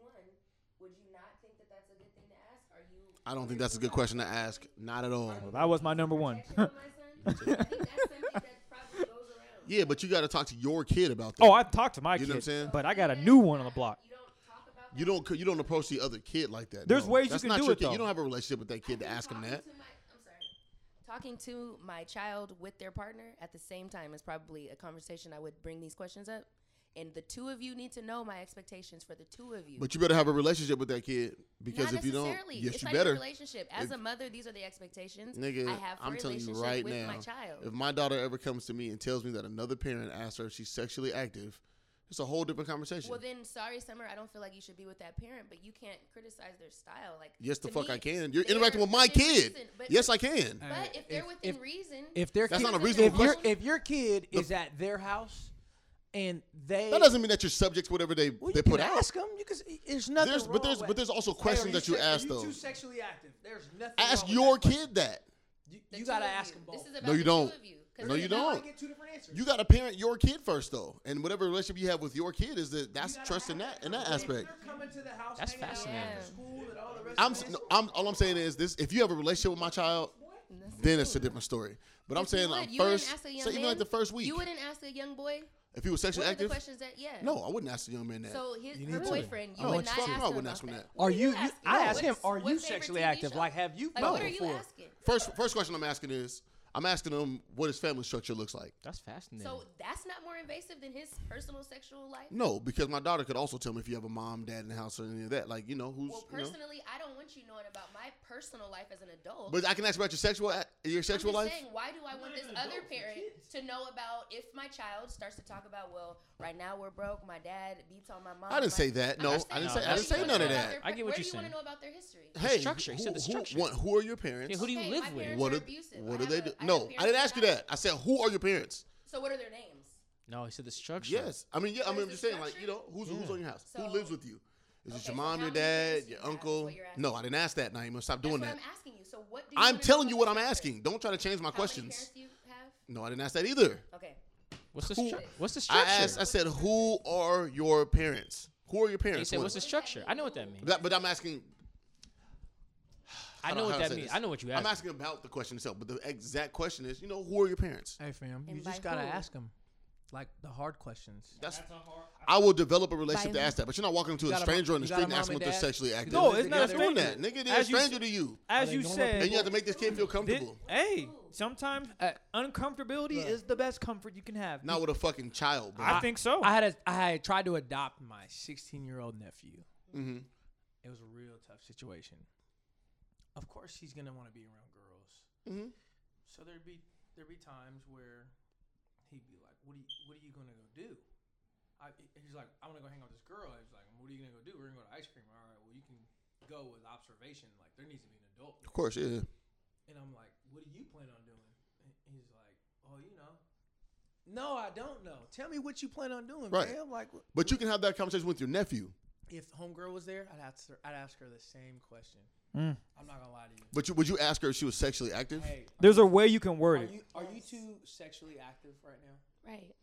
would you not think that that's a good thing to ask? Are you?
I don't think that's a good question to ask. Not at all.
That was my number one.
Protection of my son? I think that's something that probably goes around.
Yeah, but you got to talk to your kid about that.
oh, I've talked to my
You know what I'm
kid,
saying?
but I got a new one on the block.
You don't talk about
You don't you don't approach the other kid like that.
There's
no.
ways you
That's
can
not
do
your
it,
kid.
though.
You don't have a relationship with that kid to
I've been
ask him
talking
that.
to my- I'm sorry. Talking to my child with their partner at the same time is probably a conversation I would bring these questions up. And the two of you need to know my expectations for the two of you.
But you better have a relationship with that kid because
Not
if you don't,
necessarily.
yes,
it's
you
not even a
better.
relationship. As
If-
a mother, these are the expectations
Nigga,
I have for
I'm
a
telling you
relationship
right
with
now,
my child.
if my daughter ever comes to me and tells me that another parent asked her if she's sexually active, it's a whole different conversation.
well, then, sorry, Summer, I don't feel like you should be with that parent, but you can't criticize their style. Like,
yes, the
to
fuck
me,
I can. You're
they're
interacting with my
within
kid.
reason, but-
yes, I can.
But if they're within reason,
if their
That's
kid,
not a reasonable
if your,
question.
if your kid is at their house and they
That doesn't mean that you're subject to whatever they,
well,
they
you
put
can
out.
ask them. You can, s- there's nothing.
There's- but
wrong
there's-
with-
but there's also
Hey, are
questions that you
sex-
ask,
are
though.
You too sexually active. There's nothing.
Ask
wrong with
your
that question.
kid that.
You,
the
you
two
gotta
of
ask them
This
both.
is about
No, you
the
don't.
Two of you, 'Cause
No,
if
you
Now I
don't.
get two different answers.
You got to parent your kid first, though, and whatever relationship you have with your kid is that that's
gotta
trust in
have
that in that
conversation.
aspect.
They're coming to the house,
That's
hanging out after
fascinating.
school and all the rest
I'm,
of
s-
it.
no, I'm all I'm saying is this: if you have a relationship with my child, then it's a different story. But I'm
If you
saying
would,
like
you wouldn't
first,
ask a young
so even
man-
like the first week,
You wouldn't ask a young boy
if he was
what
sexually
are the
active,
questions that yeah.
no, I wouldn't ask the young man that.
So his
You
her
need to.
boyfriend, you
No,
would
it's
not
fucking wrong.
ask him
I wouldn't
about
ask him that.
What
Are
do
you- you- I
What-
asked him,
what's-
are you
what favorite
sexually
TV
active?
show?
Like, have you-
Like,
No,
what are you
before.
asking?
First, first question I'm asking is, I'm asking him what his family structure looks like.
That's fascinating.
So that's not more invasive than his personal sexual life.
No, because my daughter could also tell me if you have a mom, dad in the house or any of that. Like you know who's.
Well,
you know.
personally, I don't want you knowing about my personal life as an adult.
But I can ask about your sexual a- your
I'm
sexual
just
life.
saying, why do I want this other parent to know about if my child starts to talk about, well, right now we're broke, my dad beats on my mom.
I didn't
my-
say that.
I'm
No,
just
I didn't say-
saying,
I
where
didn't
do you
say
wanna
none
know
of
about
that.
their-
I get what
where do
you're
you want
saying.
to know about their history?
Hey,
structure. He
Who,
said the
who-
structure.
one- who are your parents?
Yeah, who do you
Okay,
live
my
with?
parents
What
are
are,
abusive.
what
I
do they
have
do?
a- I have
No, I didn't
parents
ask you
that-
that. I said, who are your parents?
So what are their names?
no, he said the structure.
Yes. I mean, yeah, I mean,
There's
I'm
a
just saying, like,
structure?
you know, who's, who's on your house?
So-
who lives with you? Is
Okay,
it your
so
mom,
how
your
many years
dad,
do
your
you have?
uncle?
What you're asking.
No, I didn't ask that. Now you must stop
That's
doing
what
that.
I'm asking you. So what do you
I'm
wanna know
telling
about
you what
their
I'm
childhood?
asking. Don't try to change my
How Many
questions.
parents do you have?
No, I didn't ask that either.
Okay.
What's the
Who-
structure? What's the
I
structure?
asked. I said, who are your parents? Who are your
He
parents?
said,
One.
"What's the structure?" I know what that means.
That- but I'm asking.
I
how do-
know
how
what
do I
that
say
means.
this?
I know what you
I'm
asked.
asking about the question itself, but the exact question is, you know, who are your parents?
Hey fam,
And
you just
by
gotta
who?
ask them, like the hard questions.
That's.
That's a hard.
I will develop a relationship
By
to
who?
ask that, but you're not walking up to
You
a
got a
stranger
mom-
on the
you got
street
a
and
mom
asking
and
if they're
dad?
sexually active.
No,
They
it's not a
live
Doing
stranger.
that, nigga, they're a
As you
stranger
s-
to you,
As
Are
you
they normal
said,
and you have to make this kid feel comfortable.
thi- hey, sometimes uh, uncomfortability is the best comfort you can have.
Not with a fucking child, bro.
I think so.
I had a, I had tried to adopt my 16 year old nephew.
Mhm.
It was a real tough situation. Of course, he's gonna want to be around girls.
Mhm.
So there'd be there'd be times where he'd be like, "What are you, what are you gonna go do?" I, he's like, "I want to go hang out with this girl." I was like, "What are you gonna go do? We're gonna go to ice cream." All right, well you can go with observation. Like there needs to be an adult.
Of course, yeah.
And I'm like, what do you plan on doing? And he's like, oh, you know. No, I don't know. Tell me what you plan on doing,
Right.
man. I'm like, "Wh-
But you can have that conversation with your nephew.
if homegirl was there, I'd ask her. I'd ask her the same question.
Mm.
I'm not gonna lie to you.
But you, would you ask her if she was sexually active?
Hey,
There's a way you can
are
word it.
you are you two sexually active right now?
Right.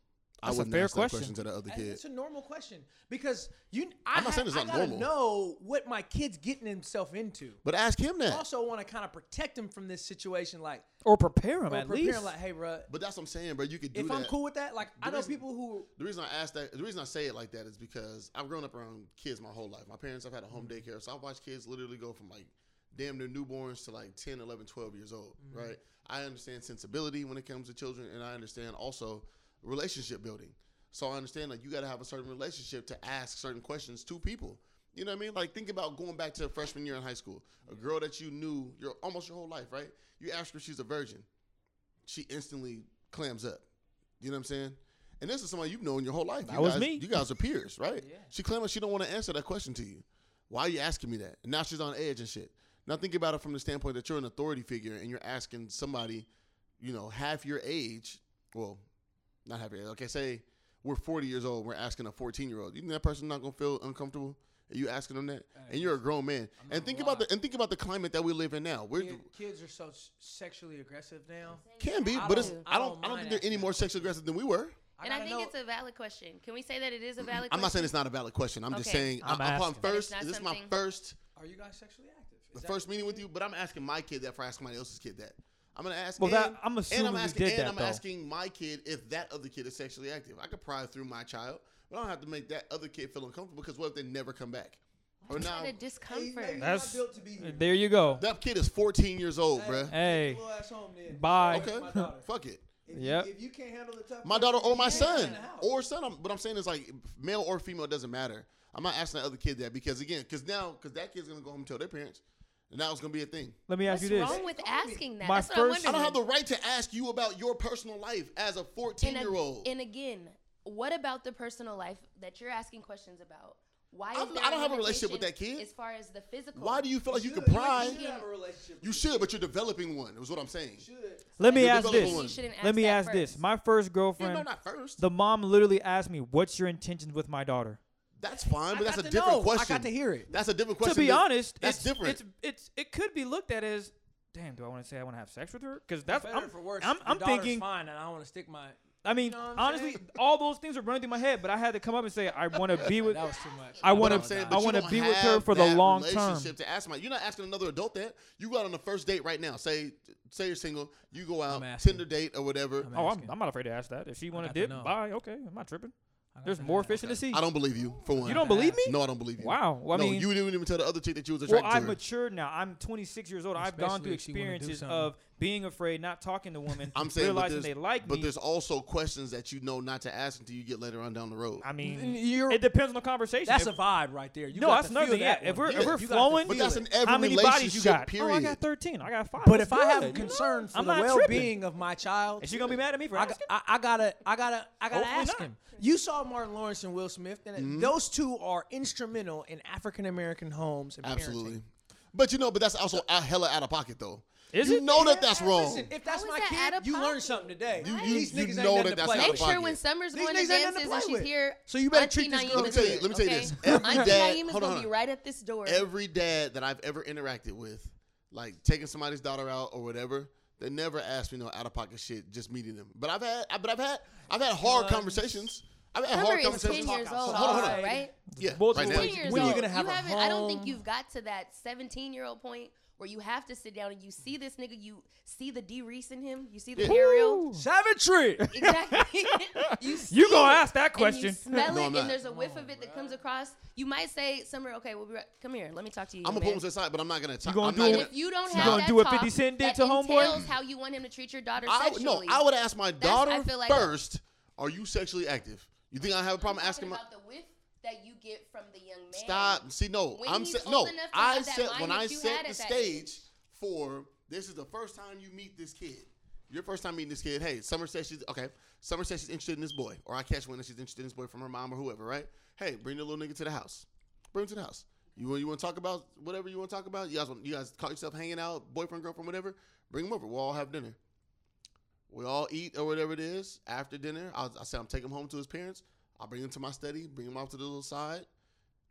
I
That's a
wouldn't
fair
ask
question.
that question to the other
And
kid.
It's a normal question because you. I
I'm not
ha-
saying it's
I
not
gotta
normal.
Know what my kid's getting himself into.
But ask him that.
Also, want to kind of protect him from this situation, like
or prepare them
or
at
prepare him,
least.
like, hey, bruh,
But that's what I'm saying, bro. You could do
if
that.
I'm cool with that, like I
The
know
reason-
people who
The reason I ask that, the reason I say it like that is because I've grown up around kids my whole life. My parents have had a home daycare, so I've watched kids literally go from like damn near newborns to like 10, 11, 12 years old, right? I understand sensibility when it comes to children, and I understand also relationship building. So I understand like you got to have a certain relationship to ask certain questions to people. You know what I mean? Like think about going back to freshman year in high school, a girl that you knew your almost your whole life, right? You ask her if she's a virgin, she instantly clams up. You know what I'm saying? And this is somebody you've known your whole life.
That
You
was
guys-
me.
You guys are peers, right? She claimed that she don't want to answer that question to you. Why are you asking me that? And now she's on edge and shit. Now think about it from the standpoint that you're an authority figure and you're asking somebody, you know, half your age. Well, not half your age. Okay, say we're 40 years old. We're asking a 14 year old. You think that person's not gonna feel uncomfortable? Are you asking them that? And you're a grown man. And think about the and think about the climate that we live in now. We're
Kid- kids are so s- sexually aggressive now.
can be,
I
but it's
don't-
I
I
don't
don't
I don't
mind
think they're any more sexually aggressive than we were.
And I,
gotta
think
know-
it's a valid question. Can we say that it is a valid?
I'm
question?
not saying it's not a valid question. I'm just
Okay.
saying
I'm
I'm, I'm,
asking.
first.
But it's not
This is my
something-
first
Are you guys sexually active? Is
the
that-
first meeting with you, but I'm asking my kid that for asking somebody else's kid that. I'm gonna ask.
Well,
and,
that- I'm assuming
and
we
I'm asking,
did
and
that,
I'm
though.
asking my kid if that other kid is sexually active. I could pry through my child, but I don't have to make that other kid feel uncomfortable because what if they never come back? Or
What
now
kind of discomfort.
That's
built to be here.
there. You go.
that kid is 14 years old,
Hey,
bruh.
Hey.
take your little ass home then.
Bye.
Take
Okay,
my daughter.
fuck it.
If
Yep.
You, if you can't handle the tough,
My daughter or my
you can't
son
run the house.
or son. I'm, what I'm saying is like male or female it doesn't matter. I'm not asking that other kid that because again, because now, because that kid's gonna go home and tell their parents, and now it's gonna be a thing.
Let me ask
What's
you this.
wrong with asking that?
My
That's what
first-
I
I'm
don't
wondering.
have the right to ask you about your personal life as a 14
and, ag-
year old.
and again, what about the personal life that you're asking questions about? Why is
I'm-
there
I don't have a relationship
limitation
with that kid.
As far as the physical,
Why do you feel like you
should.
can pry?
You should have a relationship.
You should, but you're developing one. Is what I'm saying.
You should.
Let me
You're
ask
developing
this.
one.
shouldn't
Let
ask
me
that
ask this.
first.
My first
Yeah, no,
girlfriend,
not first.
the mom literally asked me, "What's your intentions with my daughter?"
That's fine, but
I
that's a
got to
different
know. I
question.
got to hear it.
That's a different question.
to be
than-
honest,
that's
it's,
different.
It's it's it could be looked at as, damn. Do I want to say I want to have sex with her? Because that's
Better
I'm,
for worse.
I'm,
Your
I'm
daughter's
thinking.
Fine, and I don't want to stick my.
I mean,
know what I'm
honestly,
saying?
all those things are running through my head, but I had to come up and say I want to be with.
That was too much.
I
But
want
I'm saying,
to. I
but you
want to
don't
be with her
have
for the
that
long term.
relationship To ask my, you're not asking another adult that. You go out on the first date right now. Say, say you're single. You go out,
I'm asking.
Tinder date or whatever.
I'm
Oh, I'm,
asking.
I'm not afraid to ask that. If she want to
got to
dip,
know.
bye. Okay, I'm not tripping.
I got
There's
to
more
know.
fish in the sea.
I don't believe you. For one,
You don't believe me?
No, I don't believe you.
Wow. Well, I
no,
mean,
you didn't even tell the other chick that you was
Well,
attracted to.
I'm
her.
mature now. I'm 26 years old. I've gone
Especially
through
if she wanna do
experiences
something.
of being afraid, not talking to women,
I'm saying, but
realizing
there's,
they like
but
me.
there's also questions that you know not to ask until you get later on down the road.
I mean,
You're,
it depends on the conversation.
that's a
If-
vibe right there. You
no,
got
that's
to
another
feel
thing. Yeah,
that
if
one.
we're if
Yeah,
we're
you got to
flowing,
But that's in every
how many bodies
relationship,
you got? Oh, I
period.
got 13. I got five.
But
That's
if I have
good, you know?
concern for
I'm
the
not
well
tripping.
being of my child,
is she gonna be mad at me for
I, got-
asking?
I, I gotta, I gotta, I gotta
Hopefully
ask
not.
him. You saw Martin Lawrence and Will Smith, and those two are instrumental in African American homes. And parenting.
Absolutely. But you know, but that's also out- hella out of pocket though.
Is
you
it?
know that that's wrong.
Listen, if that's
How
my
is that out
kid,
of
you learned
pocket?
something today.
You- you-
These
you
niggas
know that
ain't nothing to
that's
play
out
Make
of
with.
pocket.
sure when Summer's
These
going
niggas
to
ain't nothing to
dances
play
and she's
with.
here,
So you better treat
Auntie
this
Naeem
girl-
Let me
is
tell you-
here,
let me tell you
okay?
this. Every
Auntie
dad-
Naeem is
hold on,
gonna
hold
be
on.
right at this door.
every dad that I've ever interacted with, like taking somebody's daughter out or whatever, they never asked me no out of pocket shit. Just meeting them, but I've had, I- but I've had, I've had hard conversations. I've had
Summer
hard
is ten
conversations.
Talk
years
outside.
old,
Hold on, hold on.
outside.
right?
Yeah,
Multiple
right now.
ways.
Ten years
When you
old.
gonna have a
haven't- I don't think
home?
you've got to that seventeen-year-old point where you have to sit down and you see this nigga, you see the D Reese in him, you see the
Yeah.
aerial.
Savagery.
Exactly. you
You
see
gonna
it.
ask that question?
And you smell
No,
it,
I'm not.
and there's a whiff of it that comes across. You might say, "Summer, okay, we'll be right. Come here, let me talk to you."
I'm
young
gonna pull
man."
him to the side, but I'm not gonna. T-
You gonna
I'm
do
not
it?
gonna-
If you don't
You
have
gonna
that
do what
talk
50 Cent did
that
to Homeboy?
entails how you want him to treat your daughter
I, would- no,
sexually.
I would ask my daughter
I feel like-
first. Are you sexually active? You think I have a
I'm
problem
talking
asking my?
about the whiff that you get from the young man.
Stop. See, no,
When
I'm
he's
set, no.
old enough to
I
have that
set
mind
when
that
I
you
set
had
the
at that
stage
age.
for this is the first time you meet this kid. Your first time meeting this kid. Hey, Summer says she's okay. Summer says she's interested in this boy, or I catch one that she's interested in this boy from her mom or whoever. Right? Hey, bring the little nigga to the house. Bring him to the house. You want you want to talk about whatever you want to talk about. You guys want you guys caught yourself hanging out, boyfriend, girlfriend, whatever. Bring him over. We'll all have dinner. We all eat or whatever it is after dinner. I'll, I say I'm taking him home to his parents. I'll bring him to my study, bring him off to the little side,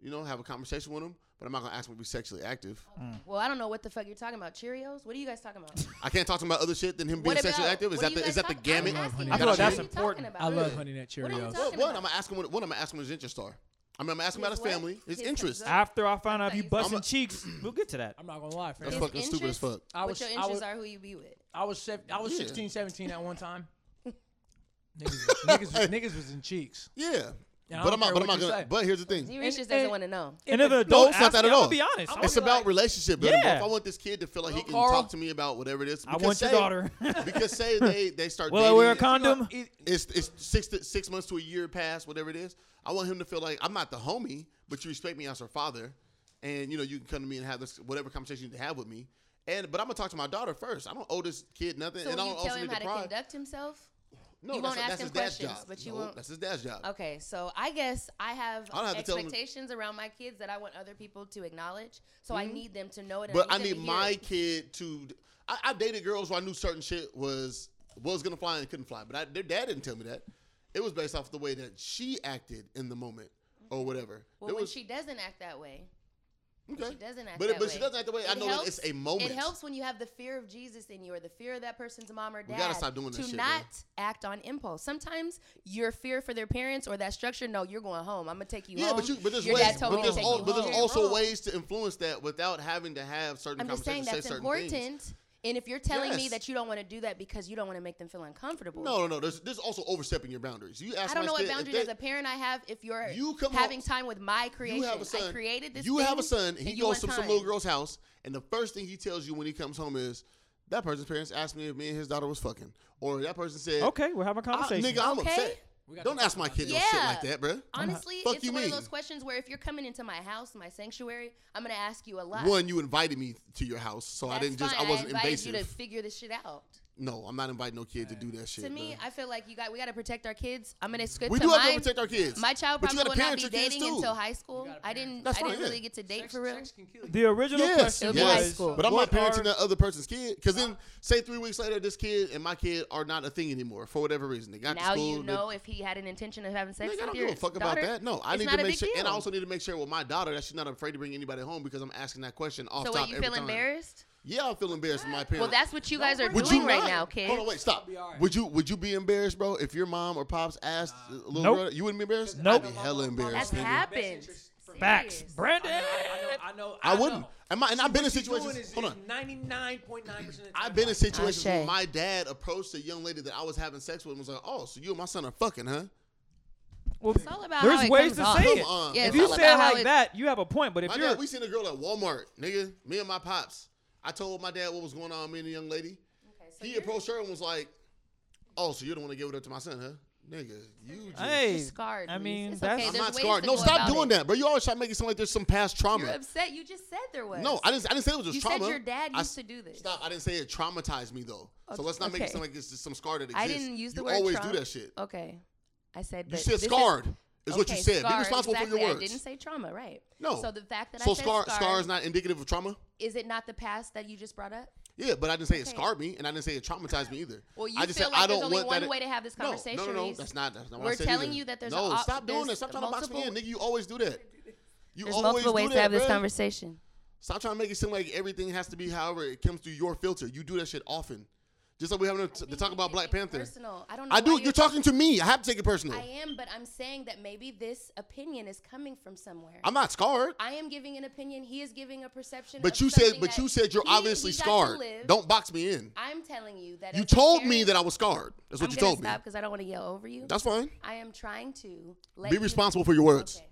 you know, have a conversation with him. But I'm not gonna ask him to be sexually active.
Well, I don't know what the fuck you're talking about. Cheerios? What are you guys talking about?
I can't talk to him about other shit than him being
What
sexually
about-
active. Is
what
that
are
the
you
is
guys
that the
talk-
gamut?
I'm asking
I
you,
feel like
what
that's
are you
important.
talking about?
I love Honey Nut
What are you
Cheerios.
talking
Well, one, I'm gonna ask him. What, one, I'm gonna ask him what his interests are. I mean, I'm asking about his
His what?
family, his
His
interests.
concern.
After I find out
That's
you
how you-
busting
I'm a-
cheeks, we'll get to that.
I'm not gonna lie,
That's
fam.
His
fucking stupid as
interests?
fuck.
I
What
was,
your
I
interests
was,
are, who you be with.
I was, sev- I was
Yeah.
16, 17 at one time. niggas, niggas, was, niggas was in cheeks.
Yeah,
Yeah, I
but
don't
I'm not.
care
But I'm
what
not
you
gonna.
say.
But hehe's the thing.
D Reese just
and-
doesn't want to know.
And if an
No,
adult
it's not
asks
that
me,
at
I'm
all.
gonna be honest.
It's
gonna be
about
like-
relationship. building.
Yeah.
If I want this kid to feel like he can
Carl.
talk to me about whatever it is,
I
because
want your
say-
daughter.
Because say they they start.
Will I
dating,
wear a condom?
It-
It's it's six to, six months to a year past whatever it is. I want him to feel like I'm not the homie, but you respect me as her father, and you know you can come to me and have this whatever conversation you need to have with me. And but I'm gonna talk to my daughter first. I don't owe this kid nothing,
So
and
when
I
you
don't
tell
also
him
need
how
to
to
cry.
conduct himself,
No,
You
that's,
won't ask
that's
him
his dad's
questions,
job.
but you
No,
won't-
That's his dad's job.
Okay, so I guess I have,
I don't have to tell 'em-
expectations around my kids that I want other people to acknowledge. So I need them to know it. and
Hmm? But I
them
need
to hear
my
it.
kid to. I, I dated girls who I knew certain shit was was gonna fly and couldn't fly, but I, their dad didn't tell me that. It was based off the way that she acted in the moment or whatever.
Well,
There
when
was,
she doesn't act that way,
okay.
she doesn't act
but
that
but
way.
she doesn't act the way. I
It
know that it's a moment.
It helps when you have the fear of Jesus in you or the fear of that person's mom or dad.
We gotta stop doing that
To
shit, bro.
not act on impulse. Sometimes your fear for their parents or that structure. No, you're going home. I'm gonna take you
Yeah,
home.
but you but there's
your
ways,
dad told
but
me
there's,
to take
al-
you
but there's
home.
also ways to influence that without having to have certain
I'm just saying
conversations.
that's
say certain
important.
things.
And if you're telling me
Yes.
that you don't want to do that because you don't want to make them feel uncomfortable,
No, no, no. There's there's also overstepping your boundaries. You ask
I don't
my
know what
kid, if
boundaries
they-
as a parent I have if you're
You come
having
home-
time with my creation.
You have a son.
I created this.
You have a
thing,
son, and
and
he
you
goes
want
to some
time.
little girl's house, and the first thing he tells you when he comes home is, "That person's parents asked me if me and his daughter was fucking," or that person said,
Okay, we're having a
I-
conversation.
nigga, I'm
Okay.
upset."
We got
Don't
to
ask my
talk
kid no
about
shit
that.
like that, bruh.
Honestly,
Uh-huh. Fuck
it's
you
one of
mean?
those questions where if you're coming into my house, my sanctuary, I'm gonna ask you a lot.
One, you invited me to your house, so I
That's
didn't just
fine.
I wasn't
invited
invasive.
you to figure this shit out.
no, I'm not inviting no kid to do that shit.
to me,
bruh.
I feel like you got we got to protect our kids. I'm gonna skip
we
to
do have
mine.
to protect our kids.
My child
But you
probably will
gotta
not
parent
be
your kids
dating
too.
until high school.
gotta
I
parent
didn't.
That's
I
fine,
didn't
yeah.
really get to date
Sex-
for real.
sex can kill you.
The original
Yes,
question
It'll be high
was,
school.
but I'm
what
not parenting
are-
that other person's kid. Because then, say three weeks later, this kid and my kid are not a thing anymore for whatever reason. They got
Now
to school.
you
they-
know if he had an intention of having sex
Nigga, I
with
don't
your
give a fuck about
daughter,
that. No, I
it's
need
not
to
a
make
big
sure, and I
deal.
also need to make sure with my daughter that she's not afraid to bring anybody home because I'm asking that question off
So
top
what you
every
feel
time.
embarrassed?
Yeah, I feel embarrassed with my parents.
Well, that's what you guys are
Would
doing
you
right
not?
now, kid.
Hold on, wait, stop.
Be all right.
Would you would you be embarrassed, bro, if your mom or pops asked a little
Nope.
girl, you wouldn't be embarrassed?
Nope.
I'd be hella
That's
embarrassed. nigga.
happened.
Facts, Brandon.
I know. I know.
I wouldn't. Am I, and I've been in
Situation.
situations. Hold on.
Ninety-nine point nine percent.
I've been in situations
Ashay.
where my dad approached a young lady that I was having sex with and was like, "Oh, so you and my son are fucking, huh?"
Well,
It's all about
there's
how it
ways
comes
to
off.
say
Come
it.
on.
Yeah,
If
it's
you
all
say it
about how
like
it-
that, you have a point. But if
My
you're
dad, we seen a girl at Walmart, nigga. Me and my pops. I told my dad what was going on, me and the young lady.
Okay, so
he
you're-
approached her and was like, "Oh, so you don't want to give it up to my son, huh, nigga? You just,
hey,
You're scarred,
I
Reese.
mean,
It's
that's
okay.
I'm
there's
not
ways
scarred.
to
No,
go
stop
about
doing
it.
that, bro. You always try to make it sound like there's some past trauma.
You're upset. You just said there was.
no, I didn't. I didn't say it was just
You
trauma.
said your dad
I
used
s-
to do this.
Stop. I didn't say it traumatized me though. So let's not make it
okay.
sound like it's just some scar that exists.
I didn't use the
you
word
always
trauma.
do that shit.
Okay, I said.
You
But
said
this
scarred. Is,
Is,
what you
okay,
said. Be
scarred,
responsible
exactly.
for your words.
I didn't say trauma, right?
No.
So the fact that
so
I said
scar,
scarred,
scar is not indicative of trauma.
is it not the past that you just brought up?
Yeah, but I didn't say it
Okay.
scarred me, and I didn't say it traumatized me either.
Well, you
I just
feel
said
like
I don't
there's only
want
one
that.
way to have this conversation.
No, no, no,
Reese.
that's not. That's not what I
We're
said
telling
either.
you that there's
no.
a op-
stop doing
there's
that. Stop trying to box me in,
multiple-
nigga. You always do that. You
There's
always
multiple
do
ways
that,
to have this
bruh.
conversation.
Stop trying to make it seem like everything has to be however it comes through your filter. You do that shit often. Just like we having to, to talk about Black Panther.
Personal. I don't. Know
I
why
do.
You're,
You're talking to me. I have to take it personal.
I am, but I'm saying that maybe this opinion is coming from somewhere.
I'm not scarred.
I am giving an opinion. He is giving a perception.
But
of
you said,
something
but
that
you said you're
he-
obviously
he got to
scarred.
live.
Don't box me in.
I'm telling you that
You
as a
told me
parent-
that I was scarred. That's what
I'm
you
gonna
told me.
stop because I don't want to yell over you.
That's fine.
I am trying to let
Be
you-
responsible for your words.
Okay.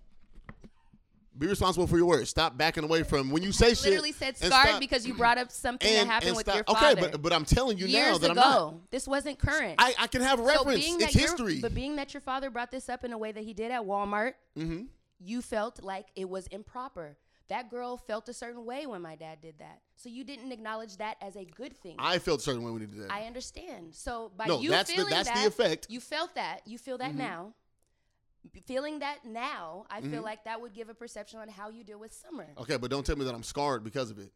Be responsible for your words. Stop backing away from when you say shit.
Literally said
and
scarred
stop-
because you brought up something that happened with
stop-
your father.
Okay, but but I'm telling you
years
now that
ago,
I'm not.
this wasn't current.
I, I can have reference. it's
that your-
history.
But being that your father brought this up in a way that he did at Walmart,
Mm-hmm.
you felt like it was improper. That girl felt a certain way when my dad did that. So you didn't acknowledge that as a good thing. I,
I felt a certain way when he did that.
understand. So by
No,
you
that's the-
feeling
that's the
that,
effect. Mm-hmm.
You felt that. You feel that now. B- Feeling that now, I feel like that would give a perception on how you deal with summer.
Mm-hmm. okay, but don't tell me that I'm scarred because of it.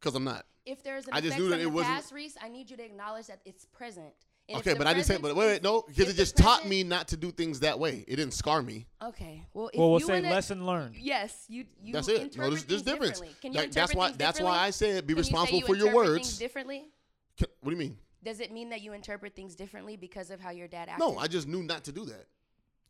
Because I'm not.
If there's an
I
effect
just
from
knew that
the
it wasn't-
past, Reese, I need you to acknowledge that it's present. And if
okay,
the
but I didn't say. But
present
wait, wait,
is-
no,
if
because it
the
just taught
present-
me not to do things that way. It didn't scar me.
Okay. Well, if
well, we'll
you
say
wanna-
lesson learned.
Yes, you. you
That's it. No,
interpret
there's, there's
things
difference.
differently. Can you
Like, that's
interpret
why.
things
That's why I
differently?
said be
Can you say
responsible
you
for your
interpret
words.
Things differently.
Can- what do you mean?
Does it mean that you interpret things differently because of how your dad acted?
No, I just knew not to do that.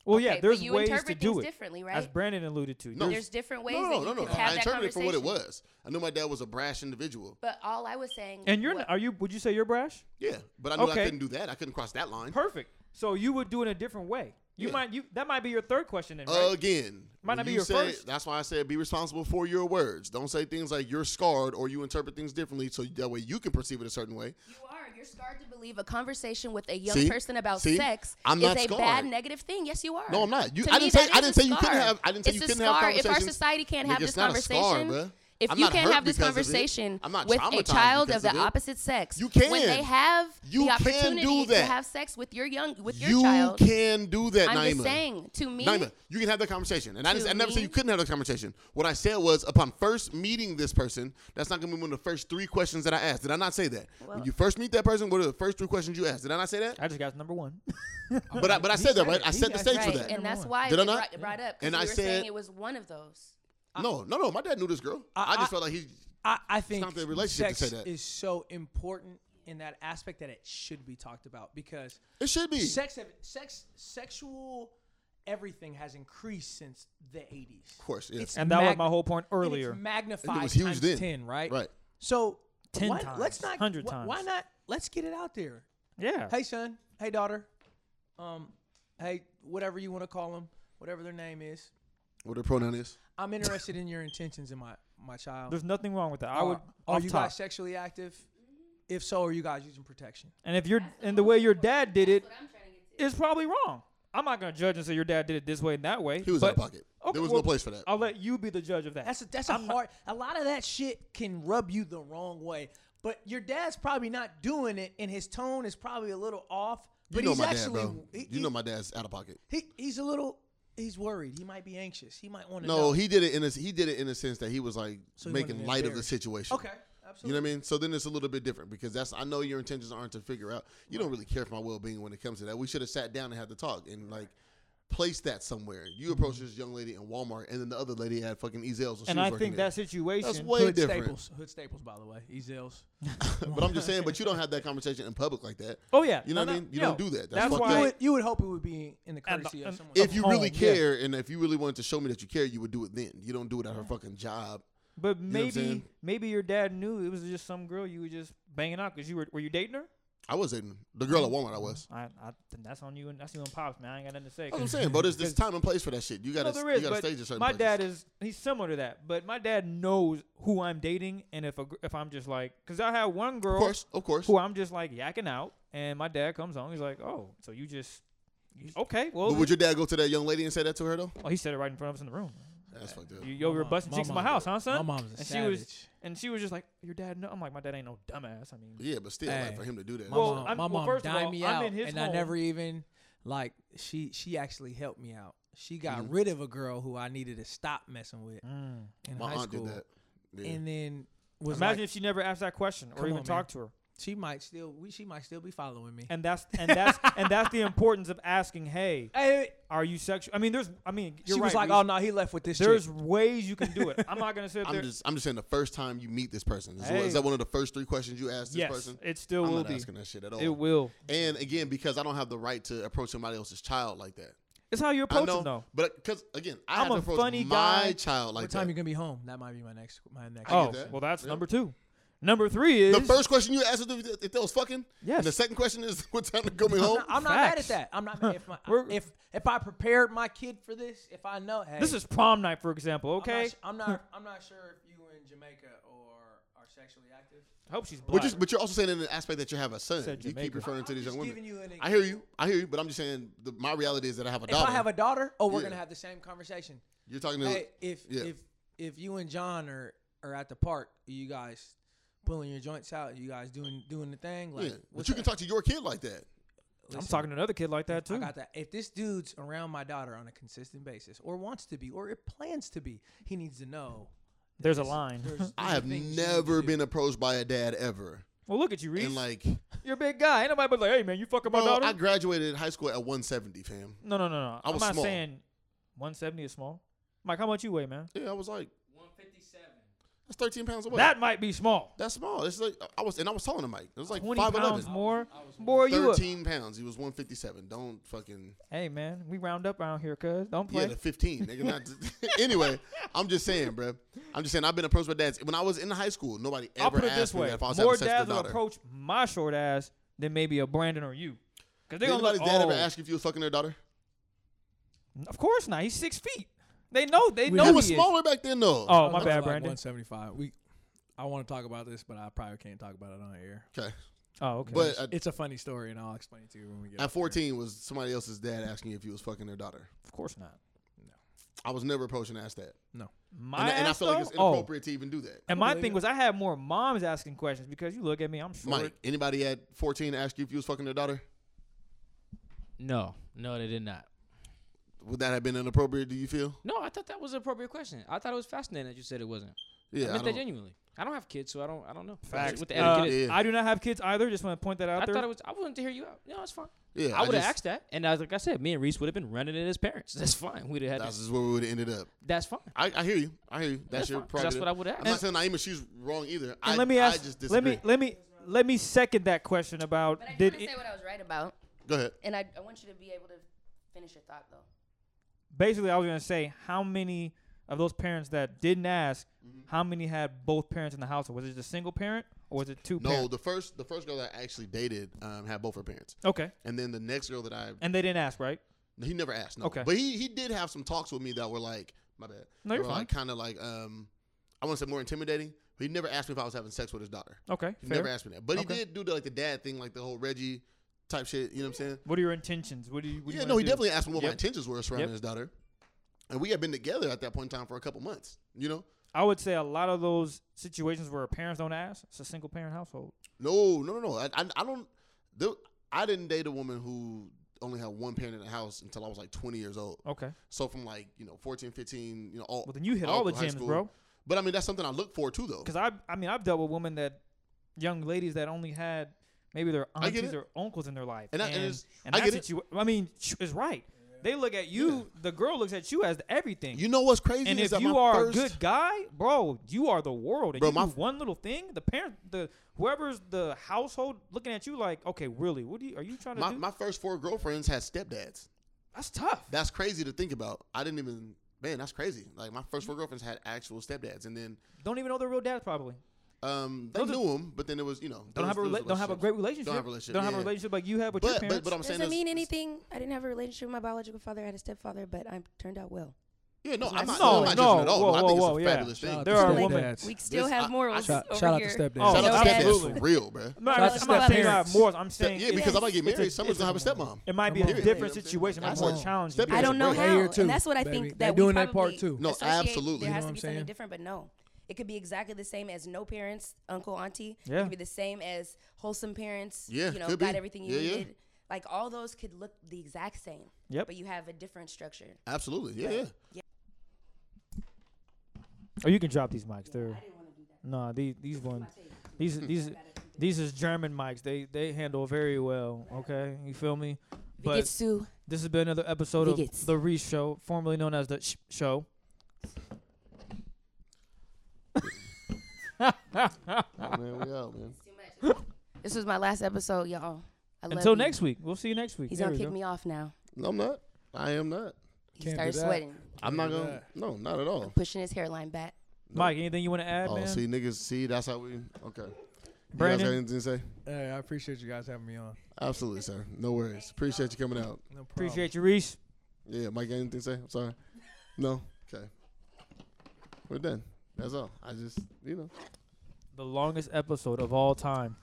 Well,
Okay,
yeah,
but
there's
you
ways to
interpret
do
things
it.
differently, right?
As Brandon alluded to.
No.
There's different ways
No, no,
that
no,
you
no.
can
I
have that
interpreted it for what it
conversation.
was. I knew my dad was a brash individual.
But all I was saying.
And you're
what-
are you would you say you're brash?
Yeah, but I knew I
Okay.
couldn't do that. I couldn't cross that line.
Perfect. So you would do it a different way. You
Yeah.
might you that might be your third question then, right?
Again,
Might
when
not be
you
your
say,
first.
That's why I said be responsible for your words. Don't say things like you're scarred or you interpret things differently, so that way you can perceive it a certain way.
You are. You're scarred to believe a conversation with a young
See?
person about
See?
sex
I'm
is
not
a
scarred.
bad negative thing. Yes, you are.
No, I'm not. You-
To
I
me,
didn't say-
that
I
is
didn't
a
say you couldn't
scar.
have- I didn't say
It's
you
a
couldn't have
scar. If our
conversations-
society can't have
Nigga,
this
it's not a scar,
conversation,
bruh.
If
I'm
you
not
can't
hurt
have this
because of it.
conversation
I'm not
with a
traumatized
child
because
of the
of it.
opposite sex,
You
when
can.
they have
You
the
can do
opportunity to
that.
have sex with your young with your
you
child,
can do that,
I'm
Naima.
just saying. To me,
Naima, you can have that conversation. And I, just,
To
I never said
me-
you couldn't have that conversation. What I said was, upon first meeting this person, that's not going to be one of the first three questions that I asked. Did I not say that? when
Well-
you first meet that person, what are the first three questions you asked? Did I not say that?
I just got number one.
but I, but I said that, right? I set the stage
right,
for that.
and that's why
Did I
it
not?
brought, brought up. 'cause
And
you
I
were saying
said-
it was one of those.
no, no, no. My dad knew this girl. I,
I-
just
I-
felt like he.
I, I think
not their relationship to
sex
say that.
is so important in that aspect that it should be talked about because
It should be.
sex, have- sex, sexual, everything has increased since the eighties.
of course, yes.
And that was my whole point earlier.
It's magnified
And it was huge
times
then.
ten, right?
Right.
So
10
why-
times,
Let's not.
100
wh- Why
times.
not? Let's get it out there.
Yeah.
Hey son. Hey daughter. Um. Hey, whatever you want to call them, whatever their name is.
What her pronoun is?
I'm interested in your intentions in my my child.
There's nothing wrong with that. I
Are-
would
Are
off
you
top.
guys sexually active? If so, are you guys using protection?
And if you're and the way your dad did it is probably wrong. I'm not gonna judge and say your dad did it this way and that way.
He was
but,
out of pocket. there was
well,
no place for that.
uh,
I'll let you be the judge of that.
That's a, that's a hard. A lot of that shit can rub you the wrong way. But your dad's probably not doing it, and his tone is probably a little off.
You
But
know
he's
my
actually,
dad, bro.
he-
you
he-
know my dad's out of pocket.
he, he's a little. He's worried. He might be anxious. He might want to.
No,
know.
he did it in a, he did it in a sense that he was like
So he
making
wasn't
light of the
embarrassed.
situation.
Okay,
You know
absolutely.
what I mean? So then it's a little bit different because that's I know your intentions aren't to figure out. You don't really care for my well being when it comes to that. We should have sat down and had the talk and like place that somewhere. You
Mm-hmm.
approached this young lady in Walmart and then the other lady had fucking Ezels.
and I think that situation
that's way
Hood
different.
Staples. Hood Staples, by the way. Ezels.
but I'm just saying, but you don't have that conversation in public like that.
Oh yeah.
You know
No,
what I
no,
mean? You
no.
don't do that. That's,
That's
fucked
why-
up.
You
Right.
would, you would hope it would be in the
And the-
courtesy of
and-
someone.
if you really
home, yeah.
care and if you really wanted to show me that you care, you would do it then. You don't do it at her fucking job.
But
know what I'm
maybe
saying?
maybe your dad knew it was just some girl you were just banging out because you were were you dating her?
I was dating the girl at Walmart. I was.
I, I then that's on you and that's you and pops man. I ain't got nothing to say.
That's what
'cause-
I'm saying, bro. There's this
'cause-
time and place for that shit. You gotta,
no, there is.
you gotta
but
stage a certain.
my
places.
dad is he's similar to that, but my dad knows who I'm dating and if a, gr- if I'm just like because I had one
of
girl
course, of course.
who I'm just like yakking out, and my dad comes on. He's like, "Oh, so you just you- okay? Well,
But would your dad go to that young lady and say that to her though?
oh, he said it right in front of us in the room.
That's fucked up.
You, yo, we were busting cheeks in my house, huh, son?
My mom's a
and she
savage.
was and she was just like, "Your dad? No." I'm like, "My dad ain't no dumbass. I mean,
Yeah, but still, like
Hey.
for him to do that.
My
Well,
mom,
I'm-
my
well,
mom
first of
dined
all,
me
I'm
out,
in his
and I
home.
never even like she. She actually helped me out. She got rid of a girl who I needed to stop messing with
mm."
in
my
high
aunt
school,
did that. Yeah.
and then was
imagine
like,
if she never asked that question or
Come on,
even
man.
talked to her."
she might still. We, she might still be following me.
And that's and that's and that's the importance of asking. Hey,
Hey,
are you sexual? I mean, there's. I mean, you're
she was like,
right,
"Oh
Reese.
no, he left with this."
There's
chick.
ways you can do it. I'm not gonna sit
I'm
there.
just, I'm just saying the first time you meet this person, is,
Hey.
is that one of the first three questions you ask this
yes,
person?
it still
I'm
will
not
be.
asking that shit at all.
It will.
And again, because I don't have the right to approach somebody else's child like that.
It's how you
I
approach
know,
them, though.
but because again, I have
I'm
to
a
approach
funny
my
guy.
child like
what time
that.
you gonna be home? That might be my next. My next.
Oh,
that.
well, that's
Yeah.
number two. Number three is
the first question you asked if, if they was fucking.
Yes.
And the second question is what time to go me home.
I'm not mad
Oh, Facts.
at that. I'm not mad if my,
We're-
if if I prepared my kid for this. If I know, hey,
This is prom night, for example.
I'm not
Okay,
su- I'm not. I'm not, sure if you in Jamaica or are sexually active.
I hope she's
But,
black.
just, but you're also saying in the aspect that you have a son.
Said
You keep
Jamaica.
referring to
I'm
these young
just
women.
giving you an
I hear you. I hear you. But I'm just saying the, my reality is that I have a
If
daughter.
I have a daughter, oh, we're
Yeah.
gonna have the same conversation.
you're talking to
Hey, if
yeah.
if if you and John are are at the park, you guys pulling your joints out, you guys doing doing the thing. Like,
yeah. But
what's
you can
up?
talk to your kid like that.
I'm
Listen,
talking to another kid like that
I
too.
got that. If this dude's around my daughter on a consistent basis, or wants to be, or it plans to be, he needs to know.
There's a line.
there's- there's
I have
things she needs
never
to do.
been approached by a dad ever.
well, look at you, Reese.
And like,
You're a big guy. Ain't nobody but like, hey man, you fucking my
bro,
daughter.
I graduated high school at 170, fam.
no, no, no,
I
no. I'm
was
not
small.
saying 170 is small. Mike, how much you weigh, man?
Yeah, I was like,
157.
that's 13 pounds away.
That might be small.
that's small. It's like I was, and I was taller than Mike. It was like
20 pounds
5'11.
more. Boy, you. A,
13 pounds. He was 157. Don't fucking.
hey man, we round up around here, cuz don't
Yeah,
play.
the 15. Nigga, not anyway, I'm just saying, bro. I'm just saying, I've been approached by dads. When I was in high school, nobody ever
I'll put it
asked
this
me
way:
that if I was
more
having sex
dads
with a
will
daughter.
approach my short ass than maybe a Brandon or you, because
Did
they gonna
anybody's
look.
dad
Oh,
ever ask you if you was fucking their daughter?
of course not. He's six feet. They know. They
We
know
he
he
was
is.
smaller back then, though.
Oh my
That's
bad,
like
Brandon.
175. We, I want to talk about this, but I probably can't talk about it on air.
Okay.
Oh okay.
But at,
It's a funny story, and I'll explain it to you when we get.
at 14, was somebody else's dad asking you if you was fucking their daughter?
of course not.
I was never approaching to ask that.
My
And, and I
ass,
feel like it's
though? Oh.
inappropriate to even do that.
And my
believe
thing
it.
was, I had more moms asking questions because you look at me, I'm short. Uh,
Mike, anybody at 14 ask you if you was fucking their daughter?
No, no, they did not.
Would that have been inappropriate, do you feel?
No, I thought that was an appropriate question. I thought it was fascinating that you said it wasn't.
Yeah.
I
I
meant that
don't-
genuinely. I don't have kids, so I don't. I don't know.
Facts.
What the
Uh,
etiquette is.
Yeah.
I do not have kids either. Just want to point that out
I
there.
thought it was. I wanted to hear you out. No, it's fine.
yeah,
I would have
just-
asked that, and I was like I said, me and Reese would have been running it as parents. That's fine. We'd have had.
That's
That's,
just where we would have ended up.
that's fine.
I, I hear you. I hear you. That's,
That's,
your
fine. that's
prerogative.
what I would
I'm
have.
not saying Naima she's wrong either.
and
I,
let me ask.
I just
let
disagree.
me let me let me second that question about
But I did
did
want
it-
to say what I was right about,
Go ahead.
and I, I want you to be able to finish your thought though.
basically I was gonna say how many of those parents that didn't ask,
Mm-hmm.
how many had both parents in the household? Was it just single parent or was it two?
No,
parent?
the first the first girl that I actually dated um, had both her parents,
Okay,
and then the next girl that I
and they didn't ask, right?
he never asked. No,
Okay.
but he he did have some talks with me that were like my bad.
No, you're
They were, Like, kind of like um, I want to say more intimidating. But he never asked me if I was having sex with his daughter.
Okay,
He
fair.
never asked me that, but
Okay.
he did do the, like the dad thing, like the whole Reggie type shit. You know what I'm saying?
What are your intentions? What do you? What do you
yeah,
wanna
no, he
do?
definitely asked me what my
Yep.
intentions were surrounding
Yep.
his daughter, and we had been together at that point in time for a couple months. You know,
I would say a lot of those situations where parents don't ask, it's a single parent household.
No, no, no, no. I, I, I don't. The, I didn't date a woman who only had one parent in the house until I was like 20 years old.
Okay,
So from like you know 14, 15, you know all.
well then you hit all,
all
the
through high
gyms,
school.
bro.
But I mean that's something I look for too though.
Because I, I mean, I've dealt with women that, young ladies that only had maybe their
I get
aunties
it.
or uncles in their life,
And
and
I- and
and,
it's- I
that's
get it.
what you. I mean, sh- is right. They look at you. The girl looks at you as the everything.
You know what's crazy
and
is
if
that
you
my
are
first,
a good guy, bro, you are the world. And
Bro,
you
my
do
f-
one little thing, the parent, the whoever's the household looking at you like, okay, really, what do you are you trying to
my,
do?
my first four girlfriends had stepdads.
that's tough.
That's crazy to think about. I didn't even man, that's crazy. Like my first four girlfriends had actual stepdads, and then
Don't even know their real dads probably.
um they
Those are-
knew them, but then it was you know
Don't
there
have a
was- there
rela-
was
don't have a great relationship.
Don't have a relationship,
Don't have a
yeah.
relationship like you had with your
But
parents.
but, but I'm saying
Doesn't mean
is-
anything. I didn't have a relationship with my biological father. I had a stepfather, but I turned out well.
Yeah, no,
It's
I'm not,
nice.
no, I'm not judging at
No,
all.
no,
but I
whoa,
think
whoa,
it's a
yeah.
fabulous thing.
There are women-
We still have
I-
morals
Shout,
over
shout out to
here.
stepdad.
Oh,
Shout
No
out to
dads.
stepdads for real, bruh.
I'm not,
Shout out
I'm
to
not saying I have
stepparents.
more. I'm saying
Yeah, because
Yes.
I'm about to get
It's a-
married. Someone's
it's a-
gonna have a stepmom.
It might be
Come
a
on.
different
Yeah, yeah,
situation,
yeah.
much more
Come on.
challenging.
Step
I don't know
Right
how,
here, too,
and that's what I
baby.
think
They're
that
doing
we
that
probably
part, too.
No,
associate.
absolutely.
There
You
know what
has to be
I'm
something
saying?
different, but no, it could be exactly the same as no parents, uncle, auntie. It
Yeah.
could be the same as wholesome parents.
Yeah,
you know,
could be.
got everything you
Yeah, yeah.
needed. Like all those could look the exact same.
Yep.
But you have a different structure.
Absolutely. Yeah, yeah.
Oh, you can drop these mics. They're no, these these ones, these these these is German mics. They they handle very well. Okay, you feel me? But
Sue.
this has been another episode of
Bigots.
the Reese Show, formerly known as the Sh- Show.
Oh, man, we out, man.
This was my last episode, y'all. I love
Until
you.
next week, we'll see you next week.
He's
There
gonna
we
kick
go.
me off now.
No, I'm not. I am not.
He
Can't do
started
that.
sweating,
I'm not
do
gonna.
that.
No, not at all.
pushing his hairline back.
Mike. Anything you want to add,
Oh,
man?
see, niggas, see, that's how we. Okay. You
Brandon?
guys got anything to say?
Hey, I appreciate you guys having me on.
Absolutely, sir. No worries. Appreciate you coming out.
No problem.
um,
Appreciate you, Reese.
Yeah, Mike, got anything to say? I'm sorry. No. Okay. We're done. That's all. I just, you know.
The longest episode of all time.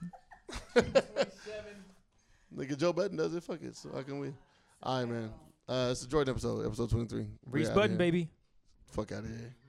Nigga, Joe Button does it. Fuck it. So how can we? All right, man. Uh, it's the Jordan episode, episode 23. We
Reese
outta
Button,
here.
baby.
Fuck out of here.